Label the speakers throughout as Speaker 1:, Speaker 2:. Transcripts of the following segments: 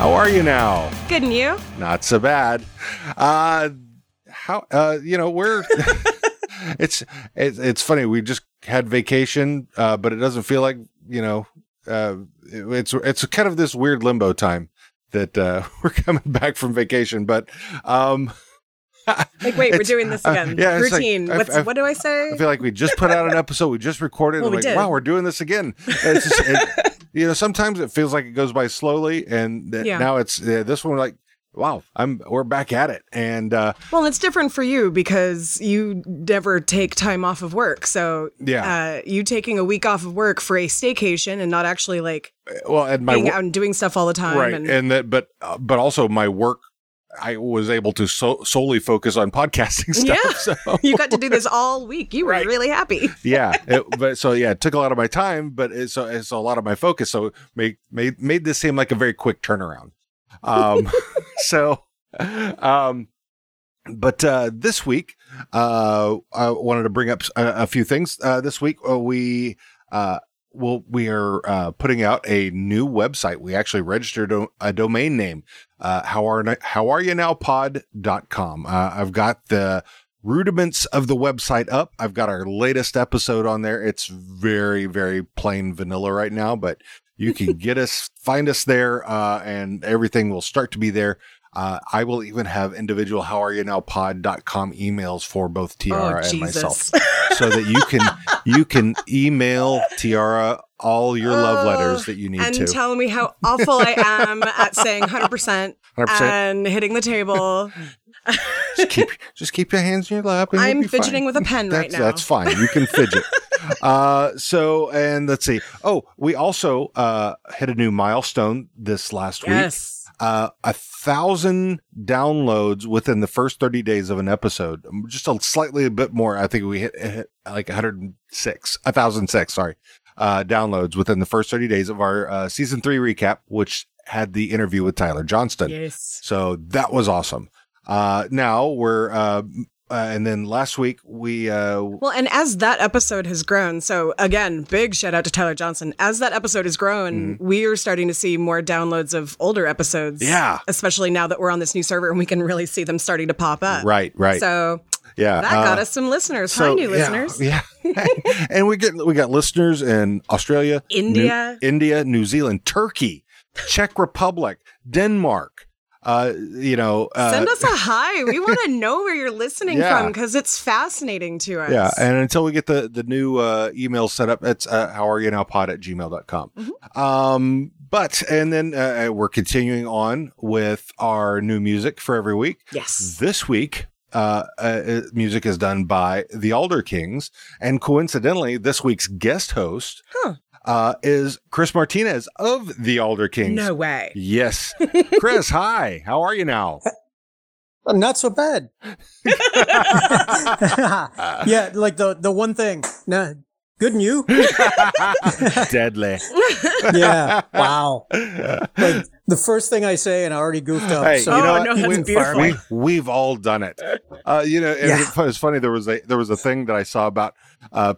Speaker 1: are you now?
Speaker 2: Good and you?
Speaker 1: Not so bad. Uh, how uh, you know we're it's, it's it's funny. We just had vacation, uh, but it doesn't feel like you know uh, it- it's it's kind of this weird limbo time that uh, we're coming back from vacation. But um,
Speaker 2: Like, wait, we're
Speaker 1: It's-
Speaker 2: doing this
Speaker 1: uh,
Speaker 2: again.
Speaker 1: yeah, it's like,
Speaker 2: Routine.
Speaker 1: I've-
Speaker 2: What's,
Speaker 1: I've-
Speaker 2: what do I say?
Speaker 1: I feel like we just put out an episode. We just recorded.
Speaker 2: Well,
Speaker 1: and
Speaker 2: we
Speaker 1: like,
Speaker 2: did.
Speaker 1: wow, we're doing this again. It's just- it- you know, sometimes it feels like it goes by slowly, and th-
Speaker 2: Yeah.
Speaker 1: now it's uh, this one. We're like, wow, I'm we're back at it, and uh,
Speaker 2: well, it's different for you because you never take time off of work. So,
Speaker 1: Yeah.
Speaker 2: uh, you taking a week off of work for a staycation and not actually like
Speaker 1: well, and my
Speaker 2: being
Speaker 1: wo-
Speaker 2: out and doing stuff all the time.
Speaker 1: right,
Speaker 2: And,
Speaker 1: and that, but uh, but also my work. I was able to so- solely focus on podcasting stuff.
Speaker 2: Yeah.
Speaker 1: So
Speaker 2: you got to do this all week. You were
Speaker 1: Right.
Speaker 2: really happy.
Speaker 1: yeah, it, but so yeah, it took a lot of my time, but it's so it's a lot of my focus. So it made made made this seem like a very quick turnaround. Um, so, um, but uh, this week, uh, I wanted to bring up a, a few things. Uh, this week, uh, we uh, well, we are uh, putting out a new website. We actually registered a, a domain name. Uh, how are how are you now pod.com. Uh, I've got the rudiments of the website up. I've got our latest episode on there. It's very, very plain vanilla right now, but you can get us, find us there, uh, and everything will start to be there. Uh, I will even have individual how are you now pod.com emails for both
Speaker 2: Oh,
Speaker 1: Tiara and myself so that you can you can email Tiara all your love
Speaker 2: Oh,
Speaker 1: letters that you need
Speaker 2: and
Speaker 1: to.
Speaker 2: tell me how awful I am at saying 100%
Speaker 1: 100%.
Speaker 2: and hitting the table.
Speaker 1: just keep just keep your hands in your lap. And you'll
Speaker 2: uh, I'm
Speaker 1: be fine.
Speaker 2: fidgeting with a pen
Speaker 1: that's,
Speaker 2: right now.
Speaker 1: That's fine. You can fidget. uh, so, and let's see. Oh, we also uh, hit a new milestone this last week.
Speaker 2: Yes.
Speaker 1: Uh, a thousand downloads within the first 30 days of an episode. Um, Just a slightly a bit more. I think we hit, hit like 106, 1006, sorry, uh, downloads within the first 30 days of our uh, season three recap, which had the interview with Tyler Johnston.
Speaker 2: Yes.
Speaker 1: So that was awesome. Uh, now we're, uh, m- uh, and then last week we, uh,
Speaker 2: Well, and as that episode has grown, so again, big shout out to Tyler Johnson. As that episode has grown,
Speaker 1: Mm-hmm.
Speaker 2: we are starting to see more downloads of older episodes.
Speaker 1: Yeah.
Speaker 2: Especially now that we're on this new server and we can really see them starting to pop up.
Speaker 1: right, right.
Speaker 2: So
Speaker 1: yeah.
Speaker 2: that
Speaker 1: uh,
Speaker 2: got us some listeners. Hi, new
Speaker 1: yeah,
Speaker 2: listeners.
Speaker 1: Yeah. and we get, we got listeners in Australia,
Speaker 2: India.
Speaker 1: New, India, New Zealand, Turkey, Czech Republic, Denmark, uh, you know, uh,
Speaker 2: Send us a hi. We want to know where you're listening
Speaker 1: Yeah.
Speaker 2: from because it's fascinating to us.
Speaker 1: Yeah, and until we get the the new uh, email set up, it's uh, how are you now pod at gmail.com.
Speaker 2: Mm-hmm.
Speaker 1: Um, but and then uh, we're continuing on with our new music for every week.
Speaker 2: yes.
Speaker 1: This week, uh, uh, music is done by the Alder Kings, and coincidentally, this week's guest host
Speaker 2: Huh.
Speaker 1: uh, is Chris Martinez of the Alder Kings.
Speaker 2: No way.
Speaker 1: Yes, Chris. hi, how are you now?
Speaker 3: Uh, Not so bad. yeah, like the the one thing. Nah, good and you.
Speaker 1: Deadly.
Speaker 2: Oh,
Speaker 3: Yeah. Wow. Like the first thing I say, and I already goofed up.
Speaker 1: Hey,
Speaker 3: so
Speaker 1: you know
Speaker 2: oh,
Speaker 1: what?
Speaker 2: no,
Speaker 3: you
Speaker 2: that's
Speaker 3: can fire
Speaker 2: beautiful.
Speaker 3: me.
Speaker 1: we we've all done it. Uh, you know, and
Speaker 3: Yeah.
Speaker 1: it was funny. There was a there was a thing that I saw about uh,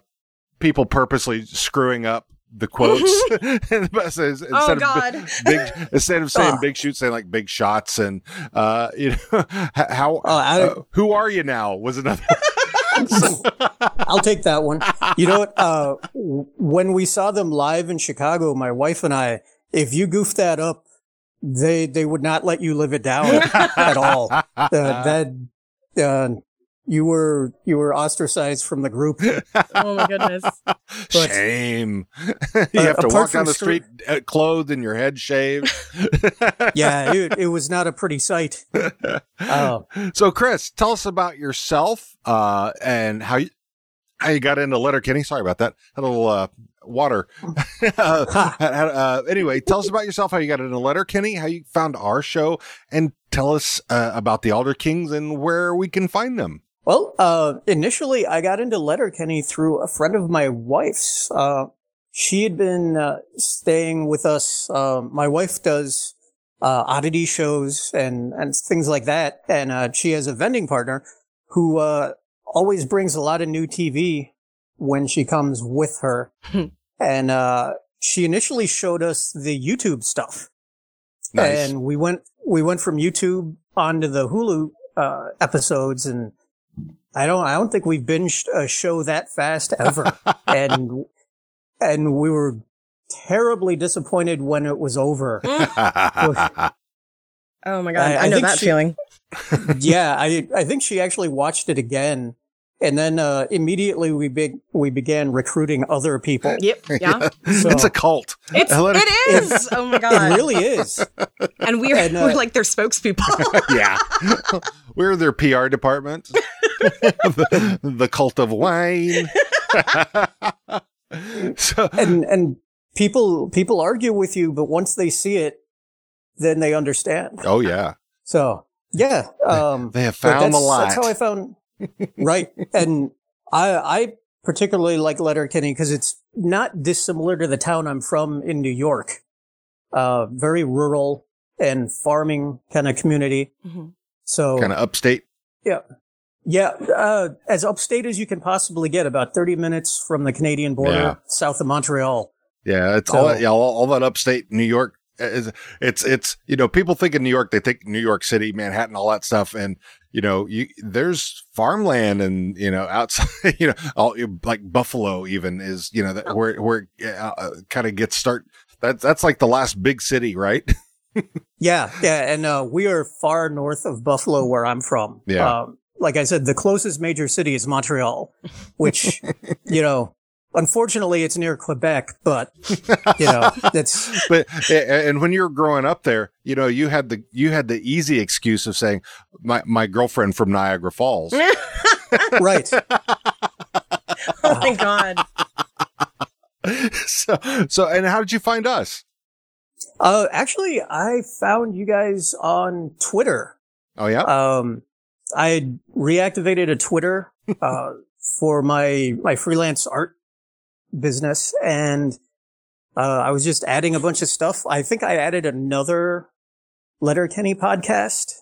Speaker 1: people purposely screwing up the quotes. And it says,
Speaker 2: Oh,
Speaker 1: instead of
Speaker 2: God.
Speaker 1: bi- big, instead of saying
Speaker 3: Ah.
Speaker 1: big shoots, saying like big shots, and uh, you know h- how
Speaker 3: Oh, I-
Speaker 1: uh, who are you now was another.
Speaker 3: I'll take that one. You know what? Uh, w- when we saw them live in Chicago, my wife and I, if you goofed that up, they they would not let you live it down at all. Uh, that uh, you were you were ostracized from the group.
Speaker 2: Oh my goodness.
Speaker 3: But-
Speaker 1: Shame! you have to
Speaker 3: apart
Speaker 1: walk
Speaker 3: from
Speaker 1: down the
Speaker 3: screw-
Speaker 1: street uh, clothed and your head shaved.
Speaker 3: Yeah, it, it was not a pretty sight. Oh.
Speaker 1: So, Chris, tell us about yourself uh, and how you how you got into Letterkenny. Sorry about that. Had a little uh, water. uh, had- had, uh, anyway, tell us about yourself. How you got into Letterkenny. How you found our show, and tell us uh, about the Alder Kings and where we can find them.
Speaker 3: Well, uh, initially I got into Letterkenny through a friend of my wife's. Uh, she had been uh, staying with us. Uh, my wife does uh, oddity shows and, and things like that. And uh, she has a vending partner who uh, always brings a lot of new TV when she comes with her. and uh, she initially showed us the YouTube stuff.
Speaker 1: Nice.
Speaker 3: and we went we went from YouTube onto the Hulu uh, episodes, and I don't I don't think we binged a show that fast ever, and and we were terribly disappointed when it was over.
Speaker 2: Oh my god,
Speaker 3: I-
Speaker 2: I,
Speaker 3: I
Speaker 2: know
Speaker 3: think
Speaker 2: that
Speaker 3: she-
Speaker 2: feeling.
Speaker 3: yeah, I I think she actually watched it again, and then uh, immediately we big we began recruiting other people.
Speaker 2: Yep. Yeah.
Speaker 3: So-
Speaker 1: it's a cult.
Speaker 2: It's
Speaker 1: Let her-
Speaker 2: it is. Oh my god.
Speaker 3: It really is.
Speaker 2: and we're
Speaker 3: and, uh,
Speaker 2: we're like their spokespeople.
Speaker 1: yeah. We're their PR department. the, the cult of wine. so
Speaker 3: and and people people argue with you, but once they see it, then they understand.
Speaker 1: Oh yeah.
Speaker 3: So yeah, um,
Speaker 1: They have
Speaker 3: but
Speaker 1: found the
Speaker 3: that's,
Speaker 1: light.
Speaker 3: That's how I found right, and I I particularly like Letterkenny because it's not dissimilar to the town I'm from in New York, uh, very rural and farming kind of community.
Speaker 2: Mhm.
Speaker 3: So
Speaker 1: kind of upstate.
Speaker 3: yeah, uh, as upstate as you can possibly get, about 30 minutes from the Canadian border,
Speaker 1: Yeah.
Speaker 3: south of Montreal.
Speaker 1: Yeah, it's all
Speaker 3: So-
Speaker 1: that, yeah, all, all that upstate New York. Is, it's it's you know people think of New York, they think New York City, Manhattan, all that stuff, and you know you there's farmland and you know outside you know all like Buffalo even is you know
Speaker 3: Oh.
Speaker 1: that where where it, uh, kind of gets start. That's that's like the last big city, right?
Speaker 3: Yeah, yeah, and uh, we are far north of Buffalo, where I'm from.
Speaker 1: Yeah.
Speaker 3: Um, like I said, the closest major city is Montreal, which, you know, unfortunately it's near Quebec, but, you know, that's,
Speaker 1: but a- and when you were growing up there, you know, you had the you had the easy excuse of saying my my girlfriend from Niagara Falls.
Speaker 3: right.
Speaker 2: oh my god.
Speaker 1: so so and how did you find us?
Speaker 3: Uh, actually, I found you guys on Twitter.
Speaker 1: Oh yeah.
Speaker 3: Um, I had reactivated a Twitter uh, for my my freelance art business, and uh, I was just adding a bunch of stuff. I think I added another Letterkenny podcast,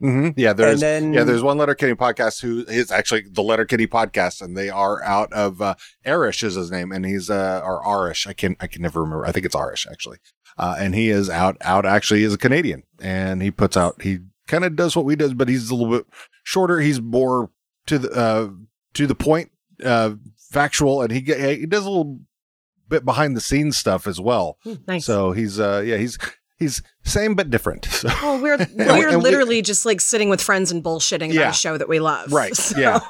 Speaker 1: hmm Yeah, there's
Speaker 3: and then
Speaker 1: yeah, there's one Letter Kenny podcast who is actually the Letter Kenny podcast, and they are out of uh, Arish is his name, and he's uh or Arish, I can I can never remember. I think it's Arish actually, uh, and he is out out actually is a Canadian, and he puts out he kind of does what we does, but he's a little bit shorter. He's more to the uh, to the point, uh, factual, and he get, he does a little bit behind the scenes stuff as well.
Speaker 2: Hmm, Nice.
Speaker 1: So he's uh yeah he's he's same but different. So.
Speaker 2: well, Oh, we're
Speaker 1: and we-
Speaker 2: we're literally just like sitting with friends and bullshitting
Speaker 1: Yeah.
Speaker 2: about a show that we love.
Speaker 1: Right.
Speaker 2: So-
Speaker 1: oh, Yeah.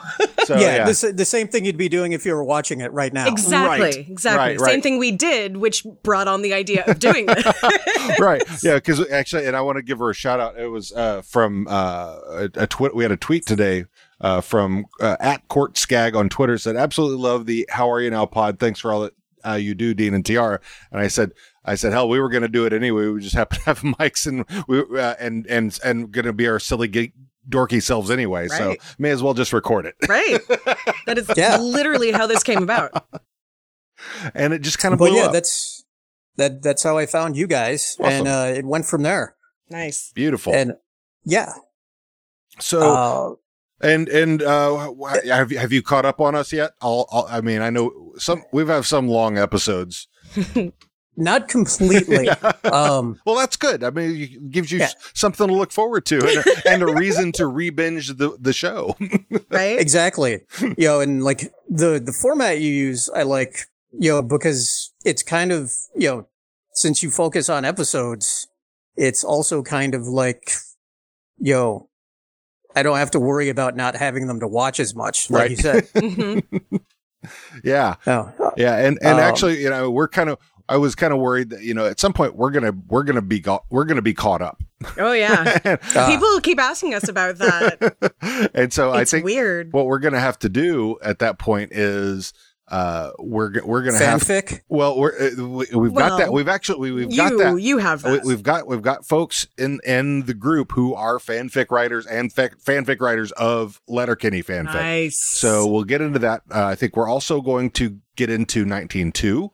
Speaker 1: So
Speaker 3: yeah, This, the same thing you'd be doing if you were watching it right now.
Speaker 2: Exactly.
Speaker 1: Right.
Speaker 2: Exactly.
Speaker 1: Right,
Speaker 2: Same
Speaker 1: right.
Speaker 2: thing we did, which brought on the idea of doing this.
Speaker 1: right. Yeah, because actually, and I want to give her a shout out. It was uh, from uh, a, a tweet. We had a tweet today uh, from uh, at Court Skag on Twitter said, "Absolutely love the How Are You Now pod. Thanks for all that uh, you do, Dean and Tiara." And I said. I said, "Hell, we were going to do it anyway. We just happen to have mics, and we uh, and and and going to be our silly, geek, dorky selves anyway. So
Speaker 2: Right.
Speaker 1: may as well just record it."
Speaker 2: right. That is
Speaker 3: Yeah.
Speaker 2: literally how this came about.
Speaker 1: And it just kind of blew
Speaker 3: but yeah,
Speaker 1: up.
Speaker 3: that's that that's how I found you guys,
Speaker 1: Awesome.
Speaker 3: and uh, it went from there.
Speaker 2: Nice.
Speaker 1: Beautiful.
Speaker 3: And yeah,
Speaker 1: so
Speaker 3: uh,
Speaker 1: And and uh, wh- wh- have you- have you caught up on us yet? I'll, I'll, I mean, I know some we've have some long episodes.
Speaker 3: not completely. um,
Speaker 1: Well, that's good. I mean, it gives you
Speaker 3: Yeah.
Speaker 1: s- something to look forward to and a, and a reason to rebinge the the show.
Speaker 2: Right.
Speaker 3: Exactly. you know, and like the the format you use, I like, you know, because it's kind of, you know, since you focus on episodes, it's also kind of like, yo, I don't have to worry about not having them to watch as much, like
Speaker 1: Right.
Speaker 3: you said.
Speaker 2: Mhm.
Speaker 1: Yeah,
Speaker 3: Oh,
Speaker 1: yeah, and and
Speaker 3: Um,
Speaker 1: actually, you know, we're kind of. I was kind of worried that you know at some point we're gonna we're gonna be go- we're gonna be caught up.
Speaker 2: Oh yeah.
Speaker 3: Ah.
Speaker 2: People keep asking us about that.
Speaker 1: and so Uh, I
Speaker 2: It's
Speaker 1: think
Speaker 2: weird.
Speaker 1: what we're gonna have to do at that point is uh we're g- we're gonna have
Speaker 3: fanfic.
Speaker 1: Well, we're, uh, we, we've got
Speaker 2: Well,
Speaker 1: that. We've actually we, we've
Speaker 2: you
Speaker 1: got that.
Speaker 2: you have
Speaker 1: We,
Speaker 2: that.
Speaker 1: we've got we've got folks in in the group who are fanfic writers and fa- fanfic writers of Letterkenny fanfic.
Speaker 2: nice.
Speaker 1: So we'll get into that. Uh, I think we're also going to get into 192.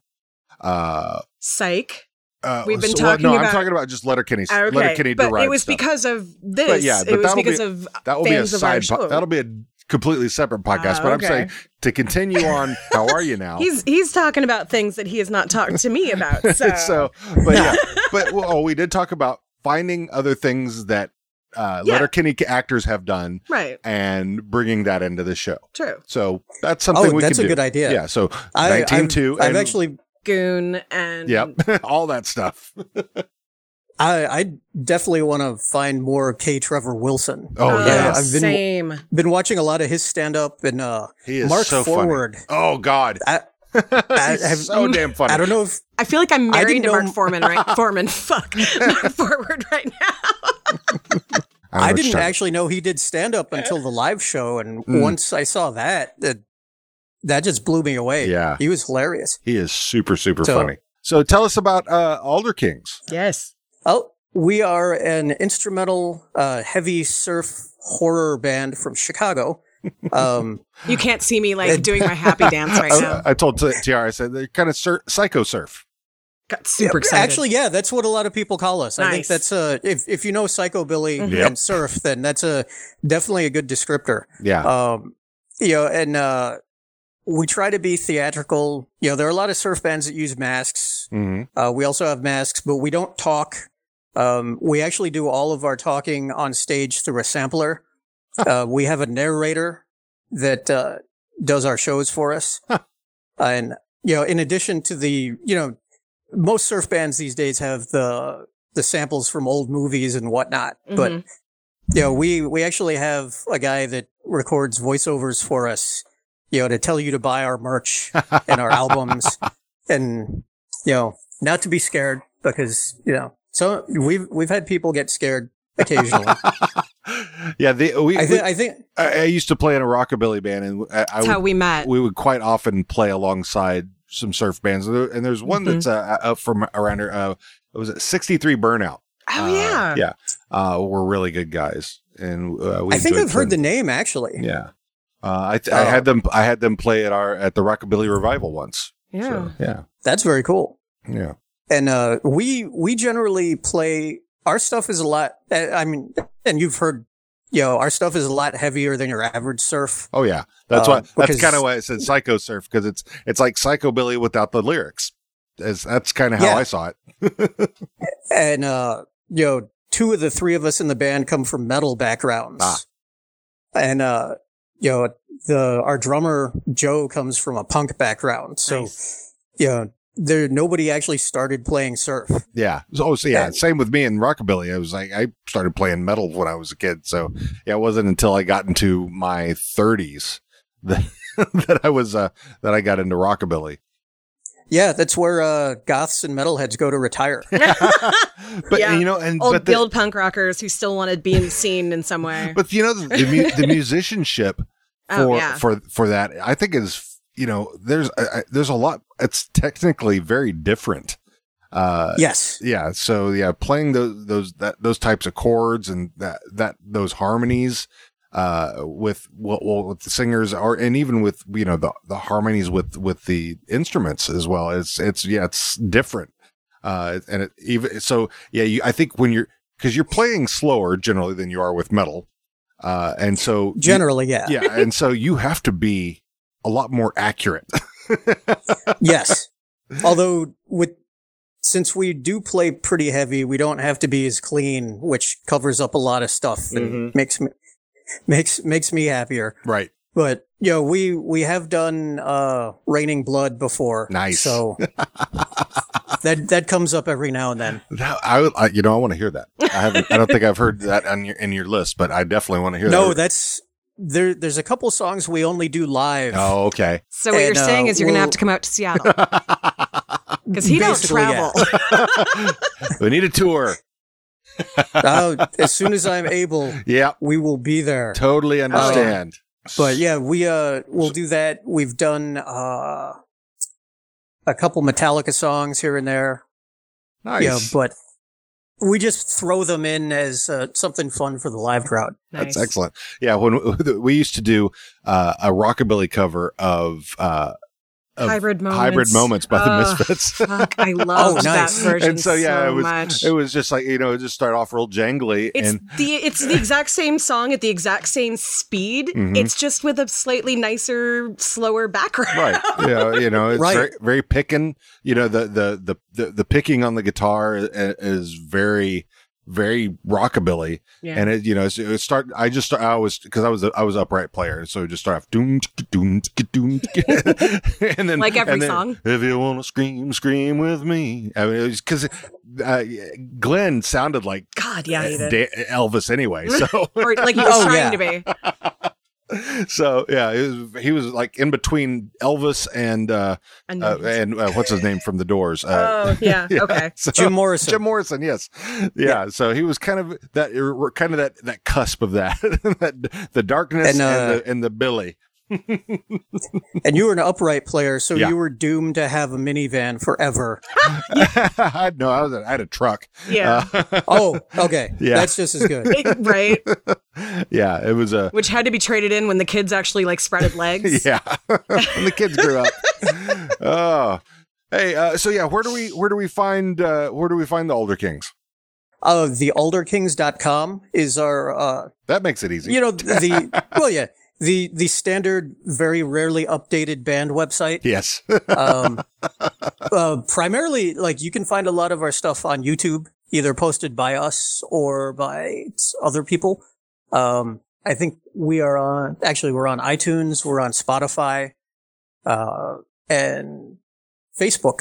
Speaker 1: Uh,
Speaker 2: psych.
Speaker 1: uh,
Speaker 2: We've been
Speaker 1: so- well,
Speaker 2: talking
Speaker 1: no, I'm
Speaker 2: about-
Speaker 1: talking about just Letterkenny.
Speaker 2: Uh, Okay,
Speaker 1: Letterkenny
Speaker 2: but
Speaker 1: derived
Speaker 2: it was
Speaker 1: stuff.
Speaker 2: because of this.
Speaker 1: But yeah, but
Speaker 2: it was
Speaker 1: that'll
Speaker 2: because
Speaker 1: be-
Speaker 2: of
Speaker 1: that will be a
Speaker 2: fans of our
Speaker 1: side. Po-
Speaker 2: show.
Speaker 1: that'll be a completely separate podcast.
Speaker 2: Ah,
Speaker 1: but
Speaker 2: okay.
Speaker 1: I'm saying to continue on. How are you now?
Speaker 2: he's he's talking about things that he has not talked to me about. So,
Speaker 1: so, but yeah, but well, oh, we did talk about finding other things that uh,
Speaker 2: Yeah.
Speaker 1: Letterkenny actors have done
Speaker 2: Right.
Speaker 1: and bringing that into the show.
Speaker 2: True.
Speaker 1: So that's something
Speaker 3: Oh,
Speaker 1: we
Speaker 3: that's
Speaker 1: can do.
Speaker 3: a good idea.
Speaker 1: yeah. So
Speaker 3: I,
Speaker 1: 19
Speaker 3: I've-
Speaker 1: too,
Speaker 3: I've
Speaker 1: and-
Speaker 3: actually,
Speaker 2: Goon and uh,
Speaker 1: yep, all that stuff.
Speaker 3: I, I definitely want to find more K. Trevor Wilson.
Speaker 1: Oh
Speaker 2: Uh,
Speaker 1: yeah,
Speaker 3: I've been-
Speaker 2: same.
Speaker 3: Been watching a lot of his stand up and uh,
Speaker 1: he is
Speaker 3: Mark
Speaker 1: so
Speaker 3: Forward.
Speaker 1: funny. Oh God,
Speaker 3: I,
Speaker 1: He's
Speaker 3: have-
Speaker 1: so damn funny.
Speaker 3: I don't know if
Speaker 2: I feel like I'm
Speaker 3: I
Speaker 2: married
Speaker 3: didn't
Speaker 2: to
Speaker 3: know-
Speaker 2: Mark Foreman right Foreman. Fuck. Mark Forward right now.
Speaker 1: don't know
Speaker 3: I
Speaker 1: what
Speaker 3: didn't
Speaker 1: you're talking-
Speaker 3: actually know he did stand up until the live show, and
Speaker 1: Mm.
Speaker 3: once I saw that, that that just blew me away.
Speaker 1: Yeah.
Speaker 3: he was hilarious.
Speaker 1: He is super super
Speaker 3: So-
Speaker 1: funny. So tell us about uh, Alder Kings.
Speaker 2: Yes.
Speaker 3: Oh, we are an instrumental, uh, heavy surf horror band from Chicago. Um,
Speaker 2: You can't see me like doing my happy dance right now.
Speaker 1: I, I told T- Tiara, I said they're kind of sur- psycho surf.
Speaker 2: Got super excited.
Speaker 3: actually, yeah, that's what a lot of people call us. I think
Speaker 2: Nice. Mm-hmm.
Speaker 3: that's a if if you know psychobilly
Speaker 1: Yep.
Speaker 3: and surf, then that's a definitely a good descriptor.
Speaker 1: Yeah,
Speaker 3: um you know and uh we try to be theatrical you know there are a lot of surf bands that use masks
Speaker 1: hmm
Speaker 3: uh we also have masks but we don't talk um we actually do all of our talking on stage through a sampler uh we have a narrator that uh does our shows for us and you know in addition to the you know most surf bands these days have the the samples from old movies and whatnot but
Speaker 2: Mhm.
Speaker 3: you know, we we actually have a guy that records voiceovers for us, you know, to tell you to buy our merch and our albums, and you know, not to be scared because you know, so we've we've had people get scared occasionally.
Speaker 1: yeah. They, we,
Speaker 3: I
Speaker 1: we-
Speaker 3: think I think
Speaker 1: I, I used to play in a rockabilly band, and I, I would
Speaker 2: that's how we met.
Speaker 1: we would quite often play alongside some surf bands. And there- and there's one
Speaker 2: Mhm.
Speaker 1: that's uh, up from around here. Uh, it was 63 Burnout.
Speaker 2: oh
Speaker 1: Uh,
Speaker 2: yeah.
Speaker 1: yeah. Uh, we're really good guys, and uh, we
Speaker 3: I think
Speaker 1: enjoyed
Speaker 3: I've heard the
Speaker 1: playing-
Speaker 3: name actually.
Speaker 1: Yeah, uh, I, th- I
Speaker 3: Oh.
Speaker 1: had them. I had them play at our at the Rockabilly Revival once.
Speaker 2: Yeah.
Speaker 1: So, yeah,
Speaker 3: That's very cool.
Speaker 1: yeah.
Speaker 3: And uh, we we generally play our stuff is a lot. I I mean, and you've heard, you know, our stuff is a lot heavier than your average surf.
Speaker 1: Oh yeah, that's
Speaker 3: Uh,
Speaker 1: why. That's
Speaker 3: because-
Speaker 1: kind of why I said psycho surf because it's it's like psychobilly without the lyrics. As, that's kind of how
Speaker 3: Yeah.
Speaker 1: I saw it.
Speaker 3: and uh you know two of the three of us in the band come from metal backgrounds
Speaker 1: Ah.
Speaker 3: and uh you know the our drummer joe comes from a punk background so you know there nobody actually started playing surf
Speaker 1: Yeah. So, oh, so yeah,
Speaker 3: Yeah.
Speaker 1: same with me in rockabilly. I was like, I started playing metal when I was a kid. So yeah, it wasn't until I got into my 30s that that I was uh that I got into rockabilly.
Speaker 3: yeah that's where uh goths and metalheads go to retire
Speaker 1: but
Speaker 2: Yeah.
Speaker 1: you know, and
Speaker 2: Old
Speaker 1: but the,
Speaker 2: guild punk rockers who still want to be in the scene in some way.
Speaker 1: but you know the the, mu- the musicianship for
Speaker 2: oh yeah.
Speaker 1: for for that I think is you know there's uh, there's a lot. It's technically very different. Uh,
Speaker 3: yes
Speaker 1: yeah so yeah playing those those that those types of chords and that that those harmonies uh with well, well with the singers or and even with you know the the harmonies with with the instruments as well it's it's yeah it's different uh and it even so yeah you, i think when you're because you're playing slower generally than you are with metal uh and so you-
Speaker 3: generally yeah
Speaker 1: yeah and so you have to be a lot more accurate
Speaker 3: yes although with since we do play pretty heavy we don't have to be as clean which covers up a lot of stuff and makes me makes makes me happier
Speaker 1: right
Speaker 3: But you know, we we have done uh raining blood before.
Speaker 1: Nice.
Speaker 3: So that that comes up every now and then.
Speaker 1: That, I, would- I you know I want to hear that. I haven't. I don't think I've heard that on your in your list, but I definitely want to hear
Speaker 3: No,
Speaker 1: that.
Speaker 3: that's there there's a couple songs we only do live.
Speaker 1: Oh, okay.
Speaker 2: so what
Speaker 3: and,
Speaker 2: you're saying
Speaker 3: uh,
Speaker 2: is you're gonna
Speaker 3: we'll-
Speaker 2: have to come out to Seattle because he don't
Speaker 3: Basically, yeah.
Speaker 2: travel.
Speaker 1: we need a tour.
Speaker 3: Uh, as soon as I'm able,
Speaker 1: Yeah,
Speaker 3: we will be there.
Speaker 1: totally understand.
Speaker 3: Oh, But yeah, we uh we'll do that. We've done uh a couple Metallica songs here and there.
Speaker 1: nice.
Speaker 3: Yeah, but we just throw them in as uh, something fun for the live crowd.
Speaker 1: That's
Speaker 2: Nice.
Speaker 1: excellent. Yeah, when we, we used to do uh, a rockabilly cover of, uh, of
Speaker 2: Hybrid moments.
Speaker 1: Hybrid Moments by the
Speaker 2: Oh,
Speaker 1: Misfits. Oh,
Speaker 2: Fuck, I love
Speaker 3: Oh, nice.
Speaker 2: that version
Speaker 1: And so, yeah, it was-
Speaker 2: much.
Speaker 1: it was just like you know, it just start off real jangly
Speaker 2: It's
Speaker 1: and
Speaker 2: the it's the exact same song at the exact same speed.
Speaker 1: Mhm.
Speaker 2: It's just with a slightly nicer, slower background.
Speaker 1: right yeah you know it's
Speaker 3: Right.
Speaker 1: very, very picking you know the, the the the the picking on the guitar i- is very very rockabilly.
Speaker 2: Yeah.
Speaker 1: And it, you know, it's- it start. I just, I was because I was, a, I was upright player, so it just start off doom, tsk, doom, tsk, doom, tsk, and then
Speaker 4: Like every
Speaker 1: and then,
Speaker 4: song.
Speaker 1: If you want to scream, scream with me. I mean, because uh, Glenn sounded like uh,
Speaker 2: God, yeah, he did.
Speaker 1: Da- Elvis anyway, so
Speaker 2: or like he was
Speaker 3: Oh,
Speaker 2: trying
Speaker 3: yeah.
Speaker 2: to be.
Speaker 1: so yeah, it was, he was like in between Elvis and uh,
Speaker 2: And
Speaker 1: uh
Speaker 2: then-
Speaker 1: and uh, what's his name from the Doors. Uh,
Speaker 2: oh yeah,
Speaker 1: yeah,
Speaker 2: okay.
Speaker 1: so-
Speaker 3: Jim Morrison.
Speaker 1: Jim Morrison, yes, yeah, So he was kind of that, er, kind of that that cusp of that, that the darkness and,
Speaker 3: And, uh,
Speaker 1: the, and the Billy.
Speaker 3: and you were an upright player, so
Speaker 1: Yeah.
Speaker 3: you were doomed to have a minivan forever.
Speaker 1: I no, I was I had a truck.
Speaker 2: Yeah.
Speaker 1: Uh,
Speaker 3: Oh, okay.
Speaker 1: Yeah.
Speaker 3: That's just as good.
Speaker 2: It- right,
Speaker 1: yeah, it was a
Speaker 2: which had to be traded in when the kids actually like sprouted legs.
Speaker 1: yeah. when the kids grew up. oh, hey, uh, so yeah, where do we where do we find uh, where do we find the Alder Kings?
Speaker 3: Uh, thealderkings.com is our, uh,
Speaker 1: That makes it easy.
Speaker 3: you know, the, well, yeah, the, the standard, very rarely updated band website.
Speaker 1: yes.
Speaker 3: um, uh, primarily, like you can find a lot of our stuff on YouTube, either posted by us or by s- other people. Um, I think we are on. Actually, we're on iTunes. We're on Spotify, uh, and Facebook.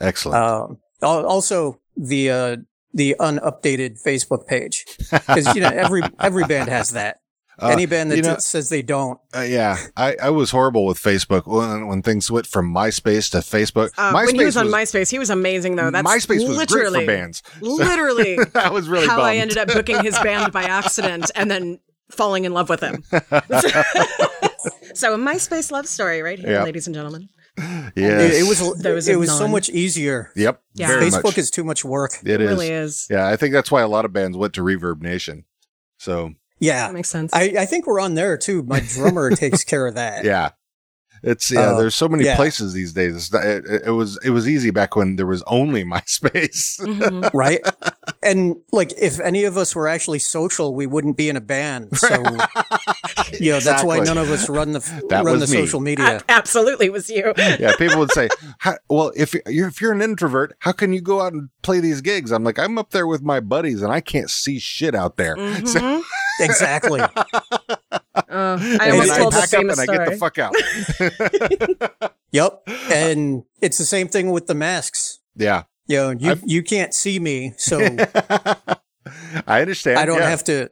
Speaker 1: Excellent.
Speaker 3: Um, al- also the uh, the unupdated Facebook page because Uh, you know every every band has that.
Speaker 1: Uh,
Speaker 3: Any band that
Speaker 1: you know-
Speaker 3: t- says they don't.
Speaker 1: Uh, yeah, I, I was horrible with Facebook when, when things went from MySpace to Facebook.
Speaker 2: Uh,
Speaker 1: MySpace
Speaker 2: when he was on MySpace, he was amazing though. That's
Speaker 1: MySpace was great
Speaker 2: literally,
Speaker 1: for bands.
Speaker 2: literally
Speaker 1: I was really
Speaker 2: how I
Speaker 1: bummed.
Speaker 2: ended up booking his band by accident and then falling in love with him. so a MySpace love story right here,
Speaker 1: Yeah.
Speaker 2: ladies and gentlemen.
Speaker 1: Yes.
Speaker 3: It, it was
Speaker 2: There was a
Speaker 3: it was so
Speaker 2: none.
Speaker 3: much easier.
Speaker 1: Yep.
Speaker 2: Yeah.
Speaker 1: Very
Speaker 3: Facebook
Speaker 1: much.
Speaker 3: is too much work.
Speaker 2: It,
Speaker 1: it is.
Speaker 2: really is.
Speaker 1: Yeah, I think that's why a lot of bands went to Reverb Nation. So
Speaker 3: Yeah.
Speaker 2: That makes sense.
Speaker 3: I, I think we're on there too. My drummer takes care of that.
Speaker 1: yeah, it's yeah.
Speaker 3: Oh,
Speaker 1: there's so many
Speaker 3: yeah.
Speaker 1: places these days. It's not, it, it- it was it was easy back when there was only MySpace.
Speaker 2: Mhm.
Speaker 3: Right. And like, if any of us were actually social, we wouldn't be in a band. So, you know, that's why
Speaker 1: Exactly.
Speaker 3: none of us run the,
Speaker 1: That
Speaker 3: run the
Speaker 1: was me.
Speaker 3: social media.
Speaker 2: A- absolutely was you.
Speaker 1: yeah, people would say, how, "Well, if you're if you're an introvert, how can you go out and play these gigs?" I'm like, I'm up there with my buddies, and I can't see shit out there.
Speaker 2: Mhm.
Speaker 3: exactly.
Speaker 2: Uh, I
Speaker 1: And
Speaker 2: almost
Speaker 1: then
Speaker 2: told the
Speaker 1: pack up and
Speaker 2: famous
Speaker 1: I get the
Speaker 2: story.
Speaker 1: fuck out.
Speaker 3: Yep. And it's the same thing with the masks.
Speaker 1: yeah,
Speaker 3: You know, you,
Speaker 1: I've-
Speaker 3: you can't see me. So
Speaker 1: I understand.
Speaker 3: I don't
Speaker 1: yeah.
Speaker 3: have to.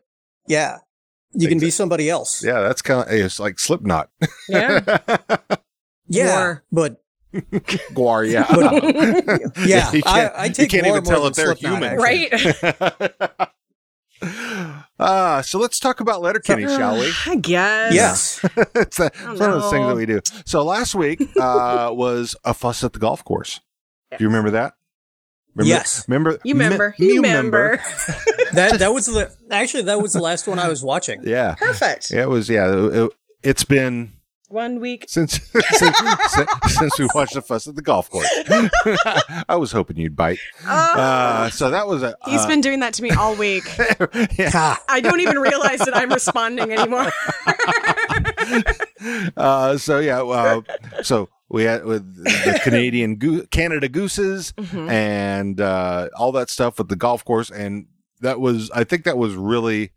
Speaker 3: Yeah. You can be somebody else.
Speaker 1: Yeah, that's kind of it's like Slipknot.
Speaker 3: Hmm.
Speaker 2: yeah.
Speaker 3: Yeah.
Speaker 2: War.
Speaker 3: But
Speaker 1: Guar, yeah.
Speaker 3: yeah,
Speaker 1: You
Speaker 3: I,
Speaker 1: can't-
Speaker 3: I take
Speaker 1: you can't
Speaker 3: war
Speaker 1: even
Speaker 3: more
Speaker 1: tell
Speaker 3: than
Speaker 1: if they're
Speaker 3: Slipknot,
Speaker 1: human.
Speaker 3: actually.
Speaker 2: Right.
Speaker 1: Ah, so let's talk about Letterkenny, shall we?
Speaker 2: I guess.
Speaker 3: Yes.
Speaker 1: it's a, it's one of those things
Speaker 2: no.
Speaker 1: that we do. So last week uh, was a fuss at the golf course. Do you remember that?
Speaker 3: Yes.
Speaker 1: Remember?
Speaker 2: You remember.
Speaker 1: me-
Speaker 2: you remember.
Speaker 3: that, that was the, actually, that was the last one I was watching.
Speaker 1: Yeah.
Speaker 2: Perfect.
Speaker 1: Yeah, It was. Yeah. It, has been
Speaker 2: One week.
Speaker 1: since since, since since we watched the fuss at the golf course. I was hoping you'd bite. Uh, so that was a.
Speaker 2: Oh, He's been doing that to me all week.
Speaker 1: been. yeah.
Speaker 3: Ha.
Speaker 2: I don't even realize that I'm responding anymore.
Speaker 1: Uh, so yeah, uh, so we had with the Canadian goo Canada Gooses
Speaker 2: Mhm.
Speaker 1: and uh, all that stuff with the golf course, and that was I think that was really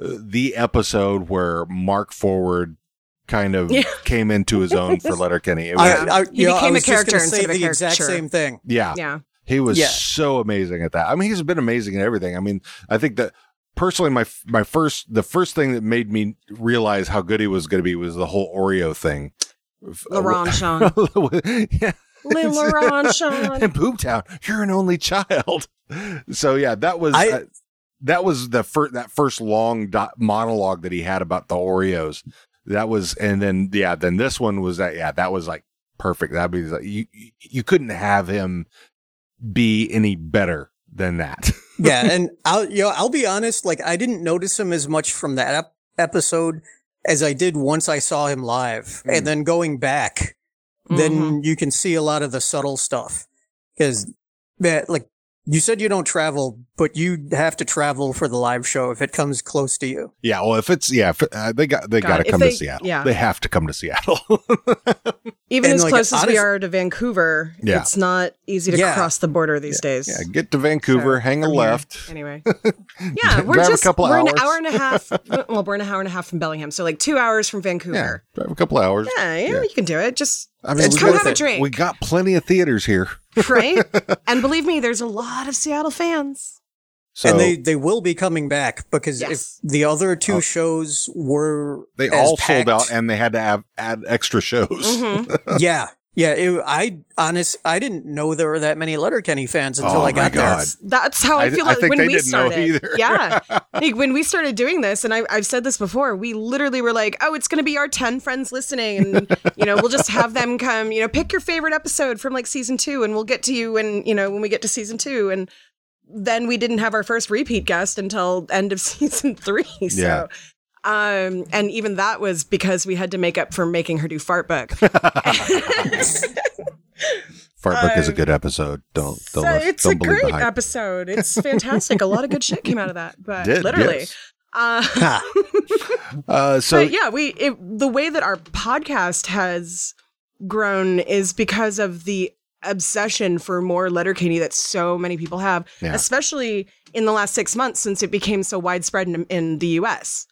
Speaker 1: uh, the episode where Mark Forward kind of
Speaker 2: Yeah.
Speaker 1: came into his own for Letterkenny. It was,
Speaker 2: Yeah.
Speaker 3: I, I,
Speaker 2: He
Speaker 3: you know,
Speaker 2: became
Speaker 3: I
Speaker 2: a
Speaker 3: was just
Speaker 2: character
Speaker 3: gonna
Speaker 2: instead
Speaker 3: say
Speaker 2: of a
Speaker 3: the exact
Speaker 2: caricature.
Speaker 3: same thing.
Speaker 1: yeah,
Speaker 2: yeah.
Speaker 1: he was
Speaker 3: Yeah.
Speaker 1: so amazing at that. I mean, he's been amazing at everything. I mean, I think that personally, my my first the first thing that made me realize how good he was going to be was the whole Oreo thing. uh,
Speaker 2: Laurent Sean.
Speaker 1: yeah,
Speaker 2: Lil Laurent Sean.
Speaker 1: and Boomtown, you're an only child. So yeah, that was
Speaker 3: I-
Speaker 1: uh, that was the first that first long do- monologue that he had about the Oreos. That was, and then yeah, then this one was that yeah, that was like perfect. That be like you you- you couldn't have him be any better than that.
Speaker 3: yeah, and I'll you know, I'll be honest, like I didn't notice him as much from that ep- episode as I did once I saw him live,
Speaker 1: Mm.
Speaker 3: and then going back,
Speaker 2: Mm-hmm.
Speaker 3: then you can see a lot of the subtle stuff because that like You said you don't travel, but you have to travel for the live show if it comes close to you.
Speaker 1: Yeah, well, if it's yeah, if, uh, they got they
Speaker 2: God,
Speaker 1: got to
Speaker 2: if
Speaker 1: come
Speaker 2: they-
Speaker 1: to Seattle.
Speaker 2: yeah.
Speaker 1: They have to come to Seattle.
Speaker 2: Even
Speaker 3: And,
Speaker 2: as
Speaker 3: like,
Speaker 2: close as we
Speaker 3: honest-
Speaker 2: are to Vancouver,
Speaker 1: Yeah.
Speaker 2: it's not easy to
Speaker 3: Yeah.
Speaker 2: cross the border these days.
Speaker 1: yeah, get to Vancouver,
Speaker 2: So,
Speaker 1: hang a
Speaker 2: from here.
Speaker 1: left.
Speaker 2: Anyway, yeah, we're
Speaker 1: Drive a
Speaker 2: just
Speaker 1: couple
Speaker 2: we're an
Speaker 1: hours.
Speaker 2: hour and a half. well, we're an hour and a half from Bellingham, so like two hours from
Speaker 1: Yeah,
Speaker 2: Vancouver.
Speaker 1: drive a couple hours.
Speaker 2: Yeah, yeah,
Speaker 1: Yeah.
Speaker 2: you can do it. Just
Speaker 1: I mean,
Speaker 2: It's
Speaker 1: we
Speaker 2: come
Speaker 1: got-
Speaker 2: have a drink.
Speaker 1: We got plenty of theaters here.
Speaker 2: right, and believe me, there's a lot of Seattle fans.
Speaker 1: So
Speaker 3: and they, they will be coming back because
Speaker 2: Yes.
Speaker 3: if the other two
Speaker 1: Oh.
Speaker 3: shows were
Speaker 1: they
Speaker 3: as
Speaker 1: all sold
Speaker 3: packed-
Speaker 1: out and they had to have, add extra shows.
Speaker 2: Mhm.
Speaker 3: yeah, yeah. It, I honest, I didn't know there were that many Letterkenny fans until
Speaker 1: Oh my
Speaker 3: I got
Speaker 1: God.
Speaker 3: there.
Speaker 2: That's how I
Speaker 1: I-
Speaker 2: feel
Speaker 1: I
Speaker 2: like
Speaker 1: think
Speaker 2: when
Speaker 1: they
Speaker 2: we
Speaker 1: didn't know
Speaker 2: started.
Speaker 1: either.
Speaker 2: Yeah, like when we started doing this, and I, I've said this before, we literally were like, "Oh, it's going to be our ten friends listening, and you know, we'll just have them come. You know, pick your favorite episode from like season two, and we'll get to you, and you know, when we get to season two, and then we didn't have our first repeat guest until end of season three. So.
Speaker 1: Yeah.
Speaker 2: Um, and even that was because we had to make up for making her do fart book.
Speaker 1: Fartbook is a
Speaker 2: Um,
Speaker 1: good episode. Don't don't
Speaker 2: so
Speaker 1: let-
Speaker 2: it's
Speaker 1: don't
Speaker 2: a
Speaker 1: believe
Speaker 2: great
Speaker 1: the hype.
Speaker 2: episode. It's fantastic. a lot of good shit came out of that, but
Speaker 1: Did,
Speaker 2: literally.
Speaker 1: yes.
Speaker 2: Uh,
Speaker 3: Ha.
Speaker 1: Uh, so
Speaker 2: but yeah, we it, the way that our podcast has grown is because of the obsession for more Letterkenny that so many people have,
Speaker 1: Yeah.
Speaker 2: especially in the last six months since it became so widespread in, in the U.S.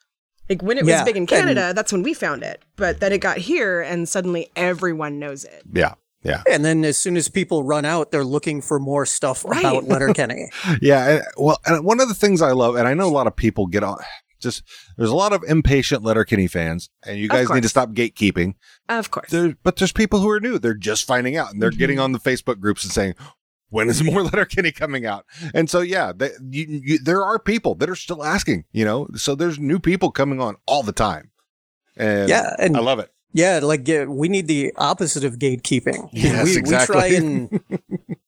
Speaker 2: Like when it was
Speaker 3: Yeah,
Speaker 2: big in
Speaker 3: and-
Speaker 2: Canada, that's when we found it, but then it got here, and suddenly everyone knows it.
Speaker 1: yeah,
Speaker 3: and then as soon as people run out, they're looking for more stuff
Speaker 2: Right.
Speaker 3: about Letterkenny.
Speaker 1: yeah. and- well, and one of the things I love, and I know a lot of people get on. Just there's a lot of impatient Letterkenny fans, and you
Speaker 2: Of
Speaker 1: guys need to
Speaker 2: course.
Speaker 1: stop gatekeeping.
Speaker 2: Of course,
Speaker 1: There, but there's people who are new; they're just finding out, and
Speaker 2: Mm-hmm.
Speaker 1: they're getting on the Facebook groups and saying, "When is more Letterkenny coming out?" And so, yeah, they, you, you, there are people that are still asking. You know, so there's new people coming on all the time, and
Speaker 3: yeah, and
Speaker 1: I love it.
Speaker 3: Yeah, like yeah, we need the opposite of gatekeeping.
Speaker 1: Yes,
Speaker 3: we,
Speaker 1: exactly.
Speaker 3: We try and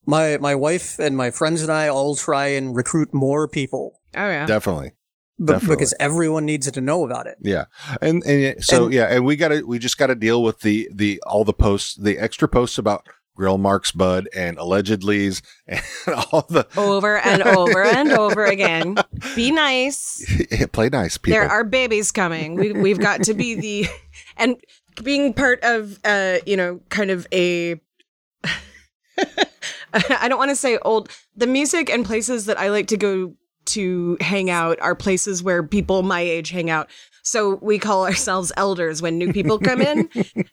Speaker 3: my my wife and my friends and I all try and recruit more people
Speaker 2: oh yeah,
Speaker 1: Definitely.
Speaker 3: b-
Speaker 1: Definitely.
Speaker 3: because everyone needs to know about it.
Speaker 1: Yeah. And and yeah, so
Speaker 3: And-
Speaker 1: yeah, and we got to we just got to deal with the the all the posts, the extra posts about grill marks bud and allegedly's and all the
Speaker 2: over and over and over again. Be nice.
Speaker 1: play nice people.
Speaker 2: There are babies coming. We, we've got to be the, and being part of, uh, you know, kind of a, I don't want to say old, the music and places that I like to go to hang out are places where people my age hang out. So we call ourselves elders when new people come in.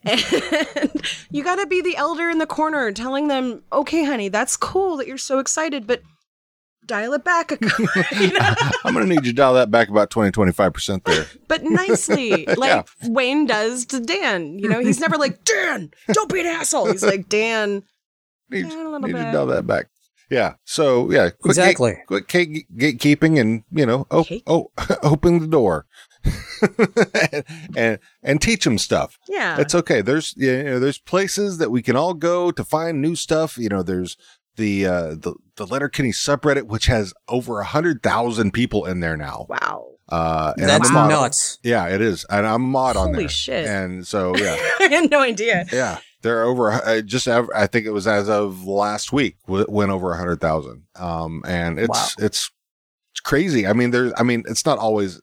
Speaker 2: and you got to be the elder in the corner telling them, okay, honey, that's cool that you're so excited, but dial it back a you know?
Speaker 1: I'm going to need you to dial that back about 20 25% there.
Speaker 2: but nicely, like Wayne does to Dan. You know, he's never like Dan, don't be an asshole. He's like Dan.
Speaker 1: Need,
Speaker 2: Yeah, a little
Speaker 1: need you to
Speaker 2: bit.
Speaker 1: dial that back. Yeah. So, yeah, quit
Speaker 3: Exactly.
Speaker 1: gate, quit gate, gatekeeping and, you know, oh,
Speaker 2: Cake?
Speaker 1: oh, open the door. and, and and teach them stuff.
Speaker 2: Yeah,
Speaker 1: It's okay. There's you know, there's places that we can all go to find new stuff. You know, there's the uh, the the Letterkenny subreddit, which has over a hundred thousand people in there now.
Speaker 2: wow.
Speaker 1: Uh, and
Speaker 3: That's
Speaker 1: I'm a mod.
Speaker 3: nuts.
Speaker 1: Yeah, it is, and I'm a mod on
Speaker 2: Holy
Speaker 1: there.
Speaker 2: shit.
Speaker 1: And so yeah,
Speaker 2: I had no idea.
Speaker 1: yeah, there are over uh, just av- I think it was as of last week w- went over a hundred thousand. Um, and it's it's it's crazy. I mean, there's I mean, it's not always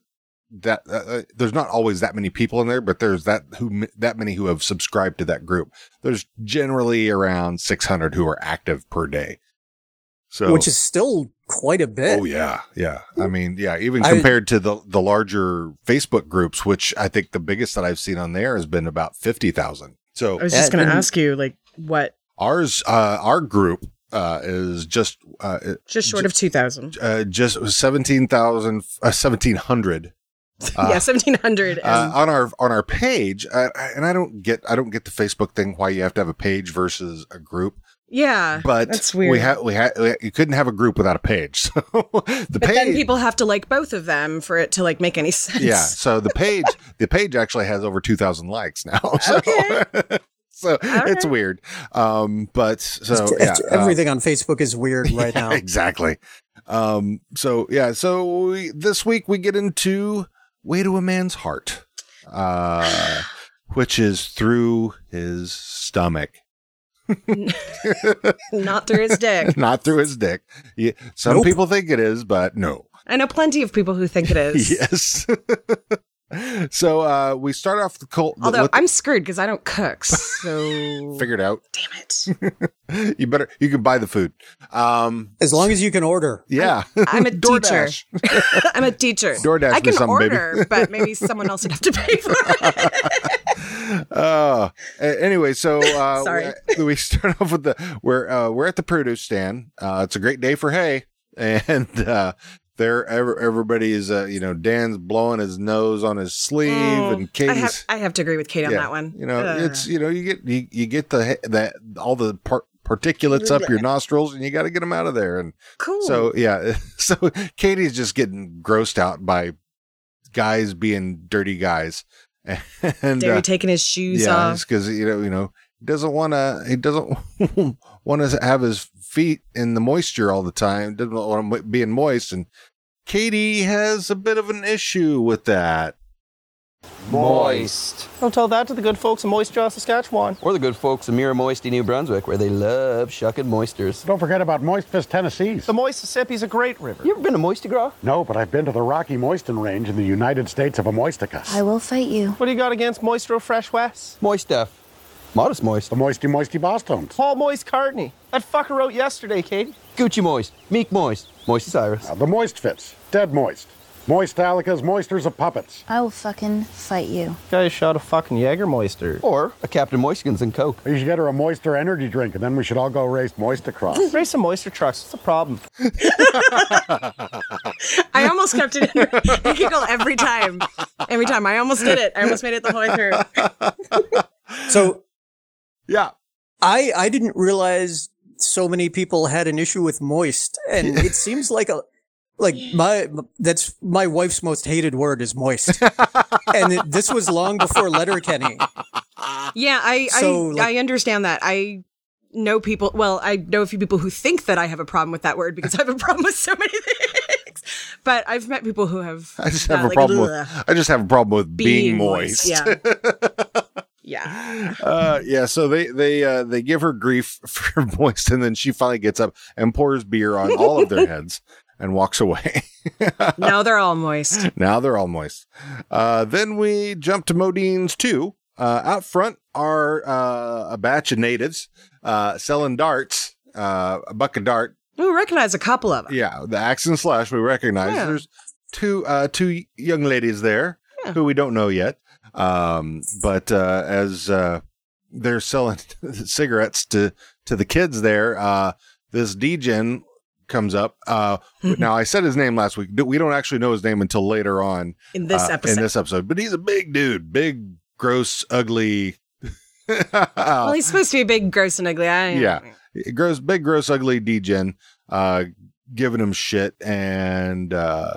Speaker 1: that uh, uh, there's not always that many people in there, but there's that who that many who have subscribed to that group. There's generally around 600 who are active per day. So
Speaker 3: Which is still quite a bit.
Speaker 1: Oh yeah, yeah. I mean, yeah. Even
Speaker 3: I-
Speaker 1: compared to the the larger Facebook groups, which I think the biggest that I've seen on there has been about fifty thousand. So
Speaker 2: I was
Speaker 3: Yeah,
Speaker 2: just going to
Speaker 3: and-
Speaker 2: ask you, like, what?
Speaker 1: ours uh our group uh is just uh,
Speaker 2: Just short of two thousand.
Speaker 1: uh just 17,000 uh, 1700 uh,
Speaker 2: yeah, seventeen hundred.
Speaker 1: uh, on our on our page uh, and I don't get I don't get the Facebook thing why you have to have a page versus a group
Speaker 2: yeah,
Speaker 1: but
Speaker 2: Uh, that's weird.
Speaker 1: we had we had you couldn't have a group without a page so the
Speaker 2: but
Speaker 1: page
Speaker 2: then people have to like both of them for it to like make any sense.
Speaker 1: yeah so the page the page actually has over 2000 likes now so so it's
Speaker 2: right.
Speaker 1: weird um but so
Speaker 3: It's-
Speaker 1: yeah
Speaker 3: it's-
Speaker 1: uh,
Speaker 3: everything on Facebook is weird right now.
Speaker 1: exactly. Um, so yeah, so we, this week we get into Way to a Man's Heart, uh, which is through his stomach.
Speaker 2: Not through his dick.
Speaker 1: Not through his dick. Yeah, Some
Speaker 3: Nope.
Speaker 1: people think it is, but no.
Speaker 2: I know plenty of people who think it is.
Speaker 1: Yes. so uh, we start off the cult.
Speaker 2: Although
Speaker 1: with-
Speaker 2: I'm screwed because I don't cook, so
Speaker 1: figured out.
Speaker 2: damn it.
Speaker 1: You better. You can buy the food. Um,
Speaker 3: As long as you can order.
Speaker 1: yeah.
Speaker 2: I'm a teacher.
Speaker 1: DoorDash.
Speaker 2: I'm a teacher.
Speaker 1: DoorDash
Speaker 2: I
Speaker 1: me
Speaker 2: can
Speaker 1: something, baby.
Speaker 2: order, but maybe someone else would have to pay for it.
Speaker 1: uh, a- anyway, so uh,
Speaker 2: Sorry.
Speaker 1: We, we start off with the we're uh, we're at the Purdue stand. Uh, it's a great day for hay, and uh, there ever everybody is uh, you know Dan's blowing his nose on his sleeve,
Speaker 2: Mm,
Speaker 1: and
Speaker 2: I
Speaker 1: Katie's
Speaker 2: have, I have to agree with Kate on
Speaker 1: Yeah.
Speaker 2: that one.
Speaker 1: you know
Speaker 2: Ugh.
Speaker 1: it's you know you get you, you get the he- that all the par- particulates up your nostrils, and you got to get them out of there, and
Speaker 2: cool.
Speaker 1: so yeah, so Katie's just getting grossed out by guys being dirty guys, and
Speaker 2: Derry
Speaker 1: uh,
Speaker 2: taking his shoes
Speaker 1: yeah,
Speaker 2: off.
Speaker 1: it's because you know you know he doesn't want to he doesn't want to have his feet in the moisture all the time. Doesn't want 'em mo- being moist, and Katie has a bit of an issue with that.
Speaker 4: Moist.
Speaker 5: Don't tell that to the good folks in Moist Jaw, Saskatchewan.
Speaker 4: Or the good folks of Mira Moisty, New Brunswick, where they love shucking moisters.
Speaker 6: Don't forget about Moist Fist, Tennessee's.
Speaker 5: The Mississippi's a great river.
Speaker 4: You ever been to Moisty Gras?
Speaker 6: No, but I've been to the Rocky Moisten Range in the United States of Amoistica.
Speaker 7: I will fight you.
Speaker 5: What do you got against Moistro Fresh West?
Speaker 4: Moist stuff. Modest moist.
Speaker 6: The Moisty Moisty Boston's.
Speaker 5: Paul Moist Cartney. That fucker wrote yesterday, Katie.
Speaker 4: Gucci moist. Meek moist. Moisty Cyrus.
Speaker 6: The Moist Fits, Dead Moist. Moist Alica's Moisters of Puppets.
Speaker 7: I will fucking fight you.
Speaker 5: Guy shot a fucking Jägermeister.
Speaker 4: Or a Captain Moistkins and Coke.
Speaker 6: You should get her a Moister energy drink, and then we should all go race Moist across.
Speaker 7: Mm.
Speaker 5: Race some moisture trucks. What's the problem?
Speaker 2: I almost kept it in I giggle every time. Every time. I almost did it. I almost made it the whole way through.
Speaker 3: So
Speaker 1: Yeah,
Speaker 3: I I didn't realize so many people had an issue with moist, and it seems like a like my that's my wife's most hated word is moist, and it, this was long before Letterkenny.
Speaker 2: Yeah, I
Speaker 3: So,
Speaker 2: I,
Speaker 3: like-
Speaker 2: I understand that. I know people. Well, I know a few people who think that I have a problem with that word because I have a problem with so many things. But I've met people who have.
Speaker 1: I just
Speaker 2: not
Speaker 1: have a
Speaker 2: like,
Speaker 1: problem with
Speaker 2: "Ugh,
Speaker 1: I just have a problem with being, moist.
Speaker 2: Yeah. yeah.
Speaker 1: uh yeah so they they uh they give her grief for moist and then she finally gets up and pours beer on all of their heads and walks away
Speaker 2: Now they're all moist.
Speaker 1: now they're all moist uh then we jump to modine's too uh out front are uh a batch of natives uh selling darts uh a buck of dart
Speaker 2: We recognize a couple of them.
Speaker 1: yeah the axe and slash we recognize
Speaker 2: Yeah.
Speaker 1: there's two uh two young ladies there
Speaker 2: Yeah.
Speaker 1: who we don't know yet um but uh as uh they're selling cigarettes to to the kids there uh this degen comes up uh
Speaker 2: Mm-hmm.
Speaker 1: now i said his name last week we don't actually know his name until later on
Speaker 2: in this
Speaker 1: uh,
Speaker 2: episode.
Speaker 1: in this episode but he's a big dude big gross ugly
Speaker 2: well, he's supposed to be big, gross, and ugly. I,
Speaker 1: uh, Yeah. gross big gross ugly degen uh giving him shit and uh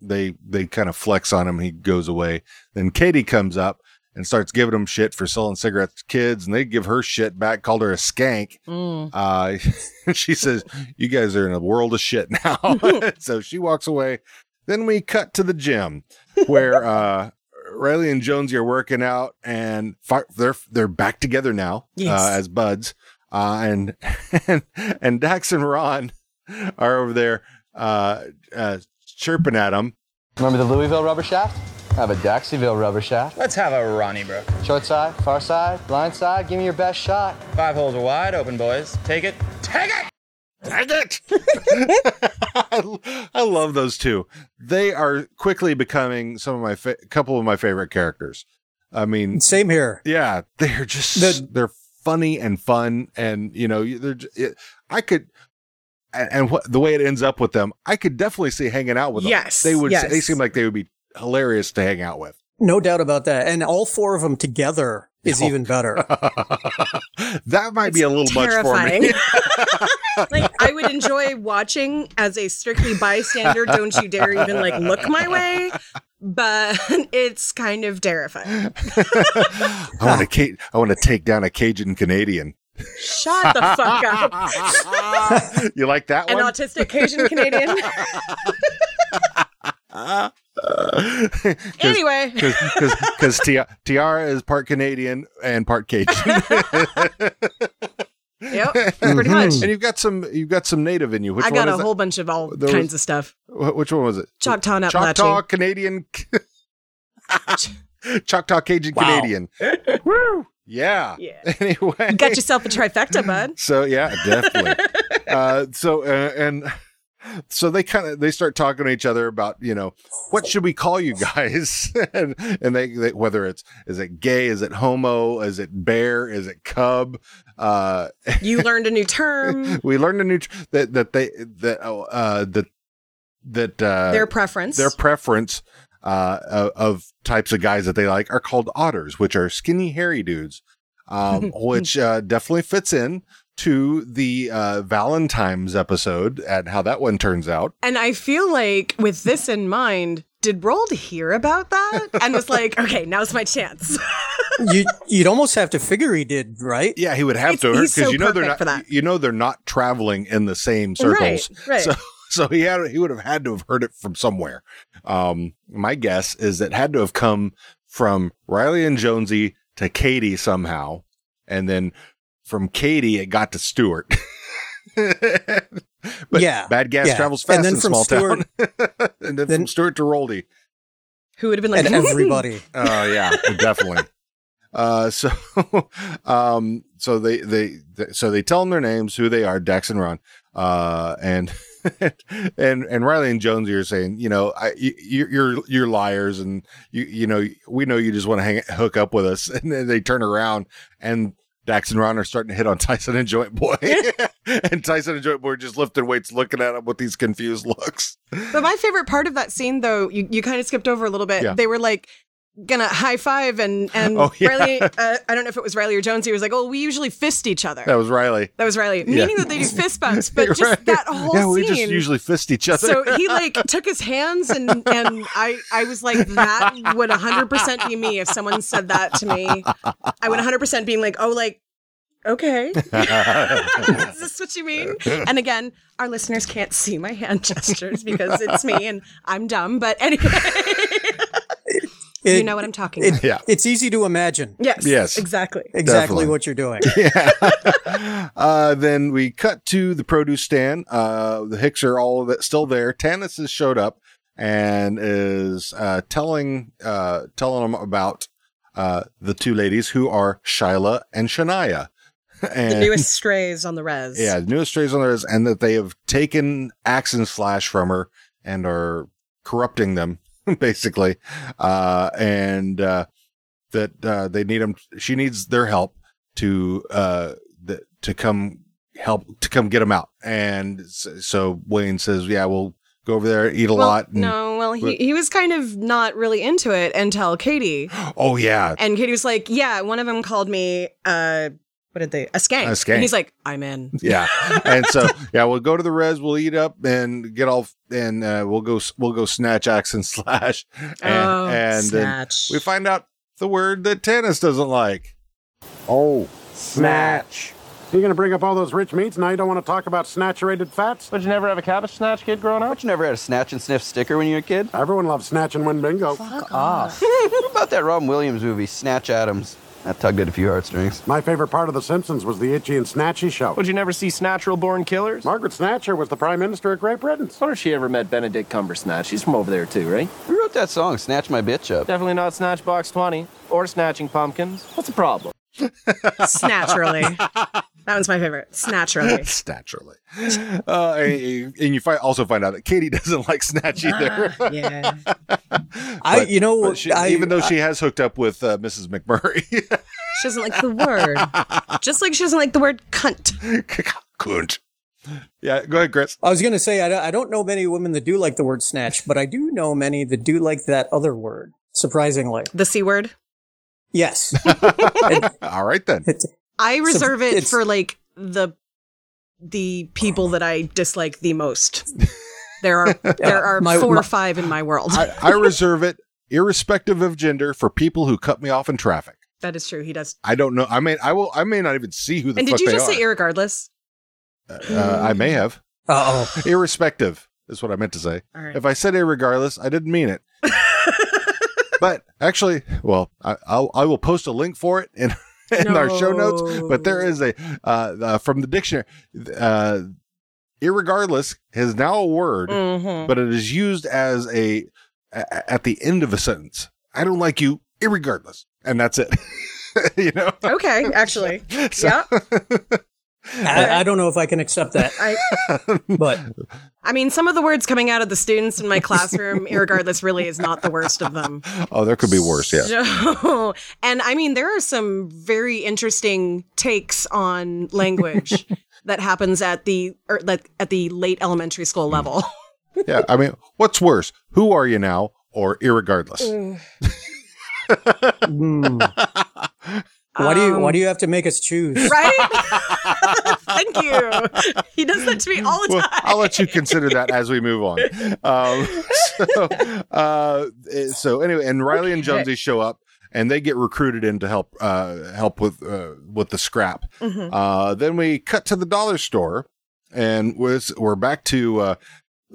Speaker 1: they they kind of flex on him he goes away then katie comes up and starts giving him shit for selling cigarettes to kids and they give her shit back called her a skank
Speaker 2: Mm.
Speaker 1: uh she says you guys are in a world of shit now so she walks away then we cut to the gym where uh Riley and Jonesy are working out and fi- they're they're back together now
Speaker 2: Yes.
Speaker 1: uh, as buds uh and and and Dax and Ron are over there uh uh chirping at him
Speaker 4: Remember the Louisville rubber shaft? Have a Daxyville rubber shaft.
Speaker 8: Let's have a Ronnie Brook.
Speaker 4: Short side, far side, blind side, give me your best shot.
Speaker 8: Five holes are wide open, boys. Take it. Take it!
Speaker 1: Dang it! I, I love those two. They are quickly becoming some of my fa- couple of my favorite characters. I mean,
Speaker 3: Same here.
Speaker 1: yeah, they're just
Speaker 3: The-
Speaker 1: they're funny and fun, and you know, you- they're. j- It, I could, and, and what the way it ends up with them, I could definitely see hanging out with them.
Speaker 2: Yes,
Speaker 1: they would.
Speaker 2: yes.
Speaker 1: They seem like they would be hilarious to hang out with.
Speaker 3: No doubt about that. And all four of them together is even better.
Speaker 1: that might be a little
Speaker 2: terrifying.
Speaker 1: much for me.
Speaker 2: like I would enjoy watching as a strictly bystander. Don't you dare even like look my way. But it's kind of terrifying.
Speaker 1: I want to. Ca- I want to take down a Cajun Canadian.
Speaker 2: Shut the fuck up.
Speaker 1: you like that
Speaker 2: An
Speaker 1: one?
Speaker 2: autistic Asian Canadian. anyway,
Speaker 1: because Tiara is part Canadian and part Cajun.
Speaker 2: Yep, pretty much.
Speaker 1: And you've got some you've got some native in you. Which
Speaker 2: I got
Speaker 1: one
Speaker 2: a
Speaker 1: is that?
Speaker 2: whole bunch of all
Speaker 1: There
Speaker 2: kinds
Speaker 1: was-
Speaker 2: of stuff.
Speaker 1: Wh- Which one was it?
Speaker 2: Choctaw and Appalachian.
Speaker 1: Choctaw Canadian. Choctaw Cajun Canadian. Woo! Yeah.
Speaker 2: Yeah.
Speaker 1: Anyway.
Speaker 2: You got yourself a trifecta, bud.
Speaker 1: So yeah, definitely. uh, so uh, and so they kind of they start talking to each other about you know what should we call you guys and and they, they whether it's is it gay is it homo is it bear is it cub uh
Speaker 2: You learned a new term.
Speaker 1: we learned a new tr- that that they that uh that that uh
Speaker 2: Their preference.
Speaker 1: their preference uh, of, of types of guys that they like are called otters, which are skinny, hairy dudes, um, which uh, definitely fits in to the uh, Valentine's episode and how that one turns out.
Speaker 2: and I feel like with this in mind, did Rold hear about that and was like, okay, now's my chance?
Speaker 3: you, you'd almost have to figure he did, right?
Speaker 1: Yeah, he would have
Speaker 2: He's-
Speaker 1: to
Speaker 2: he's
Speaker 1: because
Speaker 2: so
Speaker 1: you know they're not
Speaker 2: perfect for that.
Speaker 1: you know they're not traveling in the same circles.
Speaker 2: Right,
Speaker 1: So
Speaker 2: right.
Speaker 1: so he had he would have had to have heard it from somewhere. Um, my guess is it had to have come from Riley and Jonesy to Katie somehow, and then from Katie it got to Stewart. but
Speaker 3: Yeah,
Speaker 1: bad gas
Speaker 3: yeah.
Speaker 1: travels
Speaker 3: And
Speaker 1: fast
Speaker 3: then
Speaker 1: in
Speaker 3: from
Speaker 1: small
Speaker 3: Stewart-
Speaker 1: town, and then, from
Speaker 3: then-
Speaker 1: Stewart to Roldy.
Speaker 2: Who would have been like, "Hmm."
Speaker 3: And everybody.
Speaker 1: Oh yeah, definitely. Uh, so, um, so they, they, they- so they tell them their names, who they are, Dax and Ron, uh, and, and, and Riley and Jonesy are saying, you know, I, you, you're, you're liars and you, you know, we know you just want to hang, hook up with us. And then they turn around and Dax and Ron are starting to hit on Tyson and Joint Boy and Tyson and Joint Boy are just lifting weights, looking at him with these confused looks.
Speaker 2: But my favorite part of that scene, though, you, you kind of skipped over a little bit.
Speaker 1: Yeah.
Speaker 2: They were like gonna high five, and and
Speaker 1: Oh, yeah.
Speaker 2: Riley, uh, I don't know if it was Riley or Jonesy, was like, "Oh, we usually fist each other."
Speaker 1: That was Riley.
Speaker 2: That was Riley, meaning that they do fist bumps, but just
Speaker 1: Right.
Speaker 2: that whole
Speaker 1: yeah,
Speaker 2: scene.
Speaker 1: we just usually fist each other.
Speaker 2: so he like took his hands and and I I was like that would 100% be me if someone said that to me. I would 100% being like, "Oh, like okay." Is this what you mean? And again, our listeners can't see my hand gestures because it's me and I'm dumb, but anyway,
Speaker 3: It-
Speaker 2: you know what I'm talking
Speaker 3: it-
Speaker 2: about.
Speaker 1: yeah.
Speaker 3: It's easy to imagine
Speaker 2: Yes.
Speaker 1: Yes.
Speaker 2: Exactly.
Speaker 3: exactly
Speaker 1: Definitely.
Speaker 3: what you're doing.
Speaker 1: yeah. uh, then we cut to the produce stand. Uh, the Hicks are all that still there. Tanis has showed up and is uh, telling uh, telling them about uh, the two ladies who are Shyla and Shania. And
Speaker 2: The newest strays on the res.
Speaker 1: yeah, the newest strays on there is, and that they have taken Axe and Slash from her and are corrupting them, basically. Uh, and uh, that uh, they need them. She needs their help to uh, th- to come help to come get them out. And so, so Wayne says, "Yeah, we'll go over there, eat a
Speaker 2: Well,
Speaker 1: lot." And,
Speaker 2: no, well, he,
Speaker 1: but-
Speaker 2: he was kind of not really into it until Katie.
Speaker 1: Oh yeah,
Speaker 2: And Katie was like, "Yeah, one of them called me. uh What did they? A skank."
Speaker 1: A skank.
Speaker 2: And he's like, "I'm in."
Speaker 1: yeah and so yeah we'll go to the res we'll eat up and get all and uh, we'll go we'll go snatch axe and slash and,
Speaker 2: oh,
Speaker 1: and then
Speaker 2: snatch.
Speaker 1: we find out the word that tennis doesn't like
Speaker 6: Oh, snatch. You're going to bring up all those rich meats, now you don't want to talk about snatcherated fats?
Speaker 5: Would you never have a cabbage snatch kid growing up?
Speaker 4: But you never had a snatch and sniff sticker when you were a kid?
Speaker 6: Everyone loves snatch and win bingo.
Speaker 4: What about that Robin Williams movie, Snatch Adams? That tugged at a few heartstrings.
Speaker 6: My favorite part of The Simpsons was the Itchy and Snatchy show.
Speaker 5: Would you never see snatchral born killers? I
Speaker 6: Margaret Snatcher was the Prime Minister of Great Britain.
Speaker 5: wonder if she ever met Benedict Cumbersnatch. He's from over there too, right?
Speaker 4: Who wrote that song, Snatch My Bitch Up?
Speaker 5: Definitely not Snatchbox 20 or Snatching Pumpkins. What's the problem?
Speaker 2: Snatcherly. that one's my favorite. Snatcherly.
Speaker 1: naturally uh, and, and you find, also find out that katie doesn't like snatch either
Speaker 2: Ah, yeah.
Speaker 3: I, you know,
Speaker 1: But she-
Speaker 3: I,
Speaker 1: even though she has hooked up with uh, mrs mcmurray
Speaker 2: She doesn't like the word. Just like she doesn't like the word cunt.
Speaker 1: Cunt. yeah go ahead chris
Speaker 3: I was going to say, I don't, I don't know many women that do like the word snatch, but I do know many that do like that other word, surprisingly.
Speaker 2: The C word.
Speaker 3: Yes.
Speaker 1: all right then
Speaker 2: I reserve it
Speaker 3: it's-
Speaker 2: for like the the people that I dislike the most. There are there are
Speaker 3: My-
Speaker 2: four
Speaker 3: my-
Speaker 2: or five in my world.
Speaker 1: I, I reserve it irrespective of gender for people who cut me off in traffic
Speaker 2: that is true. He does.
Speaker 1: I don't know. I mean, I will. I may not even see who the
Speaker 2: And
Speaker 1: fuck
Speaker 2: did you
Speaker 1: they
Speaker 2: just
Speaker 1: are.
Speaker 2: say irregardless?
Speaker 1: uh, I may have.
Speaker 3: Uh oh.
Speaker 1: Irrespective is what I meant to say.
Speaker 2: All right.
Speaker 1: If I said irregardless, I didn't mean it. but actually, well, I, I'll I will post a link for it in in our show notes,
Speaker 2: No.
Speaker 1: but there is a uh, uh, from the dictionary. Uh, irregardless is now a word,
Speaker 2: Mhm.
Speaker 1: but it is used as a, a at the end of a sentence. I don't like you, irregardless, and that's it. you know,
Speaker 2: Okay, actually.
Speaker 1: So-
Speaker 2: yeah.
Speaker 3: I, I don't know if I can accept that,
Speaker 2: I
Speaker 3: but
Speaker 2: I mean, some of the words coming out of the students in my classroom, irregardless, really is not the worst of them.
Speaker 1: oh, there could be worse. Yeah,
Speaker 2: So, and I mean, there are some very interesting takes on language that happens at the or like, at the late elementary
Speaker 1: Mm.
Speaker 2: school level.
Speaker 1: yeah. I mean, what's worse? Who are you now, or
Speaker 2: Mm.
Speaker 1: irregardless?
Speaker 3: hmm. why do
Speaker 2: Um,
Speaker 3: you why do you have to make us choose?
Speaker 2: Right? Thank you. He does that to me all the time.
Speaker 1: Well, I'll let you consider that as we move on. Um, so, uh, so anyway, and Riley and
Speaker 2: Okay.
Speaker 1: Jonesy show up, and they get recruited in to help uh, help with uh, with the scrap. Uh, then we cut to the dollar store, and we're, we're back to uh,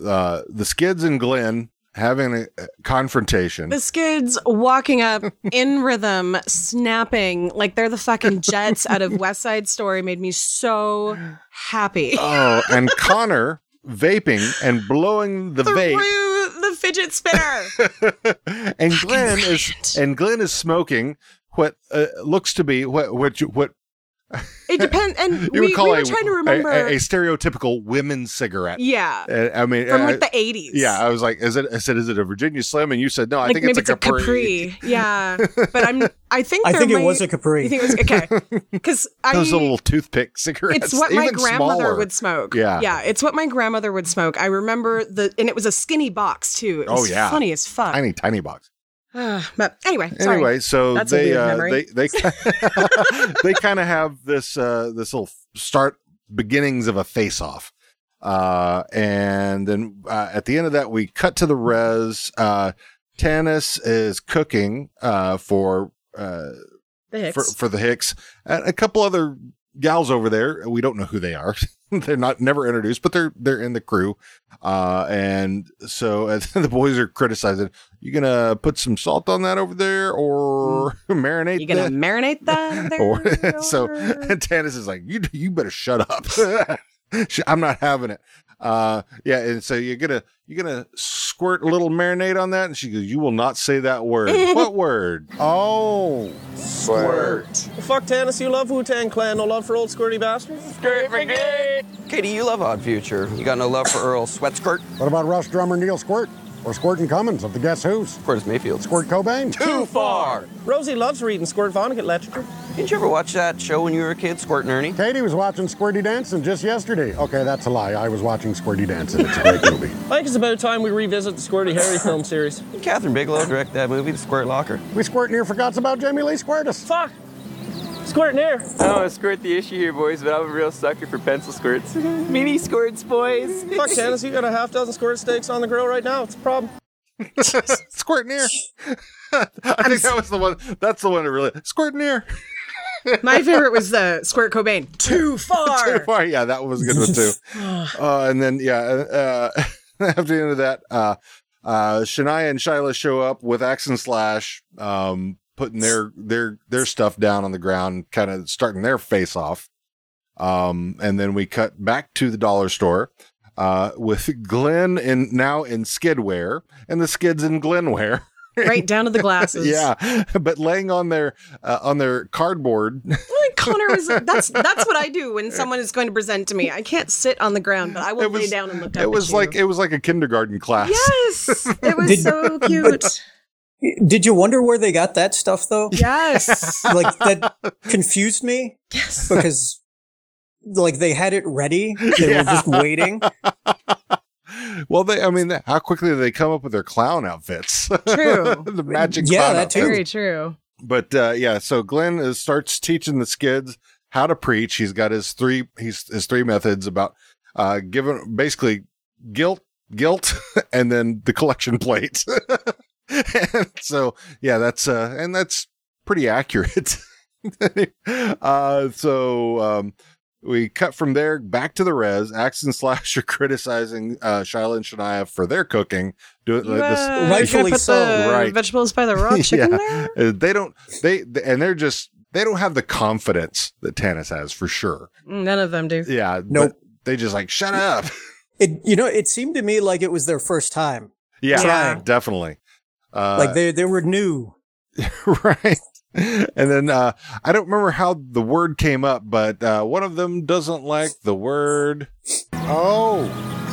Speaker 1: uh, the Skids and Glenn having a a confrontation.
Speaker 2: The skids walking up in rhythm, snapping like they're the fucking Jets out of West Side Story made me so happy.
Speaker 1: oh, and Connor vaping and blowing the vape.
Speaker 2: Through the fidget spinner.
Speaker 1: and Glenn is and Glenn is smoking what uh, looks to be what what you, what
Speaker 2: It depends. And
Speaker 1: you
Speaker 2: we,
Speaker 1: would call
Speaker 2: we were
Speaker 1: a,
Speaker 2: trying to
Speaker 1: a-
Speaker 2: remember.
Speaker 1: a, a stereotypical women's cigarette.
Speaker 2: yeah.
Speaker 1: Uh, I mean,
Speaker 2: From
Speaker 1: uh,
Speaker 2: like the 80s.
Speaker 1: yeah, I was like, is it? I said, is it a Virginia Slim? And you said, no, I
Speaker 2: like
Speaker 1: think
Speaker 2: maybe
Speaker 1: it's a Capri.
Speaker 2: Yeah. But I'm, I think
Speaker 3: I
Speaker 2: there
Speaker 3: think it
Speaker 2: might-
Speaker 3: was a Capri.
Speaker 2: You think it was, okay. Because I.
Speaker 1: Those little toothpick cigarettes.
Speaker 2: it's what my
Speaker 1: even
Speaker 2: grandmother
Speaker 1: smaller.
Speaker 2: would smoke.
Speaker 1: Yeah.
Speaker 2: yeah, it's what my grandmother would smoke. I remember the, and it was a skinny box too. It
Speaker 1: Oh,
Speaker 2: was
Speaker 1: yeah.
Speaker 2: funny as fuck.
Speaker 1: Tiny, tiny box.
Speaker 2: but anyway, sorry.
Speaker 1: Anyway, so
Speaker 2: That's a
Speaker 1: they,
Speaker 2: weird
Speaker 1: uh, they
Speaker 2: memory.
Speaker 1: they they kind of have this uh, this little start beginnings of a face off, uh, and then uh, at the end of that we cut to the res. Uh, Tannis is cooking uh, for, uh,
Speaker 2: the
Speaker 1: for
Speaker 2: Hicks.
Speaker 1: for the Hicks and a couple other gals over there. We don't know who they are. they're not never introduced, but they're they're in the crew. Uh, and so uh, the boys are criticizing. You gonna put some salt on that over there, or marinate?
Speaker 2: you gonna
Speaker 1: that?"
Speaker 2: marinate that? There?
Speaker 1: or so
Speaker 2: or-
Speaker 1: Tannis is like, you you better shut up. She- I'm not having it. Uh, yeah, and so you're gonna you're gonna squirt a little marinade on that, and she goes, you will not say that word. what word?
Speaker 4: Oh,
Speaker 5: Well, fuck Tannis, you love Wu Tang Clan, no love for old squirty bastards?
Speaker 4: Katie, you love Odd Future. You got no love for Earl Sweatskirt?
Speaker 6: What about Rush drummer Neil Squirt? Or Squirtin' Cummins of the Guess Who's?
Speaker 4: Of course, Mayfield.
Speaker 6: Squirt Cobain?
Speaker 4: Too far.
Speaker 5: Rosie loves reading Squirt Vonnegut literature.
Speaker 4: Didn't you ever watch that show when you were a kid, Squirt and Ernie?
Speaker 6: Katie was watching Squirty Dancing just yesterday. Okay, that's a lie. I was watching Squirty Dancing. It's a great movie.
Speaker 5: I think it's about time we revisit the Squirty Harry film series.
Speaker 4: Catherine Bigelow directed that movie, The Squirt Locker.
Speaker 6: We squirt near forgots about Jamie Lee Squirtus.
Speaker 5: Fuck! Squirt in air!
Speaker 9: I don't want to squirt the issue here, boys, but I'm a real sucker for pencil squirts. Mini squirts, boys.
Speaker 5: Fuck Tannis, you got a half dozen squirt steaks on the grill right now. It's a problem.
Speaker 1: Squirt near. I think that was the one. That's the one that really squirt near.
Speaker 2: my favorite was the Squirt Cobain. Too far.
Speaker 1: Too far. Yeah, that was a good one too. Uh, and then yeah, uh, after the end of that, uh, uh, Shania and Shyla show up with axe and slash, um, putting their their their stuff down on the ground, kind of starting their face off. Um, and then we cut back to the dollar store. Uh, with Glenn in now in skidware and the skids in Glenware.
Speaker 2: Right down to the glasses.
Speaker 1: yeah, but laying on their uh, on their cardboard
Speaker 2: Like Connor is that's that's what I do when someone is going to present to me. I can't sit on the ground, but I will
Speaker 1: It was-
Speaker 2: lay down and look up.
Speaker 1: it was
Speaker 2: at you.
Speaker 1: like it was like a kindergarten class.
Speaker 2: Yes. It was
Speaker 3: Did-
Speaker 2: so cute.
Speaker 3: Did you wonder where they got that stuff though?
Speaker 2: Yes.
Speaker 3: Like that confused me
Speaker 2: Yes.
Speaker 3: because like they had it ready. They were just waiting.
Speaker 1: Well, they I mean, how quickly do they come up with their clown outfits?
Speaker 2: True.
Speaker 1: the magic
Speaker 3: Yeah,
Speaker 1: clown
Speaker 3: that
Speaker 1: outfits.
Speaker 3: too.
Speaker 2: Very true.
Speaker 1: But uh, yeah, so Glenn is, starts teaching the skids how to preach. He's got his three he's his three methods about uh giving basically guilt, guilt, and then the collection plate. and so yeah, that's uh and that's pretty accurate. uh so um we cut from there back to the res. Axe and Slash are criticizing uh, Shyla and Shania for their cooking. Doing uh, this,
Speaker 2: Uh,
Speaker 3: Rightfully
Speaker 2: you gotta put
Speaker 3: so.
Speaker 2: the
Speaker 1: Right.
Speaker 2: Vegetables by the raw chicken
Speaker 1: Yeah.
Speaker 2: there.
Speaker 1: uh, they don't they th- and they're just they don't have the confidence that Tannis has for sure.
Speaker 2: Mm, None of them do.
Speaker 1: Yeah. but
Speaker 3: Nope.
Speaker 1: They just like, shut up.
Speaker 3: It you know, it seemed to me like it was their first time.
Speaker 1: yeah,
Speaker 2: Yeah.
Speaker 1: definitely. Uh,
Speaker 3: Like they they were new.
Speaker 1: right. And then uh, I don't remember how the word came up, but uh, one of them doesn't like the word.
Speaker 6: Oh,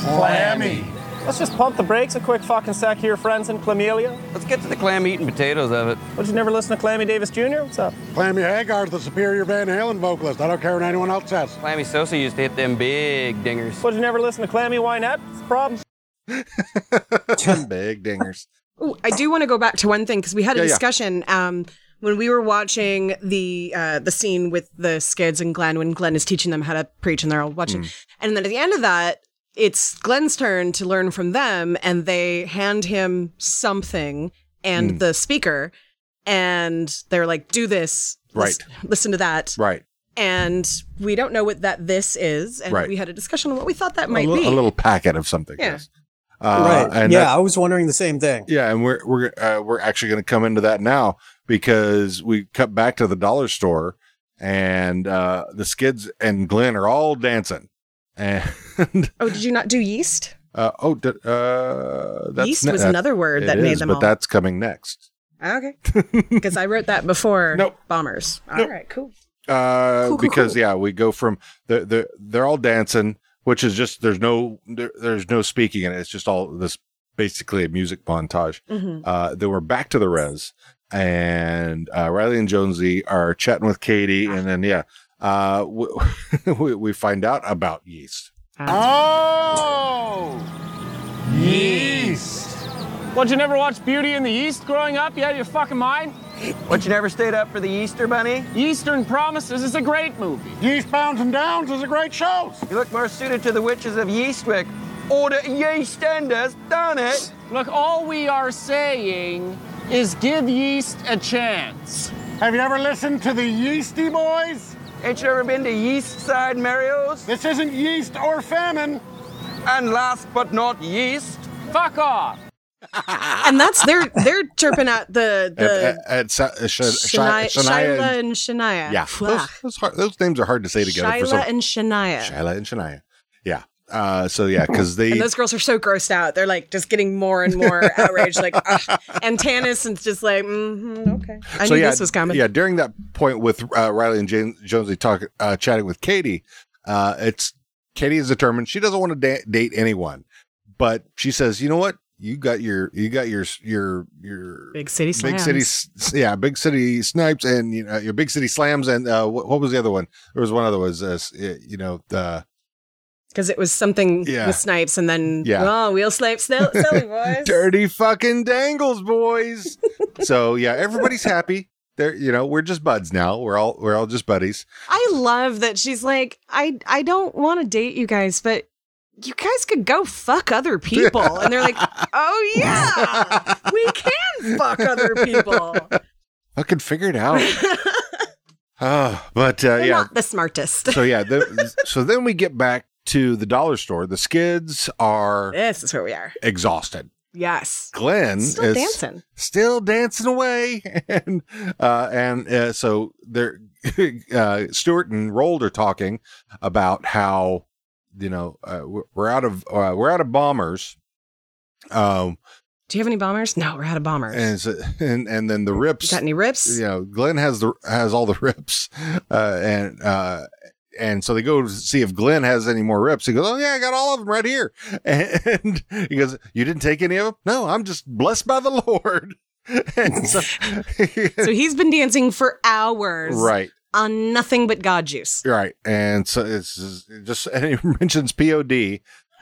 Speaker 8: Clammy.
Speaker 5: Let's just pump the brakes a quick fucking sec here, friends in Clamelia.
Speaker 4: Let's get to the clam eating potatoes of it.
Speaker 5: Would you never listen to Clammy Davis Jr.? What's up?
Speaker 6: Clammy Hagar's the superior Van Halen vocalist. I don't care what anyone else says.
Speaker 4: Clammy Sosa used to hit them big dingers.
Speaker 5: Would you never listen to Clammy Wynette? It's a problem.
Speaker 1: Big dingers.
Speaker 2: Ooh, I do want to go back to one thing because we had a
Speaker 1: Yeah, yeah.
Speaker 2: discussion um, when we were watching the uh, the scene with the Skids and Glenn when Glenn is teaching them how to preach and they're all watching,
Speaker 1: Mm.
Speaker 2: and then at the end of that, it's Glenn's turn to learn from them, and they hand him something and
Speaker 1: Mm.
Speaker 2: the speaker, and they're like, "Do this, Lis- Listen to that."
Speaker 1: Right.
Speaker 2: And we don't know what that this is, and
Speaker 1: Right.
Speaker 2: we had a discussion on what we thought that
Speaker 1: A
Speaker 2: might
Speaker 1: li-
Speaker 2: be.
Speaker 1: a little packet of something.
Speaker 2: Yeah.
Speaker 1: yes. Uh,
Speaker 3: right.
Speaker 1: And
Speaker 3: Yeah, I was wondering the same thing.
Speaker 1: Yeah, and we're we're uh, we're actually going to come into that now because we cut back to the dollar store and uh, the skids and Glenn are all dancing. And
Speaker 2: oh, did you not do yeast?
Speaker 1: uh, oh, d- uh, that's
Speaker 2: yeast
Speaker 1: ne-
Speaker 2: was
Speaker 1: that-
Speaker 2: another word
Speaker 1: it
Speaker 2: that made
Speaker 1: is,
Speaker 2: them
Speaker 1: but
Speaker 2: all.
Speaker 1: that's coming next.
Speaker 2: Okay. Because I wrote that before
Speaker 1: Nope.
Speaker 2: bombers. All right,
Speaker 1: Nope.
Speaker 2: cool.
Speaker 1: Uh,
Speaker 2: Cool, cool,
Speaker 1: because
Speaker 2: cool.
Speaker 1: yeah, we go from the the they're all dancing, which is just there's no there, there's no speaking in it. It's just all this basically a music montage.
Speaker 2: Mm-hmm.
Speaker 1: Uh, then we're back to the res, and uh, Riley and Jonesy are chatting with Katie,
Speaker 2: Ah.
Speaker 1: and then yeah, uh, we, we we find out about yeast.
Speaker 5: Would you never watch Beauty and the Yeast growing up? You out of your fucking mind?
Speaker 4: What, you never stayed up for the Easter Bunny?
Speaker 5: Eastern Promises is a great movie.
Speaker 6: Yeast Bounds and Downs is a great show.
Speaker 4: You look more suited to the witches of Yeastwick. Order yeastenders, done it.
Speaker 5: Look, all we are saying is give yeast a chance.
Speaker 6: Have you ever listened to the Yeasty Boys?
Speaker 4: Ain't you ever been to Yeast Side Mario's?
Speaker 6: This isn't yeast or famine.
Speaker 4: And last but not yeast,
Speaker 5: Fuck off.
Speaker 2: And that's they're they're chirping at the
Speaker 1: At,
Speaker 2: the
Speaker 1: at, Sa- uh, Sha-
Speaker 2: Shania,
Speaker 1: Sha- Shania
Speaker 2: Shyla
Speaker 1: and-
Speaker 2: and Shania.
Speaker 1: yeah,
Speaker 2: Fwah.
Speaker 1: those, those, hard, those names are hard to say together. for some,
Speaker 2: Shyla and Shania.
Speaker 1: Shyla and Shania. Yeah. Uh, so yeah, because they
Speaker 2: And those girls are so grossed out. They're like just getting more and more outraged. Like, ugh. and Tannis is just like, mm-hmm, okay. I knew
Speaker 1: yeah,
Speaker 2: this was coming.
Speaker 1: Yeah, during that point with uh, Riley and Jane, Jonesy talk, uh, chatting with Katie, uh, it's Katie is determined she doesn't want to da- date anyone, but she says, you know what, you got your you got your your your
Speaker 2: Big city slams.
Speaker 1: big city s- yeah big city snipes and you know your big city slams and uh, what, what was the other one? There was one other was uh, s- you know the
Speaker 2: Because it was something
Speaker 1: Yeah.
Speaker 2: with Snipes and then,
Speaker 1: Yeah.
Speaker 2: oh, we'll Snipes, sell- silly boys.
Speaker 1: dirty fucking dangles boys so yeah everybody's happy they're you know we're just buds now we're all we're all just buddies
Speaker 2: I love that she's like, I I don't want to date you guys, but you guys could go fuck other people. And they're like, Oh yeah, we can fuck other people.
Speaker 1: Uh, Fucking figure it out. uh, but uh,
Speaker 2: We're
Speaker 1: yeah,
Speaker 2: not the smartest.
Speaker 1: so yeah, the, so then we get back to the dollar store. The skids are
Speaker 2: this is where we are.
Speaker 1: exhausted.
Speaker 2: Yes.
Speaker 1: Glenn
Speaker 2: Still
Speaker 1: is
Speaker 2: dancing.
Speaker 1: still dancing away, and uh, and uh, so they're uh, Stuart and Rold are talking about how you know uh, we're- we're out of uh, we're out of bombers. Um,
Speaker 2: Do you have any bombers? No, we're out of bombers.
Speaker 1: and so, and and then the rips
Speaker 2: you got any rips?
Speaker 1: you know, Glenn has the has all the rips, uh, and uh, and so they go to see if Glenn has any more rips. He goes, "Oh yeah, I got all of them right here." And he goes, "You didn't take any of them? No, I'm just blessed by the Lord." And so,
Speaker 2: So he's been dancing for hours
Speaker 1: right,
Speaker 2: on nothing but God juice.
Speaker 1: right, and so it's just- it just and he mentions POD.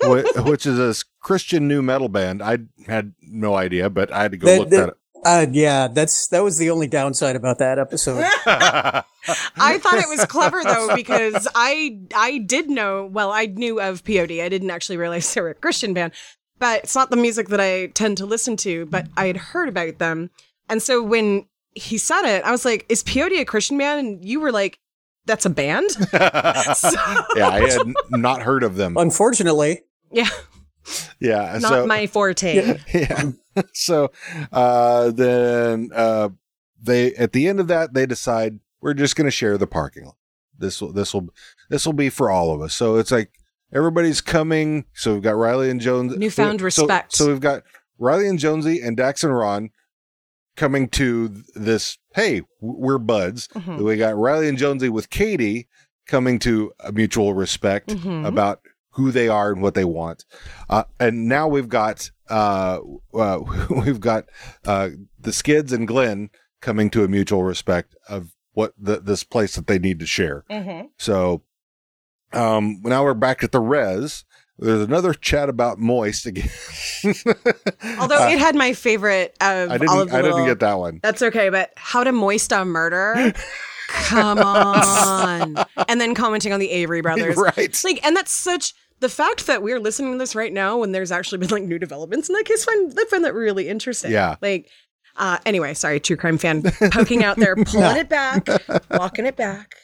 Speaker 1: whi- Which is a s- Christian new metal band. I had no idea, but I had to go
Speaker 3: That-
Speaker 1: look
Speaker 3: that-
Speaker 1: that
Speaker 3: Uh, yeah, that's that was the only downside about that episode.
Speaker 1: up.
Speaker 2: I thought it was clever though because I I did know well I knew of POD I didn't actually realize they were a Christian band but it's not the music that I tend to listen to but I had heard about them and so when he said it I was like is POD a Christian band and you were like that's a band so,
Speaker 1: yeah, I had n- not heard of them.
Speaker 3: Unfortunately,
Speaker 2: yeah
Speaker 1: Yeah,
Speaker 2: not
Speaker 1: so
Speaker 2: my forte
Speaker 1: yeah. so uh, then uh, they at the end of that they decide we're just going to share the parking lot. This will this will this will be for all of us. So it's like everybody's coming. So we've got Riley and Jones. uh,
Speaker 2: Newfound
Speaker 1: so-
Speaker 2: respect.
Speaker 1: So we've got Riley and Jonesy and Dax and Ron coming to this. Hey, we're buds.
Speaker 2: Mhm.
Speaker 1: We got Riley and Jonesy with Katie coming to a mutual respect
Speaker 2: Mhm.
Speaker 1: about who they are and what they want. Uh, and now we've got uh, uh, we've got uh, the Skids and Glenn coming to a mutual respect of what the, this place that they need to share. So um, now we're back at the res. There's another chat about moist again.
Speaker 2: Although
Speaker 1: Uh,
Speaker 2: it had my favorite of
Speaker 1: I didn't,
Speaker 2: all of the
Speaker 1: I didn't
Speaker 2: little-
Speaker 1: get that one.
Speaker 2: That's okay, but how to moist a murder? Come on. And then commenting on the Avery brothers.
Speaker 1: right.
Speaker 2: Like, and that's such the fact that we're listening to this right now when there's actually been like new developments in that case, find I find that really interesting.
Speaker 1: Yeah.
Speaker 2: Like, uh anyway, sorry, true crime fan poking out there, pulling it back, walking it back.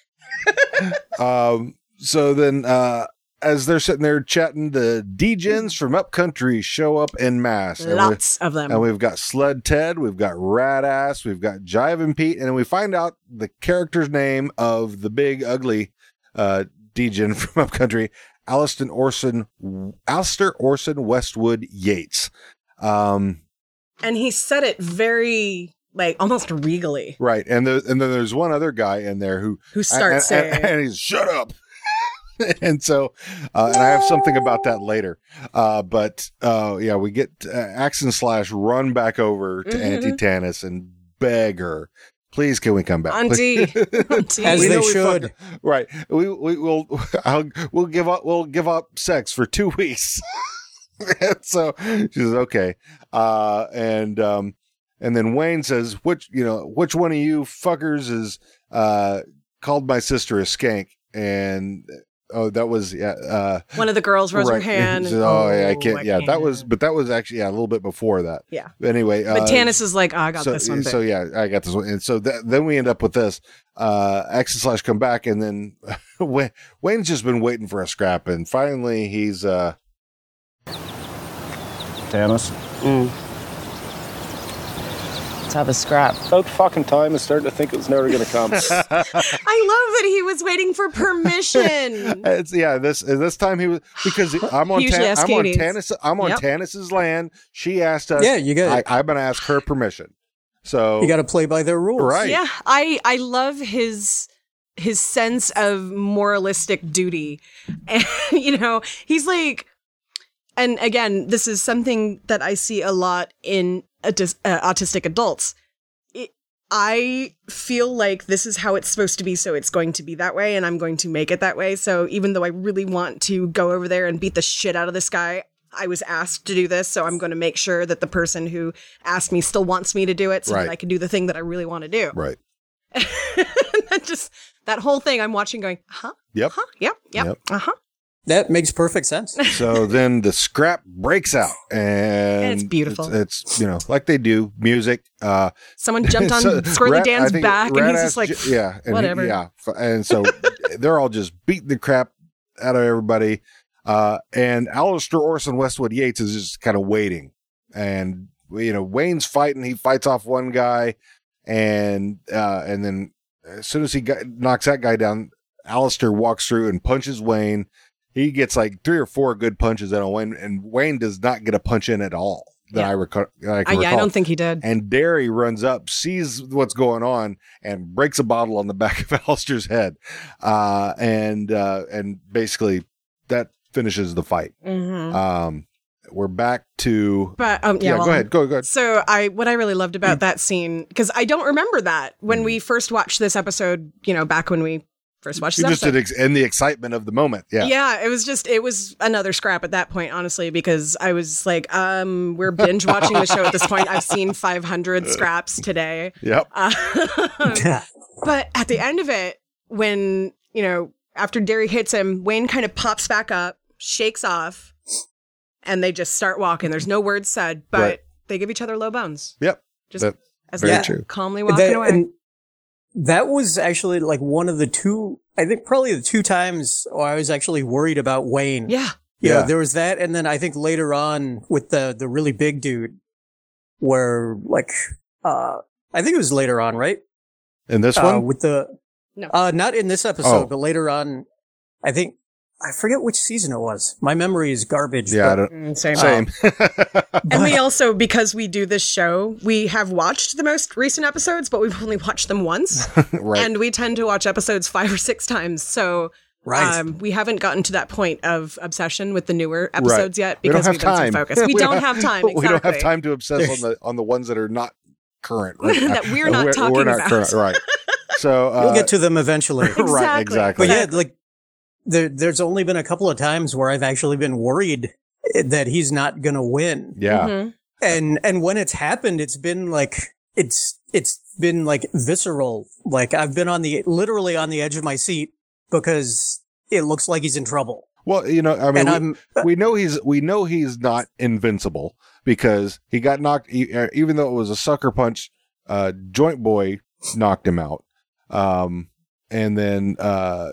Speaker 1: Um, so then, uh, as they're sitting there chatting, the Dgens from upcountry show up en masse. And we-
Speaker 2: Lots of them.
Speaker 1: And we've got Sled Ted, we've got Rad Ass, we've got Jive and Pete, and we find out the character's name of the big ugly uh Degen from Upcountry, Alliston Orson Alistair Orson Westwood Yates. Um
Speaker 2: and he said it very like almost regally.
Speaker 1: right. And the, and then there's one other guy in there who
Speaker 2: Who starts
Speaker 1: and, and-
Speaker 2: saying
Speaker 1: and he's shut up. and so uh, and I have something about that later. Uh but uh yeah, we get uh, Axe and Slash run back over to
Speaker 2: Mhm.
Speaker 1: Auntie Tannis and beg her, please can we come back?
Speaker 2: Auntie, Auntie.
Speaker 3: As
Speaker 1: We
Speaker 3: they
Speaker 1: know we
Speaker 3: should.
Speaker 1: fucked- right. We we will I'll, we'll give up we'll give up sex for two weeks. and so she says okay, uh, and um, and then Wayne says which you know which one of you fuckers is uh called my sister a skank and oh that was yeah uh
Speaker 2: one of the girls rose her
Speaker 1: right.
Speaker 2: hand.
Speaker 1: She
Speaker 2: and,
Speaker 1: says, oh, yeah, I can't yeah that
Speaker 2: can't."
Speaker 1: was but that was actually yeah a little bit before that
Speaker 2: Yeah.
Speaker 1: anyway
Speaker 2: But
Speaker 1: uh,
Speaker 2: Tannis is like, oh, I got
Speaker 1: so,
Speaker 2: this one.
Speaker 1: So
Speaker 2: but-
Speaker 1: yeah, I got this one. And so that, then we end up with this uh, X and slash come back, and then Wayne, Wayne's just been waiting for a scrap, and finally he's uh,
Speaker 10: Tannis.
Speaker 11: Let's have a scrap.
Speaker 10: About fucking time. I started to think it was never going to come.
Speaker 2: I love that he was waiting for permission.
Speaker 1: it's, yeah this this time he was because I'm on
Speaker 2: Mm-hmm. He usually
Speaker 1: Tan-
Speaker 2: asks
Speaker 1: I'm on
Speaker 2: Katie's.
Speaker 1: Tannis I'm on
Speaker 2: Yep.
Speaker 1: Tannis's land. She asked us.
Speaker 3: Yeah, you
Speaker 1: I,
Speaker 3: got
Speaker 1: I'm gonna ask her permission. So
Speaker 3: you got to play by their rules.
Speaker 1: right.
Speaker 2: yeah, I I love his his sense of moralistic duty, and you know he's like, and again, this is something that I see a lot in autis- uh, autistic adults. It- I feel like this is how it's supposed to be, so it's going to be that way, and I'm going to make it that way. So even though I really want to go over there and beat the shit out of this guy, I was asked to do this, so I'm going to make sure that the person who asked me still wants me to do it, so
Speaker 1: Right.
Speaker 2: that I can do the thing that I really want to do.
Speaker 1: Right.
Speaker 2: That just that whole thing I'm watching, going, huh,
Speaker 1: Yep.
Speaker 2: huh, yep, yep,
Speaker 1: Yep.
Speaker 2: uh huh,
Speaker 3: That makes perfect sense.
Speaker 1: so then the scrap breaks out, and,
Speaker 2: it's beautiful.
Speaker 1: It's, it's, you know like they do music. Uh,
Speaker 2: Someone jumped on
Speaker 1: So,
Speaker 2: Squirrely
Speaker 1: Rat- I
Speaker 2: Dan's
Speaker 1: think
Speaker 2: back, and
Speaker 1: Rat
Speaker 2: he's
Speaker 1: Ass
Speaker 2: just like,
Speaker 1: J- yeah, and he-
Speaker 2: whatever.
Speaker 1: yeah, F- and so they're all just beating the crap out of everybody. Uh, and Alistair Orson Westwood Yates is just kind of waiting, and you know Wayne's fighting. He fights off one guy, and uh, and then as soon as he got, knocks that guy down, Alistair walks through and punches Wayne. He gets like three or four good punches in on Wayne, and Wayne does not get a punch in at all. That
Speaker 2: Yeah.
Speaker 1: I, reco- that I
Speaker 2: I,
Speaker 1: can
Speaker 2: yeah, I
Speaker 1: recall.
Speaker 2: don't think he did.
Speaker 1: And Derry runs up, sees what's going on, and breaks a bottle on the back of Alistair's head. Uh, and uh, and basically that finishes the fight.
Speaker 2: Mhm.
Speaker 1: Um, we're back to
Speaker 2: But um, yeah,
Speaker 1: yeah.
Speaker 2: well,
Speaker 1: go ahead. Mm. Go go. ahead.
Speaker 2: So I what I really loved about that scene because I don't remember that when
Speaker 1: Mm.
Speaker 2: we first watched this episode, you know, back when we first watched
Speaker 1: You
Speaker 2: this
Speaker 1: just
Speaker 2: episode.
Speaker 1: did ex- and the excitement of the moment. Yeah.
Speaker 2: it was just it was another scrap at that point, honestly, because I was like, um, we're binge watching the show at this point. I've seen 500 scraps today.
Speaker 1: Yep.
Speaker 2: Uh,
Speaker 3: Yeah.
Speaker 2: But at the end of it, when, you know, after Derry hits him, Wayne kind of pops back up, shakes off, and they just start walking. There's no words said, but
Speaker 1: Right.
Speaker 2: they give each other low bones.
Speaker 1: Yep.
Speaker 2: Just
Speaker 1: That-
Speaker 2: as
Speaker 1: very
Speaker 2: they're
Speaker 1: true.
Speaker 2: calmly
Speaker 3: That-
Speaker 2: walking away.
Speaker 3: and that was actually like one of the two, I think probably the two times I was actually worried about Wayne.
Speaker 2: yeah.
Speaker 3: Yeah,
Speaker 1: Yeah.
Speaker 3: there was that, and then I think later on with the the really big dude, where like uh I think it was later on, right?
Speaker 1: And this
Speaker 3: uh,
Speaker 1: one,
Speaker 3: with the
Speaker 2: No.
Speaker 3: Uh, not in this episode,
Speaker 1: Oh.
Speaker 3: but later on, I think, I forget which season it was. My memory is garbage.
Speaker 1: Yeah, I
Speaker 3: but-
Speaker 1: don't- Same.
Speaker 2: And we also, because we do this show, we have watched the most recent episodes, but we've only watched them once.
Speaker 1: right.
Speaker 2: And we tend to watch episodes five or six times. So
Speaker 3: Right.
Speaker 2: um, we haven't gotten to that point of obsession with the newer episodes
Speaker 1: Right.
Speaker 2: yet because we don't have, time. focus. We, don't have time. Exactly.
Speaker 1: We don't have time to obsess on the on the ones that are not current. Right
Speaker 2: That
Speaker 1: now.
Speaker 2: we're not talking about.
Speaker 1: current, right. So uh,
Speaker 3: We'll get to them eventually.
Speaker 1: right. Exactly.
Speaker 3: But yeah, like there, there's only been a couple of times where I've actually been worried eh, that he's not going to win.
Speaker 1: yeah.
Speaker 2: Mhm.
Speaker 3: And and when it's happened, it's been like it's it's been like visceral. Like I've been on the literally on the edge of my seat because it looks like he's in trouble.
Speaker 1: Well, you know, I mean,
Speaker 3: And
Speaker 1: we,
Speaker 3: I'm-
Speaker 1: we know he's we know he's not invincible because he got knocked. e- uh, Even though it was a sucker punch, uh, Joint Boy knocked him out, um, and then uh,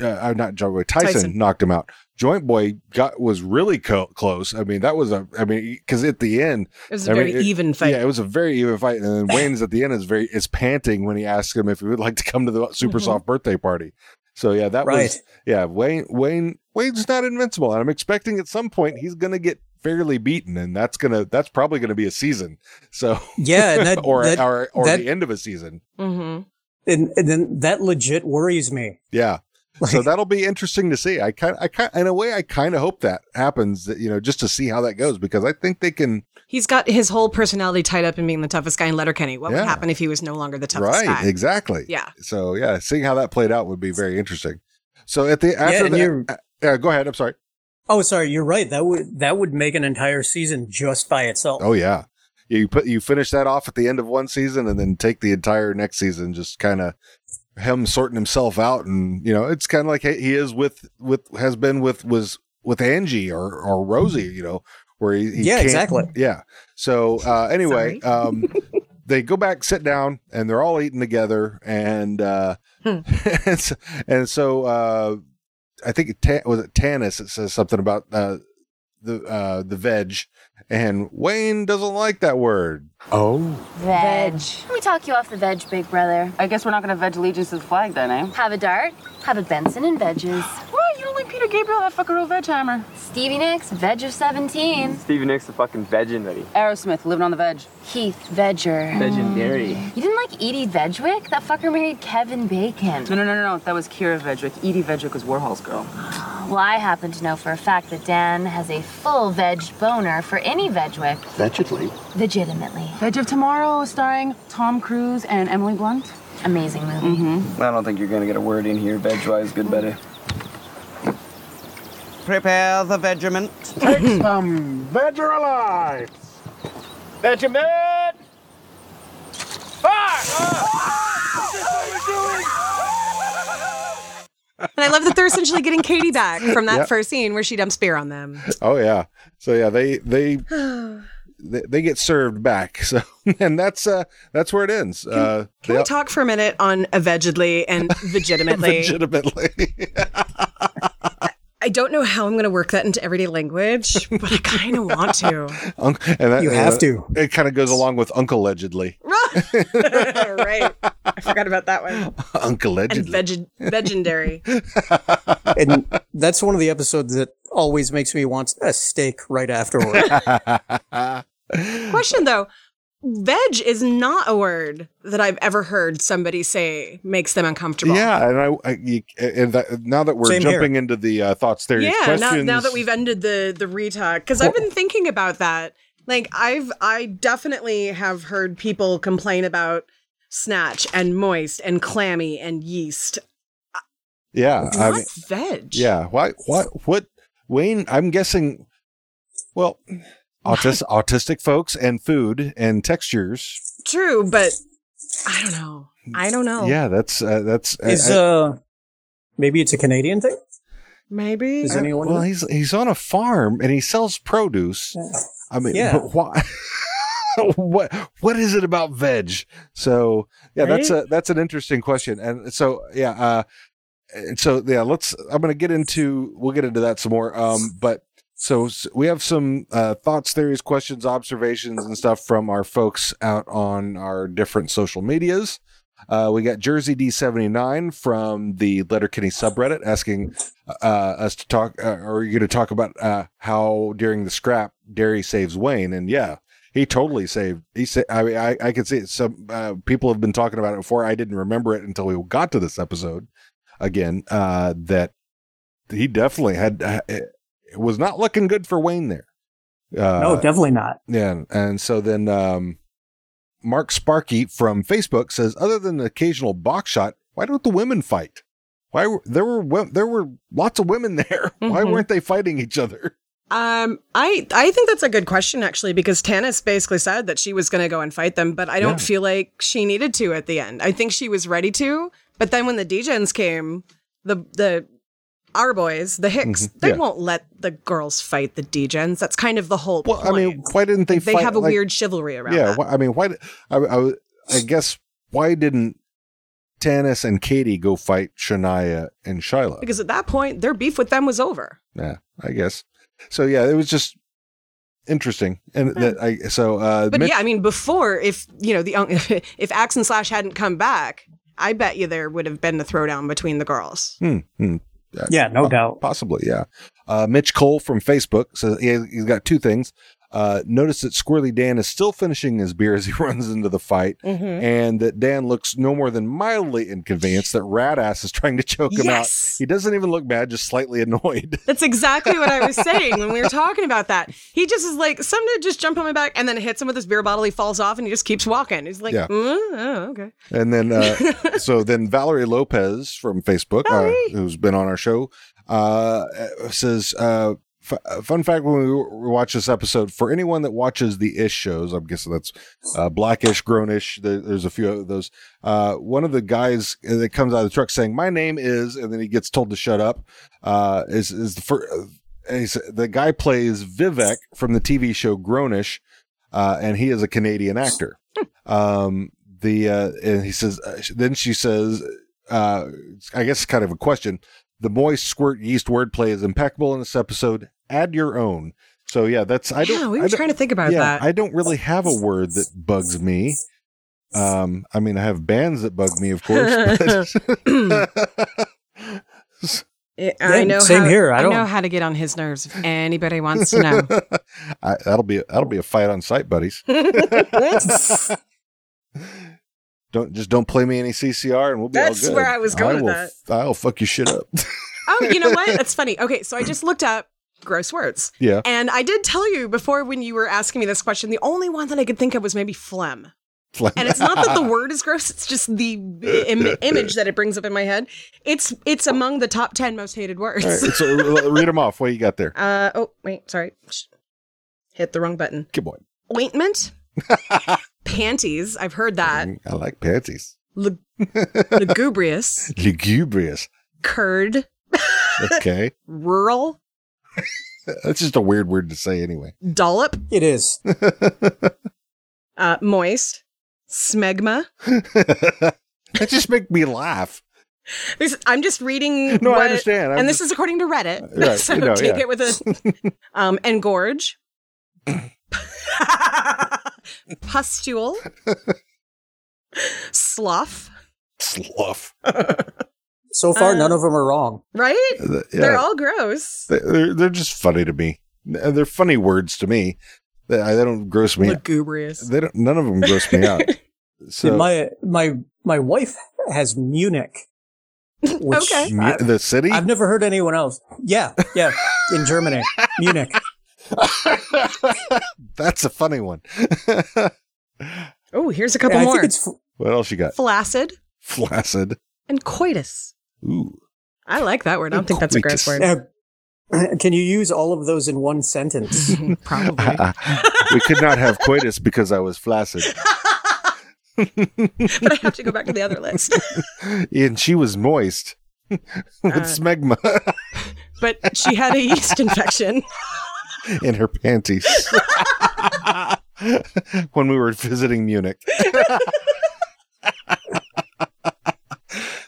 Speaker 1: uh, uh, not Joint Boy Tyson,
Speaker 2: Tyson.
Speaker 1: knocked him out. Joint Boy got was really co- close. I mean, that was a. I mean, because at the end,
Speaker 2: It was a
Speaker 1: I mean,
Speaker 2: very
Speaker 1: it-
Speaker 2: even fight.
Speaker 1: Yeah, it was a very even fight, and then Wayne's at the end is very is panting when he asks him if he would like to come to the super
Speaker 2: Mhm.
Speaker 1: soft birthday party. So yeah, that
Speaker 3: Mm-hmm. Right.
Speaker 1: was yeah Wayne Wayne Wayne's not invincible, and I'm expecting at some point he's gonna get fairly beaten, and that's gonna that's probably gonna be a season. So
Speaker 3: Yeah, and that,
Speaker 1: or
Speaker 3: that-
Speaker 1: or or
Speaker 3: that-
Speaker 1: the end of a season.
Speaker 2: Mhm.
Speaker 3: and, and then that legit worries me.
Speaker 1: Yeah. so
Speaker 3: Like-
Speaker 1: that'll be interesting to see. I kind, I kind, in a way, I kind of hope that happens. That you know, just to see how that goes, because I think they can.
Speaker 2: He's got his whole personality tied up in being the toughest guy in Letterkenny. What
Speaker 1: Yeah.
Speaker 2: would happen if he was no longer the toughest
Speaker 1: right,
Speaker 2: guy?
Speaker 1: exactly.
Speaker 2: Yeah.
Speaker 1: So yeah, seeing how that played out would be very interesting. So at the
Speaker 3: Yeah,
Speaker 1: after
Speaker 3: and you're-
Speaker 1: that, yeah, go ahead. I'm sorry.
Speaker 3: Oh, sorry, you're right. That would that would make an entire season just by itself.
Speaker 1: Oh yeah, you put you finish that off at the end of one season, and then take the entire next season, just kind of him sorting himself out, and you know, it's kind of like he he is with with has been with was with Angie or or Rosie, you know, where he, he
Speaker 3: Yeah,
Speaker 1: can't-
Speaker 3: exactly.
Speaker 1: yeah. So uh, anyway, um, they go back, sit down, and they're all eating together, and uh, and so, and so uh, I think it ta- was it Tanis that says something about uh, the uh, the veg, and Wayne doesn't like that word.
Speaker 6: Oh.
Speaker 7: Veg. Let me talk you off the veg, big brother.
Speaker 11: I guess we're not gonna veg allegiance to the flag then, eh?
Speaker 7: Have a dart, have a Benson and veggies.
Speaker 11: What? You don't like Peter Gabriel? That fucker real veg hammer.
Speaker 7: Stevie Nicks, veg of 17.
Speaker 9: Stevie Nicks the fucking vegetarian.
Speaker 11: Aerosmith, living on the veg.
Speaker 7: Heath Vedger.
Speaker 9: Legendary.
Speaker 7: You didn't like Edie Vedgwick? That fucker married Kevin Bacon.
Speaker 11: No, no, no, no, no. That was Kira Vedrick. Edie Vedrick was Warhol's girl.
Speaker 7: Well, I happen to know for a fact that Dan has a full veg boner for any Vedgwick,
Speaker 4: Vegetably.
Speaker 7: legitimately.
Speaker 11: Veg of Tomorrow, starring Tom Cruise and Emily Blunt.
Speaker 7: Amazing movie.
Speaker 6: Mm-hmm.
Speaker 4: I don't think you're gonna get a word in here. Veg-wise, good better.
Speaker 8: Prepare the vegement.
Speaker 6: Take some veg or alive.
Speaker 5: Benjamin!
Speaker 2: And I love that they're essentially getting Katie back from that
Speaker 1: Yeah.
Speaker 2: first scene where she dumps beer on them.
Speaker 1: Oh yeah. So yeah, they they they, they get served back. So and that's uh that's where it ends. uh
Speaker 2: Can we talk for a minute on allegedly and legitimately?
Speaker 1: legitimately.
Speaker 2: I don't know how I'm going to work that into everyday language, but I kind of want to.
Speaker 1: Un- and that, uh,
Speaker 3: You have to.
Speaker 1: It kind of goes along with uncle allegedly.
Speaker 2: right. I forgot about that one.
Speaker 1: Uncle
Speaker 2: And
Speaker 1: allegedly.
Speaker 2: veg- legendary.
Speaker 1: Oh.
Speaker 3: and that's one of the episodes that always makes me want a steak right afterward.
Speaker 2: Question though veg is not a word that I've ever heard somebody say makes them uncomfortable.
Speaker 1: yeah, and I, I you, and that, now that we're
Speaker 3: Same here.
Speaker 1: jumping into the uh, thoughts, theories,
Speaker 2: yeah
Speaker 1: questions.
Speaker 2: now, now that we've ended the the retalk because i've been thinking about that like i've i definitely have heard people complain about snatch and moist and clammy and yeast
Speaker 1: yeah, I
Speaker 2: not
Speaker 1: mean,
Speaker 2: veg
Speaker 1: yeah. Why? What? What? Wayne? I'm guessing. Well, autis- autistic folks and food and textures.
Speaker 2: true but i don't know i don't know
Speaker 1: Yeah, that's uh, that's I-
Speaker 3: Is
Speaker 1: I-
Speaker 3: uh maybe it's a Canadian thing?
Speaker 2: maybe
Speaker 3: Is anyone?
Speaker 1: well, he's he's on a farm and he sells produce. I mean,
Speaker 3: Yeah.
Speaker 1: but why? what what is it about veg? So yeah, that's a that's an interesting question. And so yeah, uh, and so yeah, let's. I'm gonna get into we'll get into that some more. Um, but so s- we have some uh, thoughts, theories, questions, observations, and stuff from our folks out on our different social medias. Uh, we got Jersey D79 from the Letterkenny subreddit asking uh, us to talk, uh, are you going to talk about uh, how during the scrap, Derry saves Wayne? And yeah, he totally saved. He said, I mean, I, I could see it. Some uh, people have been talking about it before. I didn't remember it until we got to this episode again, uh, that he definitely had, uh, it it was not looking good for Wayne there. Uh,
Speaker 3: no, definitely not.
Speaker 1: yeah, and- and so then um, Mark Sparky from Facebook says, other than the occasional box shot, why don't the women fight? Why were, there were wo- there were lots of women there? Why
Speaker 2: Mhm.
Speaker 1: weren't they fighting each other?
Speaker 2: Um, I I think that's a good question actually because Tannis basically said that she was going to go and fight them, but I don't
Speaker 1: Yeah.
Speaker 2: feel like she needed to at the end. I think she was ready to, but then when the Dgens came, the the our boys, the Hicks,
Speaker 1: Mhm,
Speaker 2: they
Speaker 1: yeah.
Speaker 2: won't let the girls fight the Dgens. That's kind of the whole
Speaker 1: Well, I
Speaker 2: point.
Speaker 1: mean, why didn't they?
Speaker 2: they
Speaker 1: fight,
Speaker 2: have a
Speaker 1: like-
Speaker 2: weird chivalry around.
Speaker 1: Yeah,
Speaker 2: that.
Speaker 1: why, I mean, why? d- I, I I guess why didn't Tannis and Katie go fight Shania and Shiloh?
Speaker 2: because at that point their beef with them was over.
Speaker 1: Yeah, I guess. So yeah, it was just interesting, and that I so. Uh,
Speaker 2: But
Speaker 1: Mitch-
Speaker 2: yeah, I mean, before if you know the if Axe and Slash hadn't come back, I bet you there would have been a throwdown between the girls.
Speaker 1: Hmm, hmm.
Speaker 3: Yeah, no doubt.
Speaker 1: Possibly, yeah. Uh, Mitch Cole from Facebook says he has, he's got two things. Uh, notice that Squirrely Dan is still finishing his beer as he runs into the fight,
Speaker 2: Mhm.
Speaker 1: and that Dan looks no more than mildly inconvenienced. That Radass is trying to choke him
Speaker 2: Yes.
Speaker 1: out. He doesn't even look mad, just slightly annoyed.
Speaker 2: That's exactly what I was saying when we were talking about that. He just is like, some dude just jumped on my back and then hits him with his beer bottle. He falls off and he just keeps walking. He's like,
Speaker 1: Yeah.
Speaker 2: "Mm, oh, okay.
Speaker 1: And then, uh, so then Valerie Lopez from Facebook, uh, who's been on our show, uh, says, uh, f- uh, fun fact when we w- watch this episode, for anyone that watches the ish shows, I'm guessing that's uh, blackish, grownish, there, there's a few of those. Uh, one of the guys that comes out of the truck saying, My name is, and then he gets told to shut up, uh, is, is the first. And he's, the guy plays Vivek from the TV show Grownish, uh, and he is a Canadian actor. Um, the uh, and he says, uh, sh- then she says, uh, I guess it's kind of a question. The moist squirt yeast wordplay is impeccable in this episode. Add your own. So yeah, that's I don't.
Speaker 2: Yeah, we were
Speaker 1: I don't-
Speaker 2: trying to think about
Speaker 1: yeah,
Speaker 2: that.
Speaker 1: I don't really have a word that bugs me. Um, I mean, I have bands that bug me, of course. But
Speaker 2: It-
Speaker 1: Yeah,
Speaker 2: I know
Speaker 1: same
Speaker 2: how,
Speaker 1: here. I don't-
Speaker 2: know how to get on his nerves if anybody wants to know.
Speaker 1: I, that'll be that'll be a fight on site, buddies. Don't just don't play me any CCR, and we'll be
Speaker 2: That's
Speaker 1: all good.
Speaker 2: where I was going
Speaker 1: I
Speaker 2: with
Speaker 1: will,
Speaker 2: that.
Speaker 1: I'll fuck your shit up.
Speaker 2: oh, you know what? That's funny. Okay, so I just looked up gross words.
Speaker 1: Yeah.
Speaker 2: And I did tell you before when you were asking me this question, the only one that I could think of was maybe phlegm. And it's not that the word is gross; it's just the Im- image that it brings up in my head. It's it's among the top ten most hated words.
Speaker 1: All right, so l- read them off. What you got there?
Speaker 2: Uh oh, wait, sorry. Sh- Hit the wrong button.
Speaker 1: Good boy.
Speaker 2: Ointment. Panties. I've heard that.
Speaker 1: Mm, I like panties.
Speaker 2: Lu- lugubrious.
Speaker 1: Lugubrious.
Speaker 2: Curd.
Speaker 1: Okay,
Speaker 2: Rural.
Speaker 1: that's just a weird word to say anyway.
Speaker 2: Dollop.
Speaker 3: It is.
Speaker 2: Uh, moist. Smegma.
Speaker 1: That just make me laugh.
Speaker 2: This, I'm just reading.
Speaker 1: No, I
Speaker 2: what-
Speaker 1: understand. I'm
Speaker 2: and this
Speaker 1: just-
Speaker 2: is according to Reddit.
Speaker 1: Right,
Speaker 2: so
Speaker 1: you know,
Speaker 2: take
Speaker 1: yeah.
Speaker 2: it with a. Um, engorge. Pustule. Slough.
Speaker 1: Slough. Uh,
Speaker 3: So far,
Speaker 2: Uh,
Speaker 3: none of them are wrong.
Speaker 2: Right?
Speaker 1: The-
Speaker 2: They're
Speaker 1: yeah.
Speaker 2: all gross.
Speaker 1: They- They're they're just funny to me. They're they're funny words to me. They, I- uh, they don't gross me. out.
Speaker 2: Lugubrious.
Speaker 1: They don't. None of them gross me out. So
Speaker 3: Dude, my my my wife has Munich. Which
Speaker 2: Okay.
Speaker 1: Mu- the city.
Speaker 3: I've never heard anyone else. Yeah, yeah, in Germany, Munich.
Speaker 1: That's a funny one.
Speaker 2: Oh, here's a couple
Speaker 3: I
Speaker 2: more.
Speaker 3: think it's
Speaker 1: What else you got?
Speaker 2: Flaccid
Speaker 1: Flaccid.
Speaker 2: and coitus.
Speaker 1: Ooh.
Speaker 2: I like that word. I don't think that's a gross
Speaker 1: Coitus.
Speaker 2: word.
Speaker 3: Uh, can you use all of those in one sentence?
Speaker 2: Probably.
Speaker 1: we could not have coitus because I was flaccid,
Speaker 2: but I have to go back to the other list.
Speaker 1: and she was moist with
Speaker 3: Uh.
Speaker 1: smegma
Speaker 2: But she had a yeast infection.
Speaker 1: in her panties when we were visiting Munich.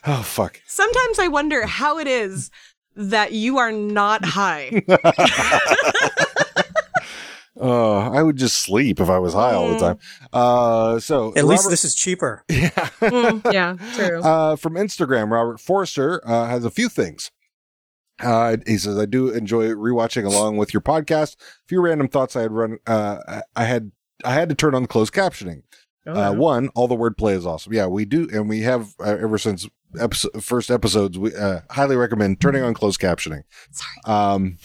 Speaker 1: oh fuck!
Speaker 2: Sometimes I wonder how it is that you are not high.
Speaker 1: Uh, I would just sleep if I was high all the time. Uh, so
Speaker 3: Mm. At least this is cheaper.
Speaker 2: yeah, true.
Speaker 1: Uh, from Instagram, Robert Forster uh, has a few things. Uh, he says, "I do enjoy rewatching along with your podcast. A few random thoughts I had run. Uh, I- I had I had to turn on closed captioning.
Speaker 5: Oh,
Speaker 1: Uh, one, all the wordplay is awesome. Yeah, we do, and we have uh, ever since episode, first episodes. We uh, highly recommend turning on closed captioning. Sorry. Um,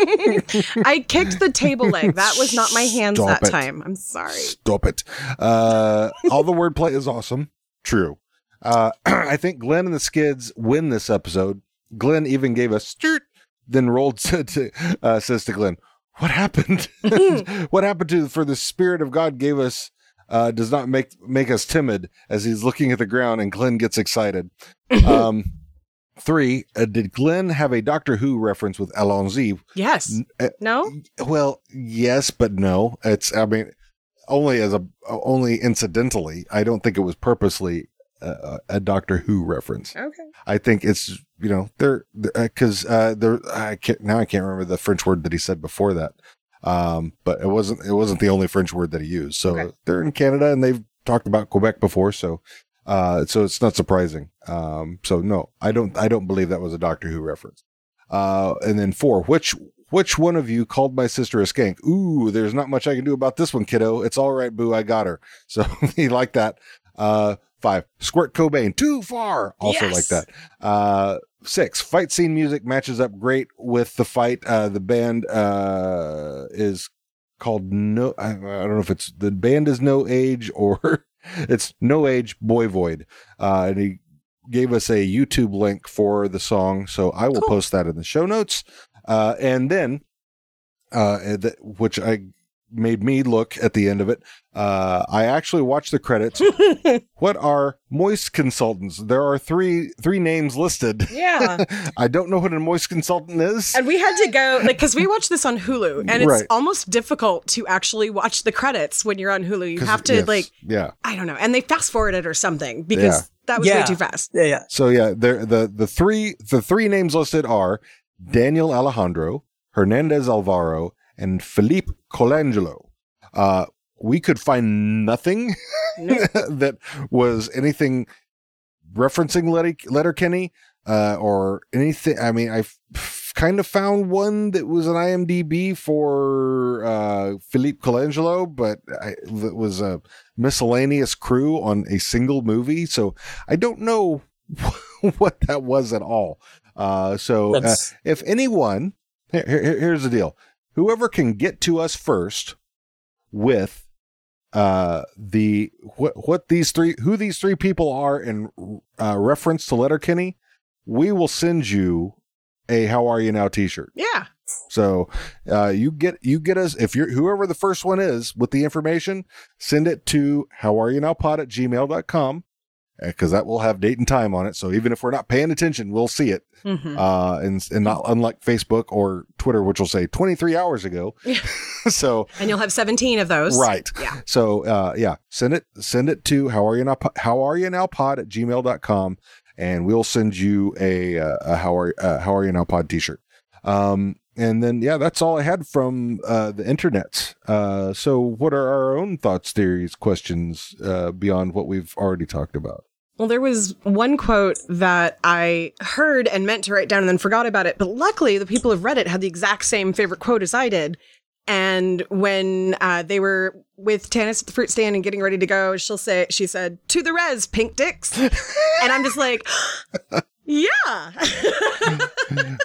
Speaker 2: I kicked the table leg. That was not my hands
Speaker 1: Stop
Speaker 2: that
Speaker 1: it.
Speaker 2: time. I'm sorry.
Speaker 1: Stop it. Uh, all the wordplay is awesome. True. Uh, I think Glenn and the Skids win this episode. Glenn even gave a stert, then rolled to, to uh, says to Glenn, "What happened? what happened to for the spirit of God gave us uh, does not make make us timid." As he's looking at the ground, and Glenn gets excited. Um, three. Uh, did Glenn have a Doctor Who reference with Alonzi?
Speaker 2: Yes.
Speaker 1: uh,
Speaker 2: No?
Speaker 1: Well, yes, but no. It's I mean, only as a only incidentally. I don't think it was purposely a, a Doctor Who reference.
Speaker 2: Okay.
Speaker 1: I think it's you know they're because uh, there I can't now I can't remember the French word that he said before that. Um, but it wasn't it wasn't the only French word that he used. So they're in Canada and they've talked about Quebec before. So. Uh, so it's not surprising. Um, so no, I don't, I don't believe that was a Doctor Who reference. Uh, and then four, which which one of you called my sister a skank? Ooh, there's not much I can do about this one, kiddo. It's all right, boo. I got her. So he liked that. Uh, five, squirt Cobain too far. Also
Speaker 12: Yes.
Speaker 1: like that. Uh, six, fight scene music matches up great with the fight. Uh, the band uh is called no. I, I don't know if it's the band is no age or it's no age boy void. Uh, and he gave us a YouTube link for the song, so I will post that in the show notes. Uh, and then, uh, and th- which I made me look at the end of it. Uh, I actually watched the credits. what are moist consultants? There are three three names listed.
Speaker 2: Yeah.
Speaker 1: I don't know what a moist consultant is.
Speaker 2: And we had to go like because we watched this on Hulu, and it's
Speaker 1: Right.
Speaker 2: almost difficult to actually watch the credits when you're on Hulu. You
Speaker 1: 'Cause-
Speaker 2: have to
Speaker 1: yes,
Speaker 2: like
Speaker 1: yeah.
Speaker 2: I don't know, and they fast forwarded or something because
Speaker 1: Yeah.
Speaker 2: that was way
Speaker 1: Yeah.
Speaker 2: too fast.
Speaker 3: Yeah, yeah.
Speaker 1: So yeah, there the the three the three names listed are Daniel Alejandro, Hernandez Alvaro, and Felipe Colangelo. Uh, we could find nothing that was anything referencing Letter Letterkenny uh, or anything. I mean, I f- kind of found one that was an IMDb for uh, Philippe Colangelo, but I, that was a miscellaneous crew on a single movie. So I don't know what that was at all. Uh, so uh,
Speaker 12: That's-
Speaker 1: if anyone, here- here- here's the deal: whoever can get to us first with uh the what what these three who these three people are in uh, reference to Letterkenny, we will send you a "How Are You Now" T-shirt.
Speaker 2: Yeah.
Speaker 1: So uh, you get you get us if you're whoever the first one is with the information, send it to how are you now pod at gmail.com because eh, that will have date and time on it. So even if we're not paying attention, we'll see it.
Speaker 12: Mhm.
Speaker 1: Uh, and and not unlike Facebook or Twitter, which will say 23 hours ago. so
Speaker 2: And you'll have 17 of those.
Speaker 1: Right.
Speaker 2: Yeah.
Speaker 1: So uh yeah, send it send it to how are you now how are you now pod at gmail.com and we'll send you a, uh, a how are uh, how are you now pod t-shirt. Um and then yeah, that's all I had from uh the internet. Uh so what are our own thoughts, theories, questions uh beyond what we've already talked about?
Speaker 2: Well, there was one quote that I heard and meant to write down and then forgot about it. But luckily, the people of Reddit had the exact same favorite quote as I did. And when uh, they were with Tannis at the fruit stand and getting ready to go, she'll say, she said, to the res, pink dicks. and I'm just like, yeah.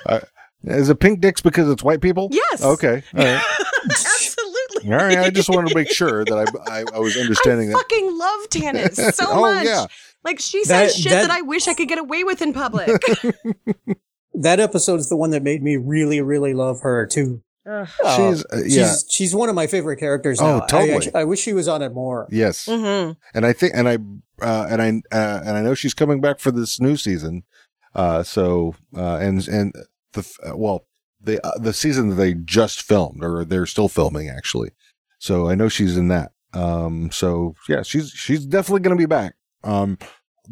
Speaker 1: Uh, is it pink dicks because it's white people?
Speaker 2: Yes.
Speaker 1: Okay. All right.
Speaker 2: Absolutely.
Speaker 1: All right. I just wanted to make sure that I I, I was understanding that.
Speaker 2: Fucking love Tannis so
Speaker 1: Oh,
Speaker 2: much.
Speaker 1: yeah.
Speaker 2: Like she
Speaker 3: That-
Speaker 2: says shit
Speaker 3: that-
Speaker 2: that I wish I could get away with in public.
Speaker 3: That episode's the one that made me really, really love her too.
Speaker 2: Ugh.
Speaker 3: Uh,
Speaker 1: She's- uh, yeah.
Speaker 3: she's she's one of my favorite characters.
Speaker 1: Oh,
Speaker 3: Now. I-
Speaker 1: totally.
Speaker 3: I, actu- I wish she was on it more.
Speaker 1: Yes.
Speaker 2: Mm-hmm.
Speaker 1: and I think and I uh, and I uh, and I know she's coming back for this new season. Uh, so uh, and and the f- uh, well the uh, the season that they just filmed or they're still filming actually. So I know she's in that. Um, so yeah, she's she's definitely going to be back. Um,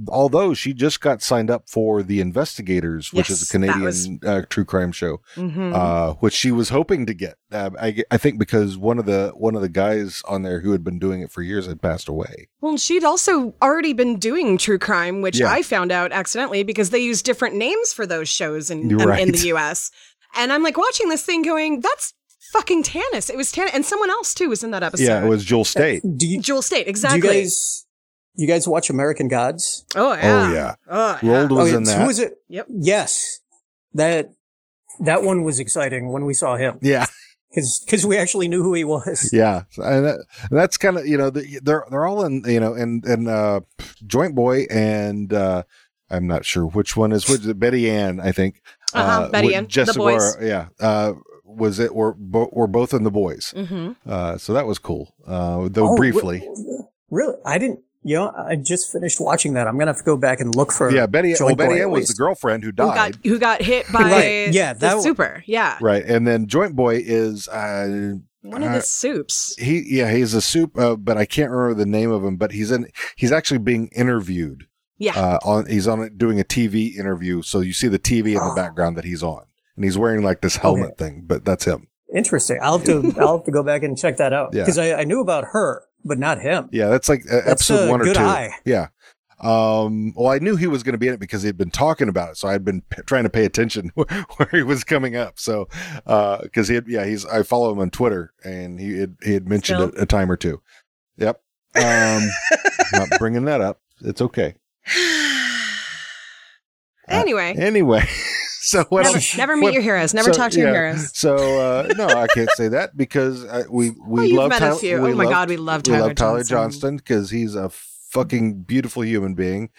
Speaker 1: although she just got signed up for The Investigators, which is
Speaker 2: Yes,
Speaker 1: a
Speaker 2: that
Speaker 1: Canadian
Speaker 2: was-
Speaker 1: uh, true crime show,
Speaker 2: Mhm.
Speaker 1: uh, which she was hoping to get. Uh, I, ge- I think because one of the one of the guys on there who had been doing it for years had passed away.
Speaker 2: Well, and she'd also already been doing true crime, which
Speaker 1: Yeah.
Speaker 2: I found out accidentally because they use different names for those shows in
Speaker 1: You're
Speaker 2: um, in
Speaker 1: right.
Speaker 2: the U.S. And I'm like watching this thing, going, "That's fucking Tanis." It was Tanis, and someone else too was in that episode.
Speaker 1: Yeah, it was Joel State.
Speaker 3: Do you,
Speaker 2: Jewel State, exactly.
Speaker 3: Do you guys, you guys watch American Gods?
Speaker 2: oh yeah.
Speaker 1: Oh yeah,
Speaker 2: Oh, yeah.
Speaker 1: Rold was
Speaker 3: yeah,
Speaker 1: in
Speaker 3: so
Speaker 1: that.
Speaker 3: Who is it?
Speaker 2: Yep.
Speaker 3: Yes, that that one was exciting when we saw him
Speaker 1: Yeah,
Speaker 3: because we actually knew who he was.
Speaker 1: yeah, and, that, and that's kind of you know the, they're they're all in you know and and uh, Joint Boy and uh, I'm not sure which one is which Betty Ann I think
Speaker 2: Uh-huh, Betty
Speaker 1: Uh, with
Speaker 2: Ann, The
Speaker 1: Jessica
Speaker 2: Boys.
Speaker 1: Barr, yeah uh, was it were bo- were both in the boys
Speaker 2: Mhm.
Speaker 1: uh, so that was cool uh, though
Speaker 3: Oh,
Speaker 1: briefly
Speaker 3: wh- really, I didn't. You know, I just finished watching that. I'm gonna have to go back and look for.
Speaker 1: yeah Betty
Speaker 3: Joy
Speaker 1: well, Betty
Speaker 3: Boy
Speaker 1: Ann
Speaker 3: at
Speaker 1: was the
Speaker 3: least.
Speaker 1: girlfriend who
Speaker 2: Who
Speaker 1: died
Speaker 2: got who got hit by
Speaker 3: Right. Yeah,
Speaker 2: the
Speaker 3: that one.
Speaker 2: super? Yeah,
Speaker 1: right and then Joint Boy is uh,
Speaker 2: one of
Speaker 1: uh,
Speaker 2: the soups.
Speaker 1: he yeah he's a soup uh, but I can't remember the name of him but he's in he's actually being interviewed
Speaker 2: Yeah,
Speaker 1: uh, on he's on doing a TV interview, so you see the TV in the
Speaker 3: Oh.
Speaker 1: background that he's on, and he's wearing like this helmet thing, but that's him.
Speaker 3: Interesting. I'll have to. I'll have to go back and check that out
Speaker 1: Yeah.
Speaker 3: because I, I knew about her, but not him.
Speaker 1: Yeah, that's like uh,
Speaker 3: That's
Speaker 1: episode
Speaker 3: a
Speaker 1: one or
Speaker 3: good
Speaker 1: two.
Speaker 3: eye.
Speaker 1: Yeah. Um, well, I knew he was going to be in it because he'd been talking about it, so I'd been p- trying to pay attention where, where he was coming up. So, because he had, yeah, he's I follow him on Twitter, and he had, he had mentioned
Speaker 2: Still?
Speaker 1: it a time or two. Yep. Um, not bringing that up. It's okay.
Speaker 2: Anyway.
Speaker 1: Anyway, so what?
Speaker 2: never,
Speaker 1: else-
Speaker 2: never meet
Speaker 1: what-
Speaker 2: your heroes. Never
Speaker 1: So,
Speaker 2: talk to your
Speaker 1: yeah.
Speaker 2: heroes.
Speaker 1: So uh, no, I can't say that because I, we
Speaker 2: Oh,
Speaker 1: we
Speaker 2: you've
Speaker 1: love
Speaker 2: met a
Speaker 1: Tyler.
Speaker 2: few.
Speaker 1: we
Speaker 2: Oh my
Speaker 1: love-
Speaker 2: God, we love
Speaker 1: we
Speaker 2: Tyler
Speaker 1: love Tyler
Speaker 2: Johnson.
Speaker 1: Johnston because he's a fucking beautiful human being.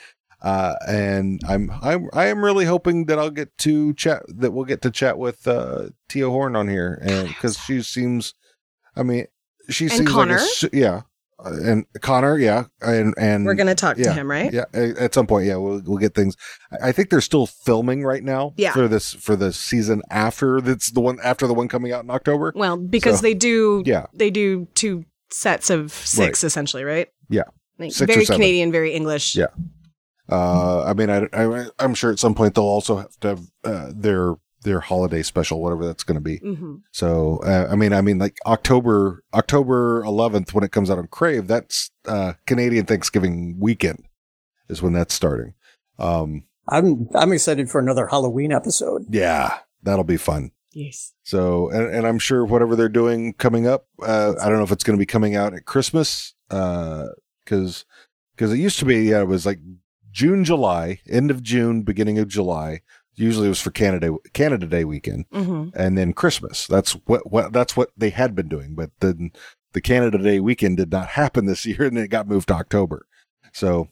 Speaker 1: Uh, and I'm I'm I am really hoping that I'll get to chat that we'll get to chat with uh, Tia Horn on here, and because she seems, I mean, she
Speaker 2: And
Speaker 1: seems
Speaker 2: Connor?
Speaker 1: like a, su- yeah, Uh, and Connor, yeah, and and
Speaker 2: We're gonna talk to
Speaker 1: yeah.
Speaker 2: him, right?
Speaker 1: yeah, a- at some point, yeah, we'll we'll get things. I I think they're still filming right now.
Speaker 2: Yeah.
Speaker 1: For this for the season after that's the one after the one coming out in October.
Speaker 2: Well, because
Speaker 1: So,
Speaker 2: they do
Speaker 1: yeah.
Speaker 2: they do two sets of six essentially, right?
Speaker 1: Yeah.
Speaker 2: Like,
Speaker 1: Six or
Speaker 2: very
Speaker 1: seven.
Speaker 2: Canadian, very English.
Speaker 1: Yeah. Uh, I mean, I, I I'm sure at some point they'll also have to have uh, their their holiday special, whatever that's going to be.
Speaker 2: hmm
Speaker 1: So uh, I mean, I mean, like October October 11th when it comes out on Crave, that's uh, Canadian Thanksgiving weekend is when that's starting. Um,
Speaker 3: I'm. I'm excited for another Halloween episode.
Speaker 1: yeah, that'll be fun.
Speaker 2: Yes.
Speaker 1: So, and, and I'm sure whatever they're doing coming up, uh, I don't know if it's going to be coming out at Christmas, because because it used to be, yeah, it was like June, July, end of June, beginning of July. Usually, it was for Canada Canada Day weekend,
Speaker 2: hmm
Speaker 1: and then Christmas. That's what what that's what they had been doing, but then the Canada Day weekend did not happen this year, and it got moved to October. So,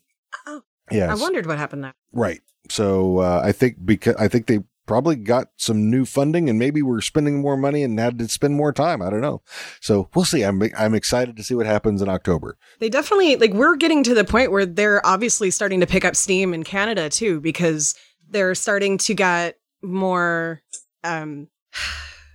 Speaker 2: Oh,
Speaker 1: yeah,
Speaker 2: I wondered what happened there.
Speaker 1: Right. So uh, I think because I think they probably got some new funding and maybe we're spending more money and had to spend more time. I don't know. So we'll see. I'm I'm excited to see what happens in October.
Speaker 2: They definitely like we're getting to the point where they're obviously starting to pick up steam in Canada too, because they're starting to get more um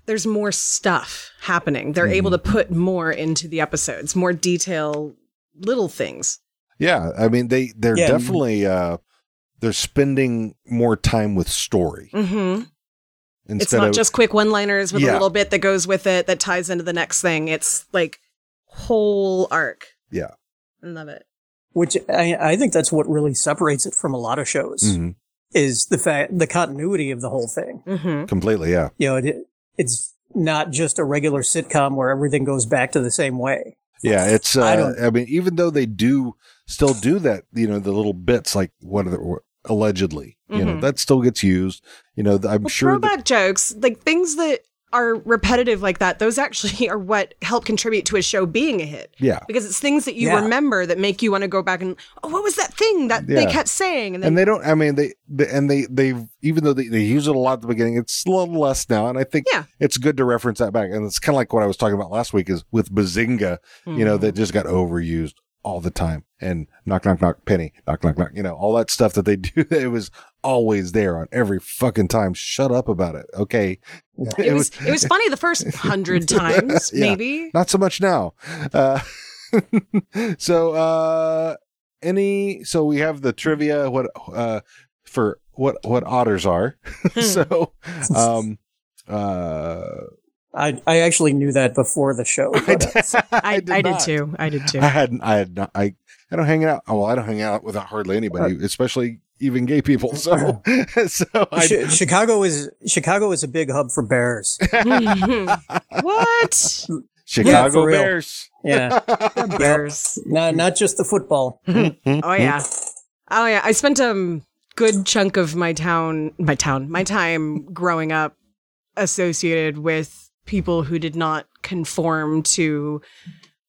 Speaker 2: there's more stuff happening. They're able to
Speaker 1: Mm-hmm.
Speaker 2: put more into the episodes, more detail little things.
Speaker 1: Yeah. I mean they they're
Speaker 2: mm-hmm.
Speaker 3: Yeah.
Speaker 1: definitely uh, they're spending more time with story
Speaker 2: hmm
Speaker 1: instead
Speaker 2: It's not
Speaker 1: of
Speaker 2: just quick one liners with
Speaker 1: Yeah.
Speaker 2: a little bit that goes with it that ties into the next thing. It's like whole arc.
Speaker 1: Yeah.
Speaker 2: I love it.
Speaker 3: which I, I think that's what really separates it from a lot of shows
Speaker 1: Mhm.
Speaker 3: is the fact the continuity of the whole thing.
Speaker 2: Mm-hmm.
Speaker 1: completely. Yeah.
Speaker 3: You know, it, it's not just a regular sitcom where everything goes back to the same way.
Speaker 1: Yeah, it's. Uh,
Speaker 3: I
Speaker 1: I
Speaker 3: don't-
Speaker 1: mean, even though they do still do that, you know, the little bits like what are the, allegedly, you know,
Speaker 2: Mhm.
Speaker 1: that still gets used. You know, I'm
Speaker 2: Well,
Speaker 1: sure. that-
Speaker 2: throwback jokes, like things that are repetitive like that, those actually are what help contribute to a show being a hit.
Speaker 1: yeah.
Speaker 2: Because it's things that you
Speaker 3: Yeah.
Speaker 2: remember that make you want to go back and, oh, what was that thing that they
Speaker 1: Yeah.
Speaker 2: kept saying? And then,
Speaker 1: and they don't i mean they, they and they they even though they, they use it a lot at the beginning it's a little less now and i think
Speaker 2: Yeah.
Speaker 1: it's good to reference that back and it's kind of like what i was talking about last week is with bazinga you
Speaker 2: Hmm.
Speaker 1: know that just got overused all the time and knock knock knock penny knock knock knock you know all that stuff that they do it was always there on every fucking time shut up about it okay
Speaker 2: it, was, it was funny the first hundred times,
Speaker 1: Yeah.
Speaker 2: maybe.
Speaker 1: not so much now uh so uh any? So we have the trivia. What uh for what what otters are?
Speaker 2: Hmm.
Speaker 1: so um uh
Speaker 3: I, I actually knew that before the show.
Speaker 2: I,
Speaker 1: did
Speaker 2: I did
Speaker 1: not.
Speaker 2: too. I did too.
Speaker 1: I hadn't. I had not. I I don't hang out. Well, I don't hang out with hardly anybody,
Speaker 2: Uh,
Speaker 1: especially even gay people. So so I
Speaker 3: Chi- Chicago is Chicago is a big hub for bears.
Speaker 2: what?
Speaker 3: Yeah,
Speaker 1: Chicago
Speaker 3: for real.
Speaker 1: Bears.
Speaker 3: Yeah,
Speaker 2: Bears.
Speaker 3: not not just the football.
Speaker 2: Oh yeah. Oh yeah. I spent a um, good chunk of my town, my town, my time growing up associated with people who did not conform to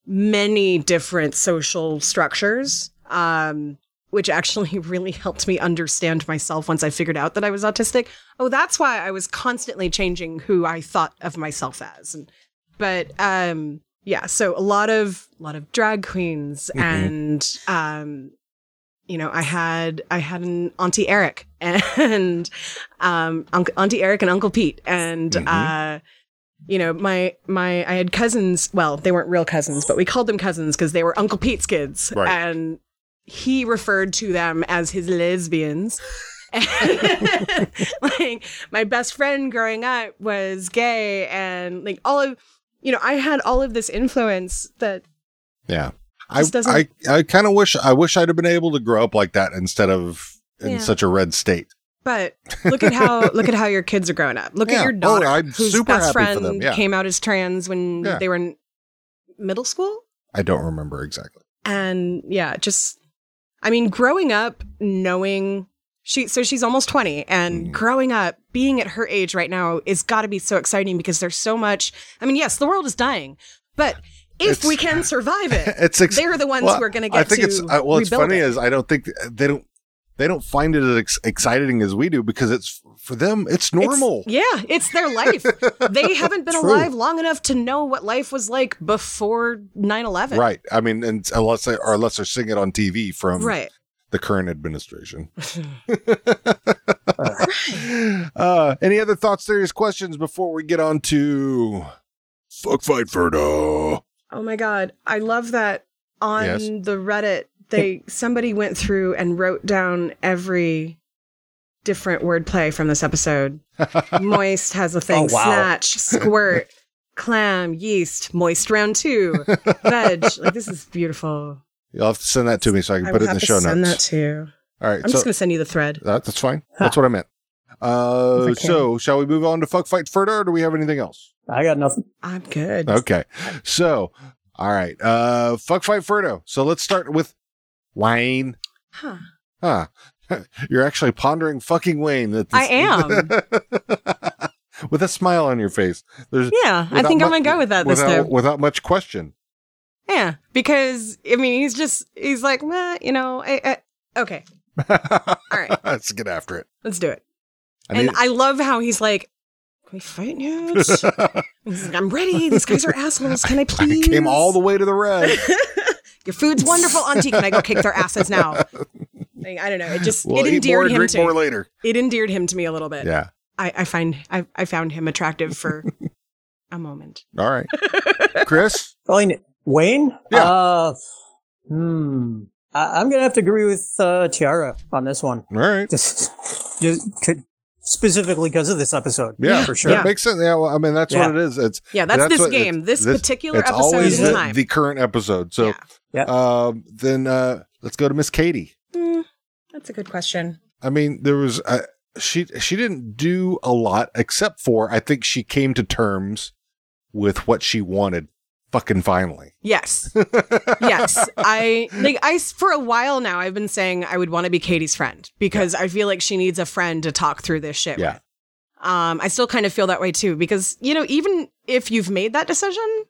Speaker 2: many different social structures. Um which actually really helped me understand myself once I figured out that I was autistic. Oh, that's why I was constantly changing who I thought of myself as. And but um yeah, so a lot of a lot of drag queens
Speaker 1: Mhm.
Speaker 2: and um you know, I had I had an Auntie Eric and um Unc Auntie Eric and Uncle Pete and uh you know, my my I had cousins, well, they weren't real cousins, but we called them cousins because they were Uncle Pete's kids.
Speaker 12: Right.
Speaker 2: And he referred to them as his lesbians. like my best friend growing up was gay and like all of you know, I had all of this influence that
Speaker 1: Yeah. I
Speaker 2: Just doesn't-
Speaker 1: I, I kind of wish I wish I'd have been able to grow up like that instead of in
Speaker 2: Yeah.
Speaker 1: such a red state.
Speaker 2: But look at how look at how your kids are growing up. Look
Speaker 1: Yeah.
Speaker 2: at your
Speaker 1: Oh,
Speaker 2: daughter,
Speaker 1: I'm
Speaker 2: whose
Speaker 1: super
Speaker 2: best
Speaker 1: happy for
Speaker 2: friend
Speaker 1: them. Yeah.
Speaker 2: came out as trans when
Speaker 1: Yeah.
Speaker 2: they were in middle school,
Speaker 1: I don't remember exactly.
Speaker 2: and yeah, just I mean, growing up knowing she so she's almost twenty,
Speaker 1: Mm-hmm.
Speaker 2: and growing up being at her age right now is got to be so exciting because there's so much. I mean, yes, the world is dying, but if
Speaker 1: It's-
Speaker 2: we can survive it,
Speaker 1: It's ex-
Speaker 2: they're the ones
Speaker 1: well,
Speaker 2: who are going to get.
Speaker 1: I think
Speaker 2: to
Speaker 1: it's uh, well. It's
Speaker 2: rebuild
Speaker 1: funny
Speaker 2: it.
Speaker 1: is I don't think they don't they don't find it as ex- exciting as we do because it's for them it's normal.
Speaker 2: It's- yeah, it's their life. they haven't been
Speaker 1: True.
Speaker 2: alive long enough to know what life was like before 9-11.
Speaker 1: Right. I mean, and unless they, or unless they're seeing it on TV from
Speaker 2: Right.
Speaker 1: the current administration. uh, any other thoughts, theories, questions before we get on to fuck fight Ferdo?
Speaker 2: Oh my god. I love that on
Speaker 1: Yes.
Speaker 2: the Reddit they somebody went through and wrote down every different wordplay from this episode. Moist has a thing,
Speaker 12: Oh, wow.
Speaker 2: snatch, squirt, clam, yeast, moist round two, veg. Like this is beautiful.
Speaker 1: You'll have to send that to me so I can
Speaker 2: I
Speaker 1: put
Speaker 2: will
Speaker 1: it in the
Speaker 2: have to
Speaker 1: show
Speaker 2: send
Speaker 1: notes.
Speaker 2: that to you.
Speaker 1: All right,
Speaker 2: I'm just
Speaker 1: so-
Speaker 2: gonna send you the thread.
Speaker 1: That- that's fine. That's what I meant. Uh,
Speaker 2: Okay.
Speaker 1: so shall we move on to fuck fight Ferdo, or do we have anything else?
Speaker 3: I got nothing.
Speaker 2: I'm good.
Speaker 1: Okay. So, all right. Uh, fuck fight Ferdo. So let's start with Wayne.
Speaker 2: Huh.
Speaker 1: Huh. You're actually pondering fucking Wayne. That's-
Speaker 2: I am.
Speaker 1: with a smile on your face. There's
Speaker 2: Yeah, I
Speaker 1: without
Speaker 2: think I'm
Speaker 1: mu-
Speaker 2: gonna go with that this
Speaker 1: without-
Speaker 2: time.
Speaker 1: Without much question.
Speaker 2: Yeah, because I mean, he's just he's like, "Meh, you know, I, I, okay,
Speaker 1: let's get after it.
Speaker 2: let's do it.
Speaker 1: I
Speaker 2: and
Speaker 1: need-
Speaker 2: I love how he's like, "Can we fight now?" He's like, I'm ready. These guys are assholes. Can I please?
Speaker 1: Came all the way to the red.
Speaker 2: Your food's wonderful, Auntie. Can I go kick their asses now? Like, I don't know. It just
Speaker 1: We'll
Speaker 2: it
Speaker 1: eat more
Speaker 2: endeared
Speaker 1: and
Speaker 2: him
Speaker 1: drink
Speaker 2: to Uh,
Speaker 1: more later.
Speaker 2: It endeared him to me a little bit.
Speaker 1: yeah.
Speaker 2: I, I find I, I found him attractive for a moment.
Speaker 1: All right. Chris?
Speaker 3: Wayne? Wayne? Yeah. Uh, hmm. I, I'm gonna have to agree with uh, Tiara on this one.
Speaker 1: All right.
Speaker 3: Just, just could, specifically because of this episode.
Speaker 1: Yeah,
Speaker 3: for sure.
Speaker 1: That makes sense. Yeah, well, I mean that's
Speaker 3: Yeah.
Speaker 1: what it is. It's
Speaker 2: Yeah, that's this
Speaker 1: what-
Speaker 2: game.
Speaker 1: it's-
Speaker 2: This particular
Speaker 1: it's
Speaker 2: episode
Speaker 1: always
Speaker 2: in
Speaker 1: the,
Speaker 2: time.
Speaker 1: the current episode. So, um, then uh, let's go to Miss Katie.
Speaker 2: Hmm, that's a good question.
Speaker 1: I mean, there was uh, she she didn't do a lot except for I think she came to terms with what she wanted. Fucking finally.
Speaker 2: Yes. yes. I like I for a while now I've been saying I would want to be Katie's friend because I feel like she needs a friend to talk through this shit
Speaker 1: Yeah.
Speaker 2: with. Um I still kind of feel that way too because you know even if you've made that decision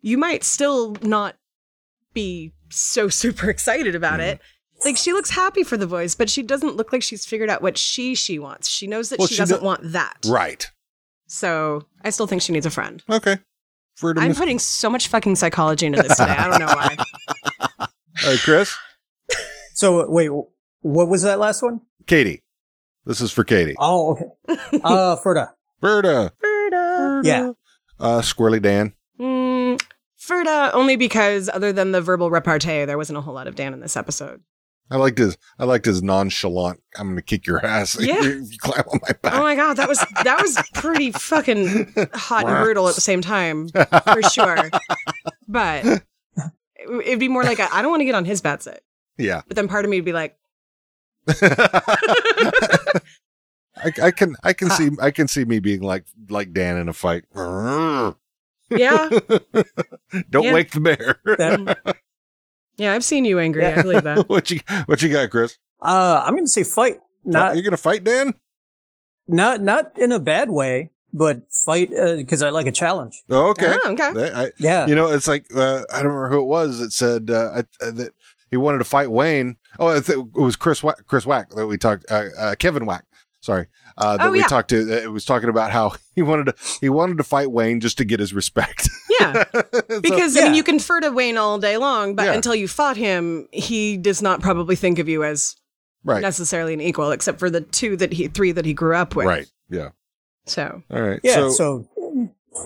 Speaker 2: you might still not be so super excited about it.
Speaker 1: Mm-hmm.
Speaker 2: Like she looks happy for the voice but she doesn't look like she's figured out what she she wants. She knows that
Speaker 1: Well,
Speaker 2: she,
Speaker 1: she
Speaker 2: doesn't
Speaker 1: do-
Speaker 2: want that.
Speaker 1: Right.
Speaker 2: So I still think she needs a friend.
Speaker 1: Okay. For
Speaker 2: I'm putting so much fucking psychology into this today. I don't know why.
Speaker 1: Chris,
Speaker 3: So wait, what was that last one?
Speaker 1: Katie. This is for Katie.
Speaker 3: Oh, okay. Uh, Ferda.
Speaker 1: Berta.
Speaker 2: Berta.
Speaker 3: Yeah.
Speaker 1: Uh, Squirrely Dan.
Speaker 2: Mm, Ferda, only because other than the verbal repartee, there wasn't a whole lot of Dan in this episode.
Speaker 1: I liked his. I liked his nonchalant. I'm going to kick your ass. if
Speaker 2: Yeah.
Speaker 1: you- if you climb on my back.
Speaker 2: Oh my god, that was that was pretty fucking hot and brutal at the same time, for sure. But it- it'd be more like I I don't want to get on his bad side.
Speaker 1: Yeah,
Speaker 2: But then part of me would be like,
Speaker 1: I, I can. I
Speaker 2: Ah.
Speaker 1: can see. I can see me being like like Dan in a fight. Don't
Speaker 2: yeah, Yeah.
Speaker 1: wake the bear.
Speaker 2: yeah, I've seen you angry. I believe that.
Speaker 1: what you What you got, Chris?
Speaker 3: Uh, I'm going to say fight. Not
Speaker 1: you're going to fight, Dan?
Speaker 3: Not not in a bad way, but fight because I like a challenge.
Speaker 1: Oh, okay.
Speaker 2: Uh-huh,
Speaker 3: Oh, okay.
Speaker 1: That- I-
Speaker 3: Yeah.
Speaker 1: You know, it's like uh, I don't remember who it was that said uh, I, uh, that he wanted to fight Wayne. Oh, I thi- it was Chris Wack, Chris Wack that we talked. Uh, uh, Kevin Wack. Sorry, uh, that
Speaker 2: Oh,
Speaker 1: we
Speaker 2: yeah.
Speaker 1: talked to. That it was talking about how he wanted to he wanted to fight Wayne just to get his respect.
Speaker 2: Yeah, because I
Speaker 1: Yeah.
Speaker 2: mean, you confer to Wayne all day long, but
Speaker 1: Yeah.
Speaker 2: until you fought him, he does not probably think of you as
Speaker 1: Right.
Speaker 2: necessarily an equal, except for the two that he three that he grew up with.
Speaker 1: Right. Yeah.
Speaker 2: So
Speaker 1: All right.
Speaker 2: Yeah,
Speaker 3: so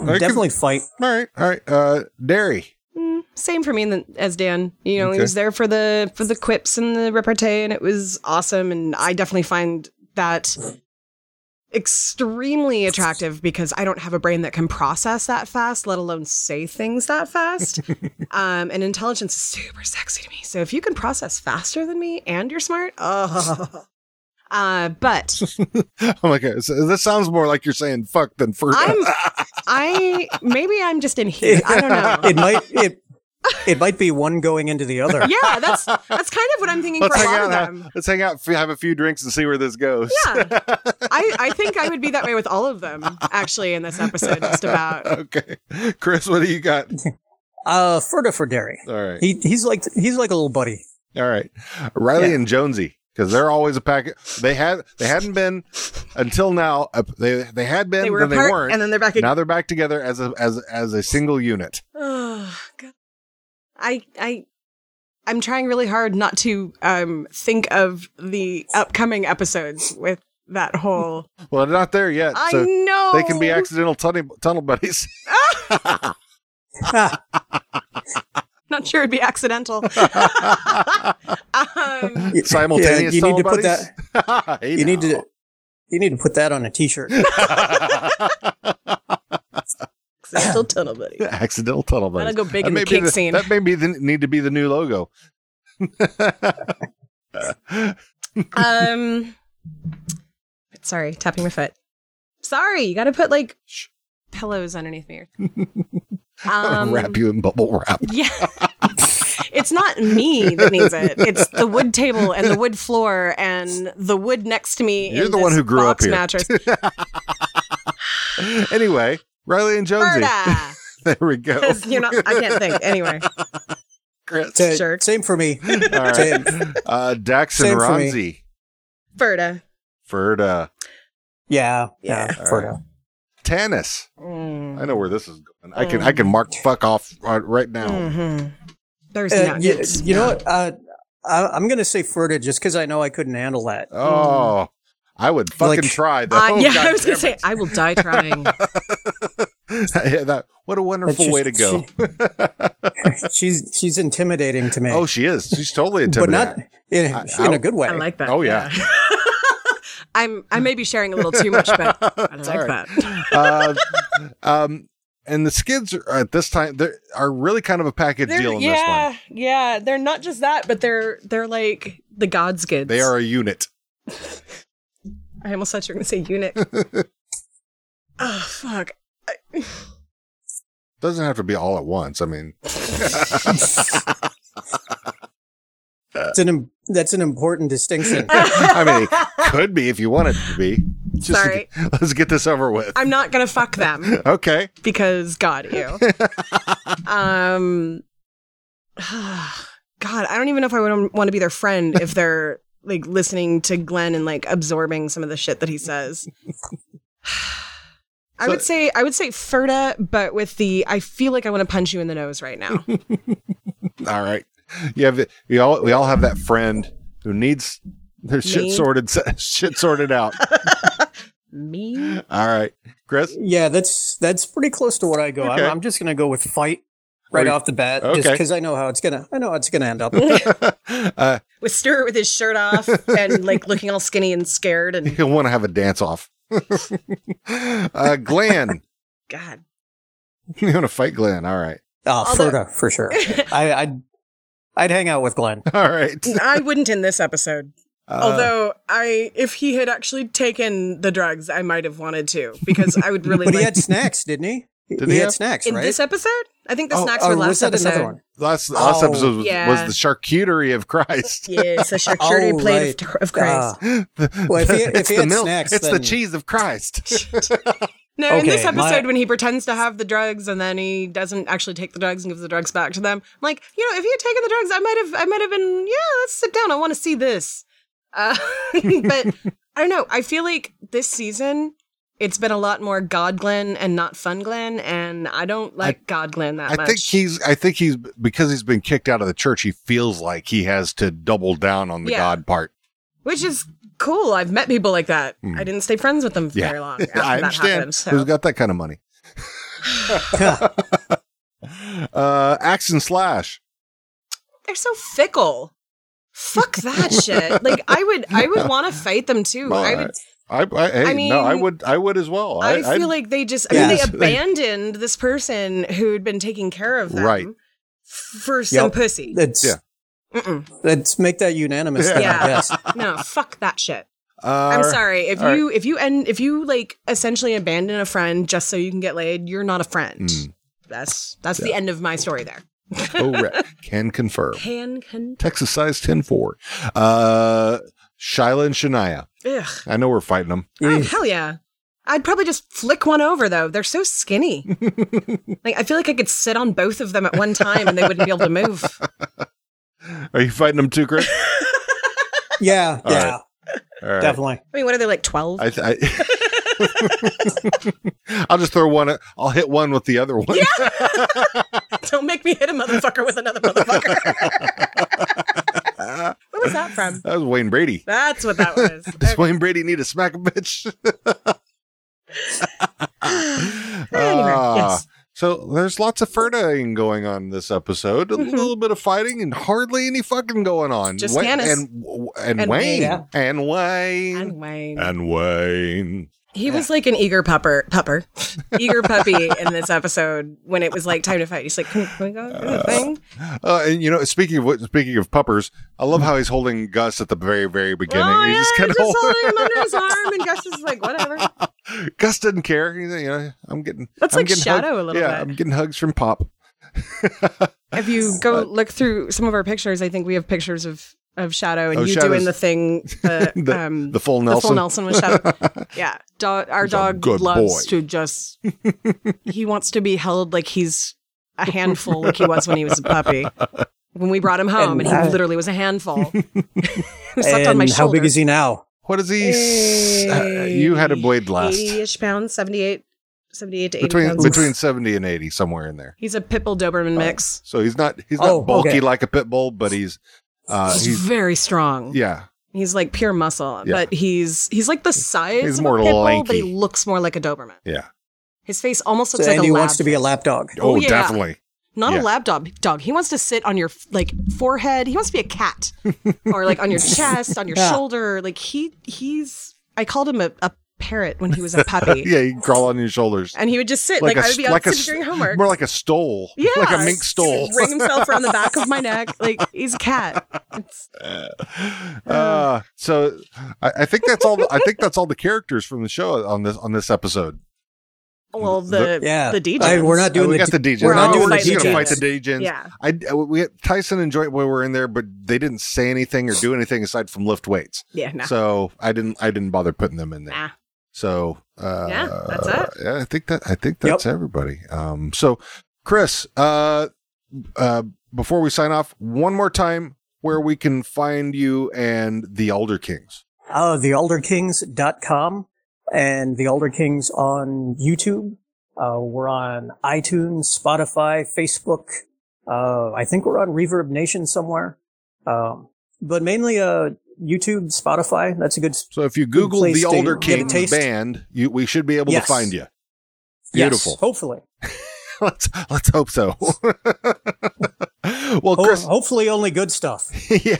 Speaker 1: I
Speaker 3: definitely fight.
Speaker 1: All right. All right. Uh, Derry.
Speaker 2: Mm, same for me than, as Dan. You know,
Speaker 1: Okay.
Speaker 2: he was there for the for the quips and the repartee, and it was awesome. And I definitely find that extremely attractive because I don't have a brain that can process that fast, let alone say things that fast. um, and intelligence is super sexy to me. So if you can process faster than me and you're smart, oh. Uh, but
Speaker 1: I'm like, uh, so this sounds more like you're saying fuck than for.
Speaker 2: I'm, I maybe I'm just in here. I don't know.
Speaker 3: It might it it might be one going into the other.
Speaker 2: Yeah, that's that's kind of what I'm thinking
Speaker 1: Let's
Speaker 2: for a
Speaker 1: hang
Speaker 2: lot
Speaker 1: out.
Speaker 2: of them.
Speaker 1: Have, let's hang out. f- Have a few drinks and see where this goes.
Speaker 2: Yeah. I, I think I would be that way with all of them, actually, in this episode, just about.
Speaker 1: okay, Chris, what do you got?
Speaker 3: Uh, Ferda for Derry.
Speaker 1: All right.
Speaker 3: He he's like he's like a little buddy.
Speaker 1: All right, Riley and Jonesy, because they're always a packet. They had they hadn't been until now. Uh, they they had been,
Speaker 2: They were
Speaker 1: then
Speaker 2: apart,
Speaker 1: they weren't,
Speaker 2: and then they're back ag-
Speaker 1: Now they're back together as a as as a single unit.
Speaker 2: Oh, God. I, I, I'm trying really hard not to um, think of the upcoming episodes with that whole.
Speaker 1: Well, they're not there yet.
Speaker 2: I
Speaker 1: so
Speaker 2: know.
Speaker 1: they can be accidental tunnel tunnel buddies.
Speaker 2: Not sure it'd be accidental. um,
Speaker 1: Simultaneous
Speaker 3: you need
Speaker 1: tunnel
Speaker 3: to put
Speaker 1: buddies? that.
Speaker 3: you need to you need to put that on a T-shirt.
Speaker 2: accidental tunnel buddy.
Speaker 1: Accidental tunnel buddies.
Speaker 2: That'll go big in the
Speaker 1: may be
Speaker 2: kink scene.
Speaker 1: That may be the, need to be the new logo.
Speaker 2: um sorry tapping my foot sorry you gotta put like pillows underneath me um
Speaker 1: Wrap you in bubble wrap.
Speaker 2: yeah it's not me that needs it it's the wood table and the wood floor and the wood next to me
Speaker 1: You're
Speaker 2: in
Speaker 1: the one
Speaker 2: this
Speaker 1: who grew
Speaker 2: box
Speaker 1: up here.
Speaker 2: mattress
Speaker 1: anyway, Riley and Jonesy.
Speaker 2: Berta!
Speaker 1: there we go.
Speaker 2: 'Cause you're not i can't think anyway
Speaker 1: Chris.
Speaker 3: Sa- Same for me.
Speaker 1: All right.
Speaker 3: Same.
Speaker 1: Uh, Dax and
Speaker 3: Same for me.
Speaker 1: Ronzi.
Speaker 2: Ferda.
Speaker 1: Ferda.
Speaker 3: Yeah. Yeah. Uh,
Speaker 1: All
Speaker 3: Ferda.
Speaker 1: right. Tannis. I know where this is going. I can
Speaker 2: Mm.
Speaker 1: I can mark fuck off right, right now.
Speaker 2: Mhm. there's
Speaker 3: Uh,
Speaker 2: not
Speaker 3: you, you know what? Uh, I, I'm going to say Ferda just because I know I couldn't handle that.
Speaker 1: Oh, I would fucking try though.
Speaker 2: I- Uh, yeah, I
Speaker 1: Oh, God
Speaker 2: was gonna
Speaker 1: damn
Speaker 2: say I will die trying.
Speaker 1: it. Yeah, that- what a wonderful
Speaker 3: just-
Speaker 1: way to go.
Speaker 3: she's she's intimidating to me.
Speaker 1: oh, she is. She's totally
Speaker 3: but
Speaker 1: intimidating.
Speaker 3: not in,
Speaker 1: I-
Speaker 3: in
Speaker 1: I-
Speaker 3: a good way.
Speaker 2: I like that.
Speaker 1: oh yeah.
Speaker 2: I'm I may be sharing a little too much, but I like
Speaker 1: all right.
Speaker 2: that.
Speaker 1: uh, um, and the skids are, at this time they are really kind of a package
Speaker 2: They're-
Speaker 1: deal in this
Speaker 2: yeah,
Speaker 1: one.
Speaker 2: yeah. They're not just that, but they're they're like the gods kids.
Speaker 1: They are a unit.
Speaker 2: I almost thought you were going to say eunuch. oh fuck.
Speaker 1: Doesn't have to be all at once. I mean,
Speaker 3: It's an im- that's an important distinction.
Speaker 1: I mean, it could be if you want it to be. Just to
Speaker 2: Sorry.
Speaker 1: get- let's get this over with.
Speaker 2: I'm not going to fuck them
Speaker 1: Okay.
Speaker 2: because God, you. um, God, I don't even know if I would want to be their friend if they're like listening to Glenn and like absorbing some of the shit that he says. I would say I would say Ferda, but with the I feel like I want to punch you in the nose right now.
Speaker 1: All right. You have we all we all have that friend who needs their shit
Speaker 2: Me?
Speaker 1: sorted shit sorted out.
Speaker 2: Me?
Speaker 1: All right, Chris.
Speaker 3: yeah, that's that's pretty close to what I go.
Speaker 1: Okay.
Speaker 3: I'm, I'm just going to go with fight. right
Speaker 1: Or-
Speaker 3: off the bat, just
Speaker 1: Okay.
Speaker 3: because I know how it's gonna. I know how it's gonna end up.
Speaker 1: Uh,
Speaker 2: with Stuart with his shirt off and like looking all skinny and scared and
Speaker 1: he'll want to have a dance off. uh, Glenn,
Speaker 2: God.
Speaker 1: you want to fight Glenn? All right.
Speaker 3: Oh,
Speaker 2: Although-
Speaker 3: Frodo for sure. I, I'd I'd hang out with Glenn.
Speaker 1: All right.
Speaker 2: I wouldn't in this episode.
Speaker 1: Uh,
Speaker 2: Although I, if he had actually taken the drugs, I might have wanted to because I would really.
Speaker 3: but he
Speaker 2: like-
Speaker 3: had snacks, didn't he?
Speaker 1: Didn't
Speaker 3: he,
Speaker 1: he
Speaker 3: had
Speaker 1: have-
Speaker 3: snacks,
Speaker 2: in
Speaker 3: right?
Speaker 2: this episode. I think the
Speaker 3: Oh,
Speaker 2: snacks
Speaker 3: oh,
Speaker 2: were
Speaker 3: was
Speaker 2: last
Speaker 3: that another
Speaker 2: episode.
Speaker 3: one?
Speaker 1: last last
Speaker 3: Oh,
Speaker 1: episode was,
Speaker 2: yeah.
Speaker 1: was the charcuterie of Christ.
Speaker 2: Yes, a charcuterie
Speaker 3: Oh,
Speaker 2: plate
Speaker 3: right.
Speaker 2: of, of Christ.
Speaker 3: Ah.
Speaker 1: The-
Speaker 3: Well, if he- if
Speaker 1: it's
Speaker 3: he
Speaker 1: the
Speaker 3: had
Speaker 1: milk.
Speaker 3: snacks,
Speaker 1: it's the
Speaker 3: then-
Speaker 1: cheese of Christ.
Speaker 2: no, in this
Speaker 3: okay, my-
Speaker 2: episode when he pretends to have the drugs and then he doesn't actually take the drugs and gives the drugs back to them. I'm like, you know, if he had taken the drugs, I might have, I might have been. Yeah, let's sit down. I want to see this. Uh, but I don't know. I feel like this season. It's been a lot more God Glenn and not Fun Glenn, and I don't like God Glenn that
Speaker 1: I
Speaker 2: much.
Speaker 1: think he's. I think he's because he's been kicked out of the church. He feels like he has to double down on the
Speaker 2: Yeah.
Speaker 1: God part.
Speaker 2: Which is cool. I've met people like that.
Speaker 1: Mm.
Speaker 2: I didn't stay friends with them for very long. After
Speaker 1: I
Speaker 2: that
Speaker 1: understand.
Speaker 2: Happened, so.
Speaker 1: Who's got that kind of money? uh, axe and slash.
Speaker 2: They're so fickle. Fuck that shit. Like I would, I would want to fight them too. I would.
Speaker 1: I, I, hey,
Speaker 2: I
Speaker 1: no, I
Speaker 2: mean,
Speaker 1: would, I would as well.
Speaker 2: I, feel
Speaker 1: I'd-
Speaker 2: like they just. I
Speaker 1: Yeah.
Speaker 2: mean, they abandoned this person who had been taking care of them
Speaker 1: Right.
Speaker 2: for some
Speaker 3: Yep.
Speaker 2: pussy.
Speaker 3: Let's,
Speaker 1: Yeah.
Speaker 2: Mm-mm.
Speaker 3: let's make that unanimous. then,
Speaker 2: Yeah.
Speaker 3: Yes.
Speaker 2: No, fuck that shit.
Speaker 1: Uh,
Speaker 2: I'm sorry if
Speaker 1: all
Speaker 2: you if you end if you like essentially abandon a friend just so you can get laid, you're not a friend.
Speaker 1: Mm.
Speaker 2: That's that's the end of my story there.
Speaker 1: Correct. Can confirm.
Speaker 2: Can can
Speaker 1: Texas size 10 4. Uh, Shyla and Shania.
Speaker 2: ugh.
Speaker 1: I know we're fighting them.
Speaker 2: Oh, hell yeah. I'd probably just flick one over though. They're so skinny. like I feel like I could sit on both of them at one time and they wouldn't be able to move.
Speaker 1: Are you fighting them too, Chris?
Speaker 3: Yeah.
Speaker 1: All
Speaker 3: yeah.
Speaker 1: right. All right.
Speaker 3: Definitely.
Speaker 2: I mean, what are they like 12?
Speaker 1: I th- I- I'll just throw one. I'll hit one with the other one.
Speaker 2: Don't make me hit a motherfucker with another motherfucker. Where was that from?
Speaker 1: That was Wayne Brady.
Speaker 2: That's what that was.
Speaker 1: Does
Speaker 2: Okay.
Speaker 1: Wayne Brady need a smack a bitch?
Speaker 2: Anyway,
Speaker 1: Ah,
Speaker 2: yes.
Speaker 1: So there's lots of furting going on this episode. A little bit of fighting and hardly any fucking going on.
Speaker 2: Mm-hmm. Just
Speaker 1: Wa-
Speaker 2: Hannes.
Speaker 1: and, w- and
Speaker 2: And
Speaker 1: Wayne.
Speaker 2: Wayne.
Speaker 3: Yeah.
Speaker 1: And Wayne.
Speaker 2: And Wayne.
Speaker 1: And Wayne.
Speaker 2: He was like an eager pupper, pupper, eager puppy in this episode when it was like time to fight. He's like, can, can we go do the thing?
Speaker 1: Uh, and you know, speaking of what, speaking of puppers, I love how he's holding Gus at the very, very beginning.
Speaker 2: oh,
Speaker 1: he's
Speaker 2: yeah,
Speaker 1: just
Speaker 2: he's
Speaker 1: kind
Speaker 2: just
Speaker 1: of holding.
Speaker 2: holding him under his arm, and Gus is like, whatever.
Speaker 1: Gus doesn't care. He's, you know, I'm getting.
Speaker 2: That's
Speaker 1: I'm
Speaker 2: like
Speaker 1: getting
Speaker 2: Shadow
Speaker 1: hug-
Speaker 2: a little
Speaker 1: yeah,
Speaker 2: bit.
Speaker 1: I'm getting hugs from Pop.
Speaker 2: if you go look through some of our pictures, I think we have pictures of of Shadow and
Speaker 1: Oh,
Speaker 2: you
Speaker 1: Shadow's-
Speaker 2: doing the thing, the,
Speaker 1: The,
Speaker 2: um,
Speaker 1: the full
Speaker 2: the
Speaker 1: Nelson.
Speaker 2: full Nelson with Shadow. yeah, dog. Our
Speaker 1: He's a
Speaker 2: dog
Speaker 1: good
Speaker 2: loves
Speaker 1: boy.
Speaker 2: to just. he wants to be held like he's a handful, like he was when he was a puppy. When we brought him home, and,
Speaker 3: And
Speaker 2: he
Speaker 3: how-
Speaker 2: literally was a handful. he slept on my
Speaker 3: And
Speaker 2: shoulder.
Speaker 3: how big is he now?
Speaker 1: What is he? s- uh, you had a blade last
Speaker 2: 80-ish pounds, 78, 78 to 80
Speaker 1: between
Speaker 2: pounds.
Speaker 1: between seventy and eighty, somewhere in there.
Speaker 2: He's a pit bull Doberman mix.
Speaker 1: So he's not he's not
Speaker 3: Oh,
Speaker 1: bulky
Speaker 3: okay.
Speaker 1: like a pit bull, but he's uh,
Speaker 2: he's,
Speaker 1: he's
Speaker 2: very strong.
Speaker 1: yeah.
Speaker 2: He's like pure muscle,
Speaker 1: Yeah.
Speaker 2: but he's he's like the size
Speaker 1: He's
Speaker 2: of
Speaker 1: more
Speaker 2: a pit bull, but
Speaker 1: lanky.
Speaker 2: he looks more like a Doberman.
Speaker 1: Yeah.
Speaker 2: His face almost
Speaker 3: So
Speaker 2: looks like
Speaker 3: Andy
Speaker 2: a lab.
Speaker 3: wants to be a lap dog.
Speaker 1: Oh,
Speaker 2: Oh, yeah.
Speaker 1: definitely.
Speaker 2: Not
Speaker 1: yeah.
Speaker 2: a lab dog. Dog. He wants to sit on your like forehead. He wants to be a cat, or like on your chest, on your
Speaker 3: Yeah.
Speaker 2: shoulder. Like he he's. I called him a, a parrot when he was a puppy,
Speaker 1: Yeah, you can crawl on your shoulders.
Speaker 2: and he would just sit like, I would be
Speaker 1: s-
Speaker 2: out
Speaker 1: s-
Speaker 2: sitting doing homework.
Speaker 1: More like a stole.
Speaker 2: yeah,
Speaker 1: Like a mink
Speaker 2: He
Speaker 1: stole.
Speaker 2: would Ring himself around the back of my neck. Like he's a cat. It's,
Speaker 1: Uh, so I, I think that's all the, I think that's all the characters from the show on this on this episode.
Speaker 2: well, the
Speaker 3: Yeah.
Speaker 2: the DJ.
Speaker 3: I- we're not
Speaker 1: Uh,
Speaker 3: doing
Speaker 1: we
Speaker 3: the
Speaker 1: got the DJs.
Speaker 2: we're
Speaker 1: I
Speaker 2: all
Speaker 1: know we're
Speaker 2: fighting
Speaker 1: just
Speaker 2: the
Speaker 1: gonna fight the DJs.
Speaker 2: DJs. Yeah.
Speaker 1: I we Tyson and Joint were in there, but they didn't say anything or do anything aside from lift weights.
Speaker 2: Yeah, no.
Speaker 1: So I didn't I didn't bother putting them in there.
Speaker 2: Nah.
Speaker 1: So uh,
Speaker 2: Yeah, that's it.
Speaker 1: yeah, I think that I think that's everybody. Um, so Chris, uh, uh, before we sign off, one more time where we can find you and the Elder Kings.
Speaker 3: Uh, thealderkings.com and The Alder Kings on YouTube. Uh, we're on iTunes, Spotify, Facebook. Uh, I think we're on Reverb Nation somewhere. Um, but mainly, uh, YouTube, Spotify. That's a good, s-
Speaker 1: So if you Google
Speaker 3: place
Speaker 1: the
Speaker 3: to
Speaker 1: Elder
Speaker 3: get a
Speaker 1: Kings
Speaker 3: taste.
Speaker 1: band, you we should be able
Speaker 3: Yes.
Speaker 1: to find you.
Speaker 3: Yes,
Speaker 1: Beautiful.
Speaker 3: hopefully.
Speaker 1: let's let's hope so. well,
Speaker 3: Ho-
Speaker 1: Chris,
Speaker 3: hopefully only good stuff.
Speaker 1: yeah.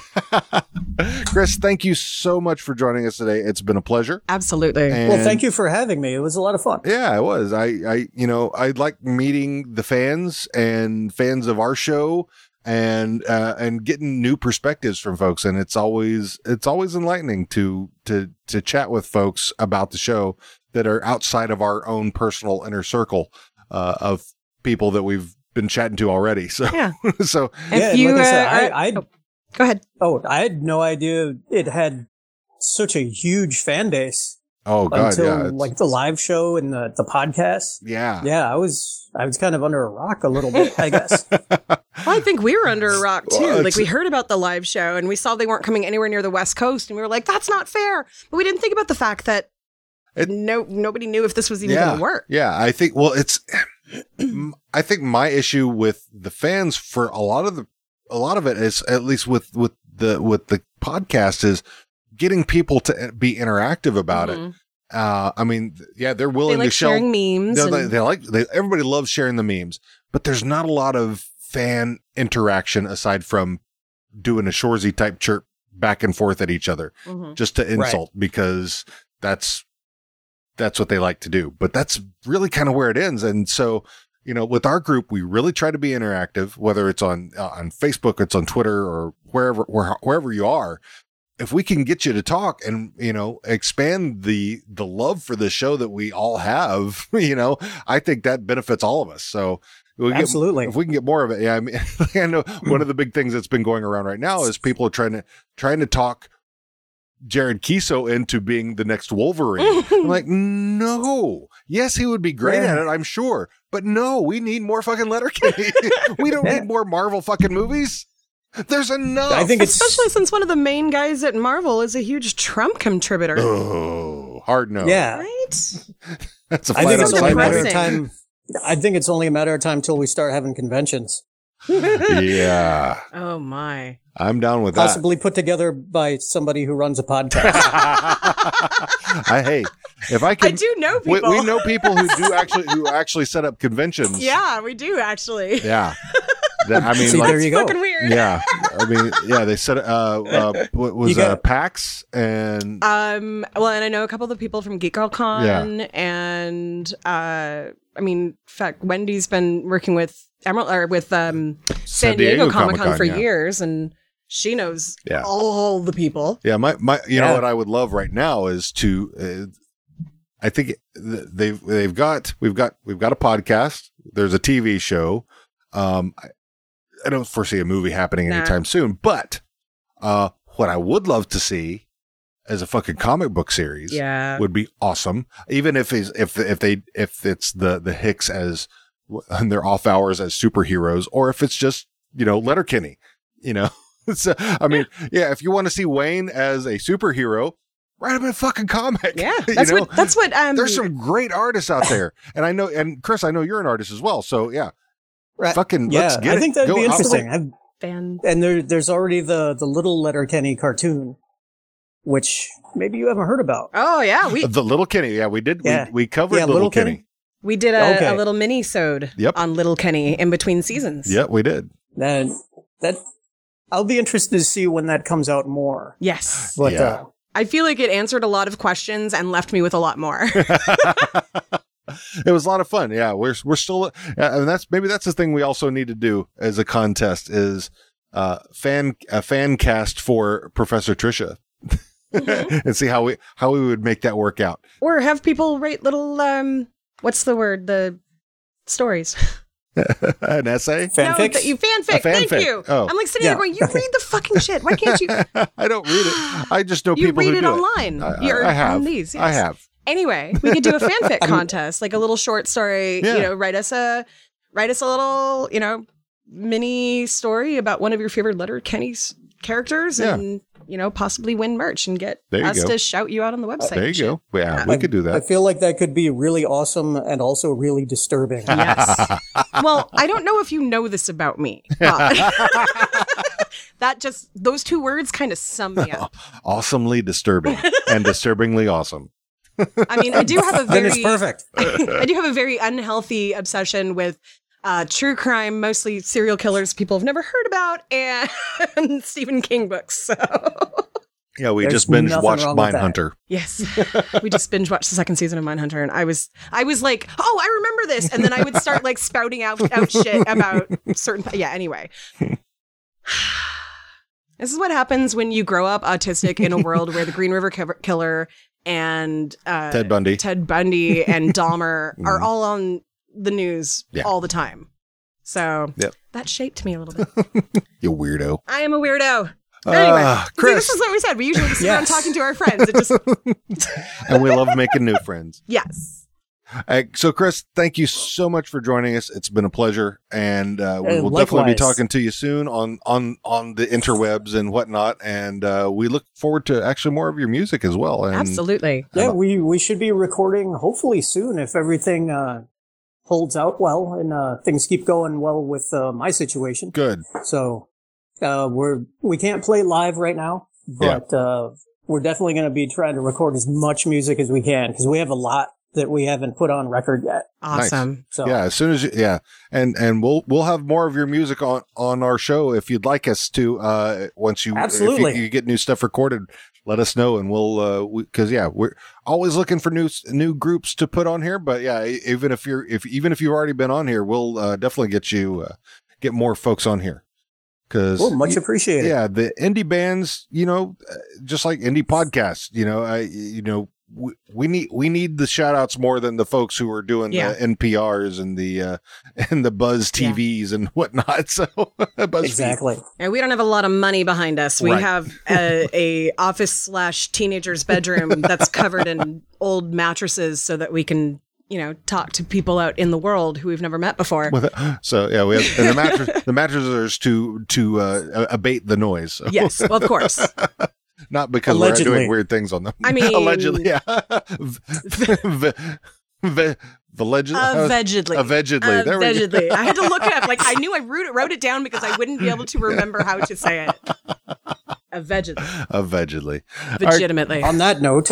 Speaker 1: Chris, thank you so much for joining us today. It's been a pleasure.
Speaker 2: Absolutely.
Speaker 3: well, thank you for having me. It was a lot of fun.
Speaker 1: Yeah, it was. I, I, you know, I like meeting the fans and fans of our show and uh and getting new perspectives from folks and it's always it's always enlightening to to to chat with folks about the show that are outside of our own personal inner circle uh of people that we've been chatting to already so
Speaker 2: Yeah.
Speaker 1: so
Speaker 2: If
Speaker 3: yeah, and
Speaker 2: you,
Speaker 3: like I said,
Speaker 2: uh, are-
Speaker 3: I, I
Speaker 2: Go ahead.
Speaker 3: oh, I had no idea it had such a huge fan base
Speaker 1: oh god
Speaker 3: until
Speaker 1: yeah it's-
Speaker 3: like the live show and the the podcast.
Speaker 1: yeah
Speaker 3: Yeah, I was I was kind of under a rock a little bit, I guess.
Speaker 1: Oh.
Speaker 2: Well, I think we were under a rock too.
Speaker 1: Well, it's-
Speaker 2: like we heard about the live show and we saw they weren't coming anywhere near the West Coast, and we were like, "That's not fair." But we didn't think about the fact that
Speaker 1: It-
Speaker 2: no nobody knew if this was even
Speaker 1: yeah,
Speaker 2: going to work.
Speaker 1: Yeah, I think. Well, it's. I think my issue with the fans for a lot of the a lot of it is at least with with the with the podcast is getting people to eh, be interactive about
Speaker 2: Mhm.
Speaker 1: it. Uh, I mean, yeah, they're
Speaker 2: They
Speaker 1: willing
Speaker 2: like
Speaker 1: to show.
Speaker 2: sharing memes.
Speaker 1: they,
Speaker 2: and-
Speaker 1: they, they like they, everybody loves sharing the memes, but there's not a lot of fan interaction aside from doing a Shorzy type chirp back and forth at each other
Speaker 2: Mhm.
Speaker 1: just to insult because that's that's what they like to do. But that's really kind of where it ends. And so, you know, with our group, we really try to be interactive, whether it's on uh, on Facebook, it's on Twitter, or wherever where, wherever you are. If we can get you to talk and you know expand the the love for the show that we all have, you know, I think that benefits all of us. So we get
Speaker 3: Absolutely.
Speaker 1: if we can get more of it, yeah. I mean, I know one of the big things that's been going around right now is people are trying to trying to talk Jared Kiso into being the next Wolverine. I'm like, no. Yes, he would be great
Speaker 3: Yeah.
Speaker 1: at it, I'm sure, but no, we need more fucking Letterkenny. we don't
Speaker 3: Yeah.
Speaker 1: need more Marvel fucking movies. There's enough.
Speaker 3: I think it's
Speaker 2: Especially since one of the main guys at Marvel is a huge Trump contributor,
Speaker 1: oh, hard no.
Speaker 3: yeah.
Speaker 2: right?
Speaker 1: that's a
Speaker 3: I
Speaker 1: flat out
Speaker 3: think it's only a matter of
Speaker 1: side
Speaker 2: depressing.
Speaker 3: time. I think it's only a matter of time till we start having conventions,
Speaker 1: note. Yeah,
Speaker 2: Oh my!
Speaker 1: I'm down with that.
Speaker 3: possibly put together by somebody who runs a podcast.
Speaker 1: I hate if I can.
Speaker 2: I do know
Speaker 1: we,
Speaker 2: people.
Speaker 1: we know people who do actually who actually set up conventions.
Speaker 2: Yeah, we do actually.
Speaker 1: Yeah. That- I mean,
Speaker 3: See,
Speaker 1: like,
Speaker 3: there you go.
Speaker 2: Fucking weird.
Speaker 1: yeah. I mean, yeah. They said uh, uh what was
Speaker 3: You got-
Speaker 1: uh, PAX and
Speaker 2: Um. Well, and I know a couple of the people from Geek Girl Con,
Speaker 1: Yeah.
Speaker 2: and uh, I mean, in fact, Wendy's been working with Emerald or with um San, Diego, Comic Con for
Speaker 1: yeah.
Speaker 2: years, and she knows
Speaker 1: Yeah.
Speaker 2: all the people.
Speaker 1: Yeah, my my, you know
Speaker 3: Yeah.
Speaker 1: what I would love right now is to. Uh, I think th- they've they've got we've got we've got a podcast. There's a TV show. Um, I, I don't foresee a movie happening
Speaker 2: Nah.
Speaker 1: anytime soon. But uh, what I would love to see as a fucking comic book series
Speaker 2: Yeah.
Speaker 1: would be awesome. Even if is if if they if it's the the Hicks as and their off hours as superheroes, or if it's just you know Letterkenny, you know. so I mean, yeah, if you want to see Wayne as a superhero, write him in a fucking comic.
Speaker 2: Yeah.
Speaker 1: you
Speaker 2: That's
Speaker 1: know?
Speaker 2: what. That's what. Um.
Speaker 1: There's some great artists out there, and I know. And Chris, I know you're an artist as well. So yeah,
Speaker 3: Right.
Speaker 1: fucking
Speaker 3: yeah,
Speaker 1: let's get
Speaker 3: I think
Speaker 1: it.
Speaker 3: that'd
Speaker 1: Go out
Speaker 3: be
Speaker 1: there.
Speaker 3: interesting. I've,
Speaker 2: fan.
Speaker 3: and there, there's already the the little Letterkenny cartoon, which maybe you haven't heard about.
Speaker 2: Oh yeah, we
Speaker 1: The Little Kenny, yeah, we did.
Speaker 3: Yeah.
Speaker 1: We, we covered
Speaker 3: Yeah,
Speaker 1: Little,
Speaker 3: Little
Speaker 1: Kenny.
Speaker 3: Kenny.
Speaker 2: we did a,
Speaker 3: Okay.
Speaker 2: a little mini sode
Speaker 1: Yep.
Speaker 2: on Little Kenny in between seasons.
Speaker 1: Yeah, we did.
Speaker 3: Then that I'll be interested to see when that comes out more.
Speaker 2: Yes.
Speaker 3: But
Speaker 1: Yeah.
Speaker 3: uh,
Speaker 2: I feel like it answered a lot of questions and left me with a lot more.
Speaker 1: it was a lot of fun. Yeah, we're we're still, uh, and that's maybe that's the thing we also need to do as a contest is uh fan a fan cast for Professor Trisha,
Speaker 2: Mm-hmm.
Speaker 1: and see how we how we would make that work out.
Speaker 2: or have people write little um what's the word the stories
Speaker 1: An essay.
Speaker 3: fanfics.
Speaker 2: no, that you fanfic.
Speaker 1: A fanfic.
Speaker 2: Thank you.
Speaker 1: Oh.
Speaker 2: I'm like sitting there
Speaker 3: Yeah.
Speaker 2: going, you read the fucking shit. Why can't you?
Speaker 1: I don't read it. I just know
Speaker 2: You
Speaker 1: people
Speaker 2: read
Speaker 1: who
Speaker 2: it
Speaker 1: do
Speaker 2: online.
Speaker 1: It. I, I-
Speaker 2: You're
Speaker 1: I have.
Speaker 2: on these,
Speaker 1: I
Speaker 2: yes.
Speaker 1: have.
Speaker 2: Anyway, we could do a fanfic contest, like a little short story.
Speaker 1: Yeah.
Speaker 2: You know, write us a write us a little, you know, mini story about one of your favorite letter Kenny's characters,
Speaker 1: Yeah.
Speaker 2: and you know, possibly win merch and get
Speaker 1: There you
Speaker 2: us
Speaker 1: go.
Speaker 2: to shout you out on the website.
Speaker 1: There
Speaker 2: and
Speaker 1: you
Speaker 2: shit.
Speaker 1: go. Yeah, we could do
Speaker 3: I
Speaker 1: that.
Speaker 3: feel like that could be really awesome and also really disturbing.
Speaker 2: Yes. well, I don't know if you know this about me, but that just those two words kind of sum me up.
Speaker 1: Awesomely disturbing and disturbingly awesome.
Speaker 2: I mean, I do have a
Speaker 3: Oh. Then
Speaker 2: very
Speaker 3: it's perfect.
Speaker 2: I do have a very unhealthy obsession with uh, true crime, mostly serial killers people have never heard about, and Stephen King books. So
Speaker 1: Yeah, we
Speaker 2: There's
Speaker 1: just binge
Speaker 2: nothing
Speaker 1: watched
Speaker 2: wrong with that.
Speaker 1: Mindhunter.
Speaker 2: yes, we just binge watched the second season of Mindhunter, and I was I was like, oh, I remember this, and then I would start like spouting out, out shit about certain. Yeah, anyway. This is what happens when you grow up autistic in a world where the Green River Kiv- Killer and uh,
Speaker 1: Ted Bundy.
Speaker 2: Ted Bundy and Dahmer are
Speaker 1: Mhm.
Speaker 2: all on the news
Speaker 1: Yeah.
Speaker 2: all the time. So
Speaker 1: Yep.
Speaker 2: that shaped me a little bit.
Speaker 1: You weirdo.
Speaker 2: I am a weirdo. But anyway,
Speaker 1: Ah,
Speaker 2: see, this is what we said. We usually just sit around
Speaker 1: Yes.
Speaker 2: talking to our friends. It just
Speaker 1: and we love making new friends.
Speaker 2: yes.
Speaker 1: Uh, so, Chris, thank you so much for joining us. It's been a pleasure, and uh, we
Speaker 3: Uh,
Speaker 1: will definitely be
Speaker 3: likewise.
Speaker 1: talking to you soon on on on the interwebs and whatnot. And uh, we look forward to actually more of your music as well. And
Speaker 2: Absolutely.
Speaker 3: Yeah, we we should be recording hopefully soon if everything uh, holds out well and uh, things keep going well with uh, my situation.
Speaker 1: Good.
Speaker 3: So uh, we're we can't play live right now, but uh, we're definitely going to be trying to record as much music as we can because we have a lot that we haven't put on record yet.
Speaker 1: Nice.
Speaker 3: So
Speaker 1: Yeah, as soon as you, yeah, and and we'll we'll have more of your music on on our show if you'd like us to. Uh, once you if you-
Speaker 3: Absolutely.
Speaker 1: you, get new stuff recorded, let us know, and we'll uh, because yeah, we're always looking for new s- new groups to put on here. But yeah, e- even if you're if even if you've already been on here, we'll uh, definitely get you uh, get more folks on here. Because
Speaker 3: Well, much appreciated.
Speaker 1: Yeah, the indie bands, you know, uh, just like indie podcasts, you know, I you know. We, we need we need the shout outs more than the folks who are doing
Speaker 3: Yeah.
Speaker 1: the NPRs and the uh, and the Buzz TVs and whatnot. So Buzz
Speaker 3: exactly.
Speaker 2: Yeah, we don't have a lot of money behind us. We
Speaker 1: Right.
Speaker 2: have a, a office slash teenager's bedroom that's covered in old mattresses so that we can, you know, talk to people out in the world who we've never met before.
Speaker 1: So yeah, we have and the mattress the mattresses to to uh, abate the noise. So.
Speaker 2: Yes, well, of course.
Speaker 1: Not because we're
Speaker 3: Allegedly.
Speaker 1: doing weird things on them.
Speaker 2: I mean-
Speaker 1: allegedly, yeah. v- v- allegedly,
Speaker 2: Allegedly.
Speaker 1: allegedly. There we go.
Speaker 2: Allegedly. I had to look it up. Like I knew I wrote it, wrote it down because I wouldn't be able to remember how to say it. Allegedly.
Speaker 1: Allegedly.
Speaker 2: Legitimately.
Speaker 3: On that note,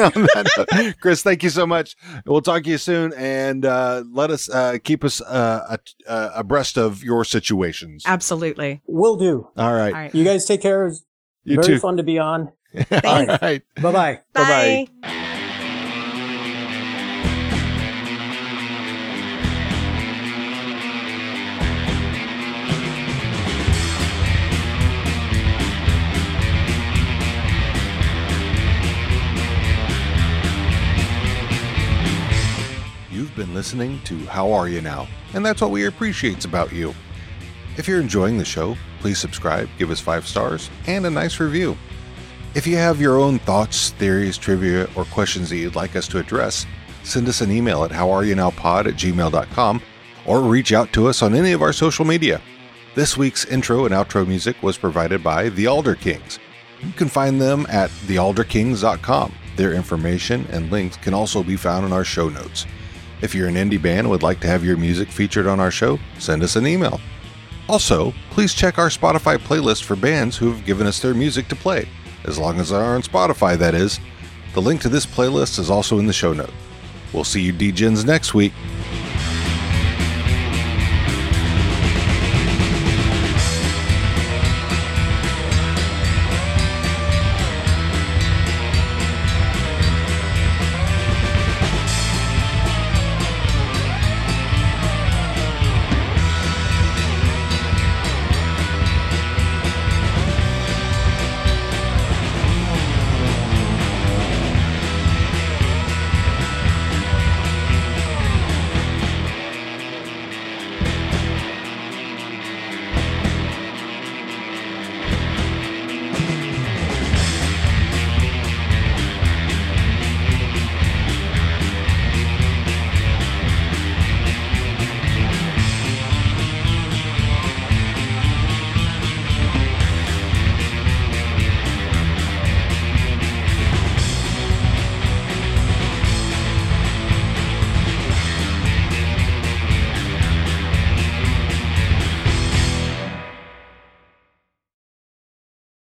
Speaker 1: Chris, thank you so much. We'll talk to you soon, and uh, let us uh, keep us uh, a- uh, abreast of your situations.
Speaker 2: Absolutely.
Speaker 3: Will do.
Speaker 1: All right.
Speaker 2: All right.
Speaker 3: You guys take care. It was
Speaker 1: You
Speaker 3: Very
Speaker 1: too.
Speaker 3: fun to be on.
Speaker 1: All right.
Speaker 3: Bye bye.
Speaker 1: Bye-bye. You've been listening to How Are You Now, and that's what we appreciate about you. If you're enjoying the show, please subscribe, give us five stars, and a nice review. If you have your own thoughts, theories, trivia, or questions that you'd like us to address, send us an email at howareyounowpod at gmail.com or reach out to us on any of our social media. This week's intro and outro music was provided by The Alder Kings. You can find them at thealderkings.com. Their information and links can also be found in our show notes. If you're an indie band and would like to have your music featured on our show, send us an email. Also, please check our Spotify playlist for bands who have given us their music to play, as long as they are on Spotify, that is. The link to this playlist is also in the show note. We'll see you DJs next week.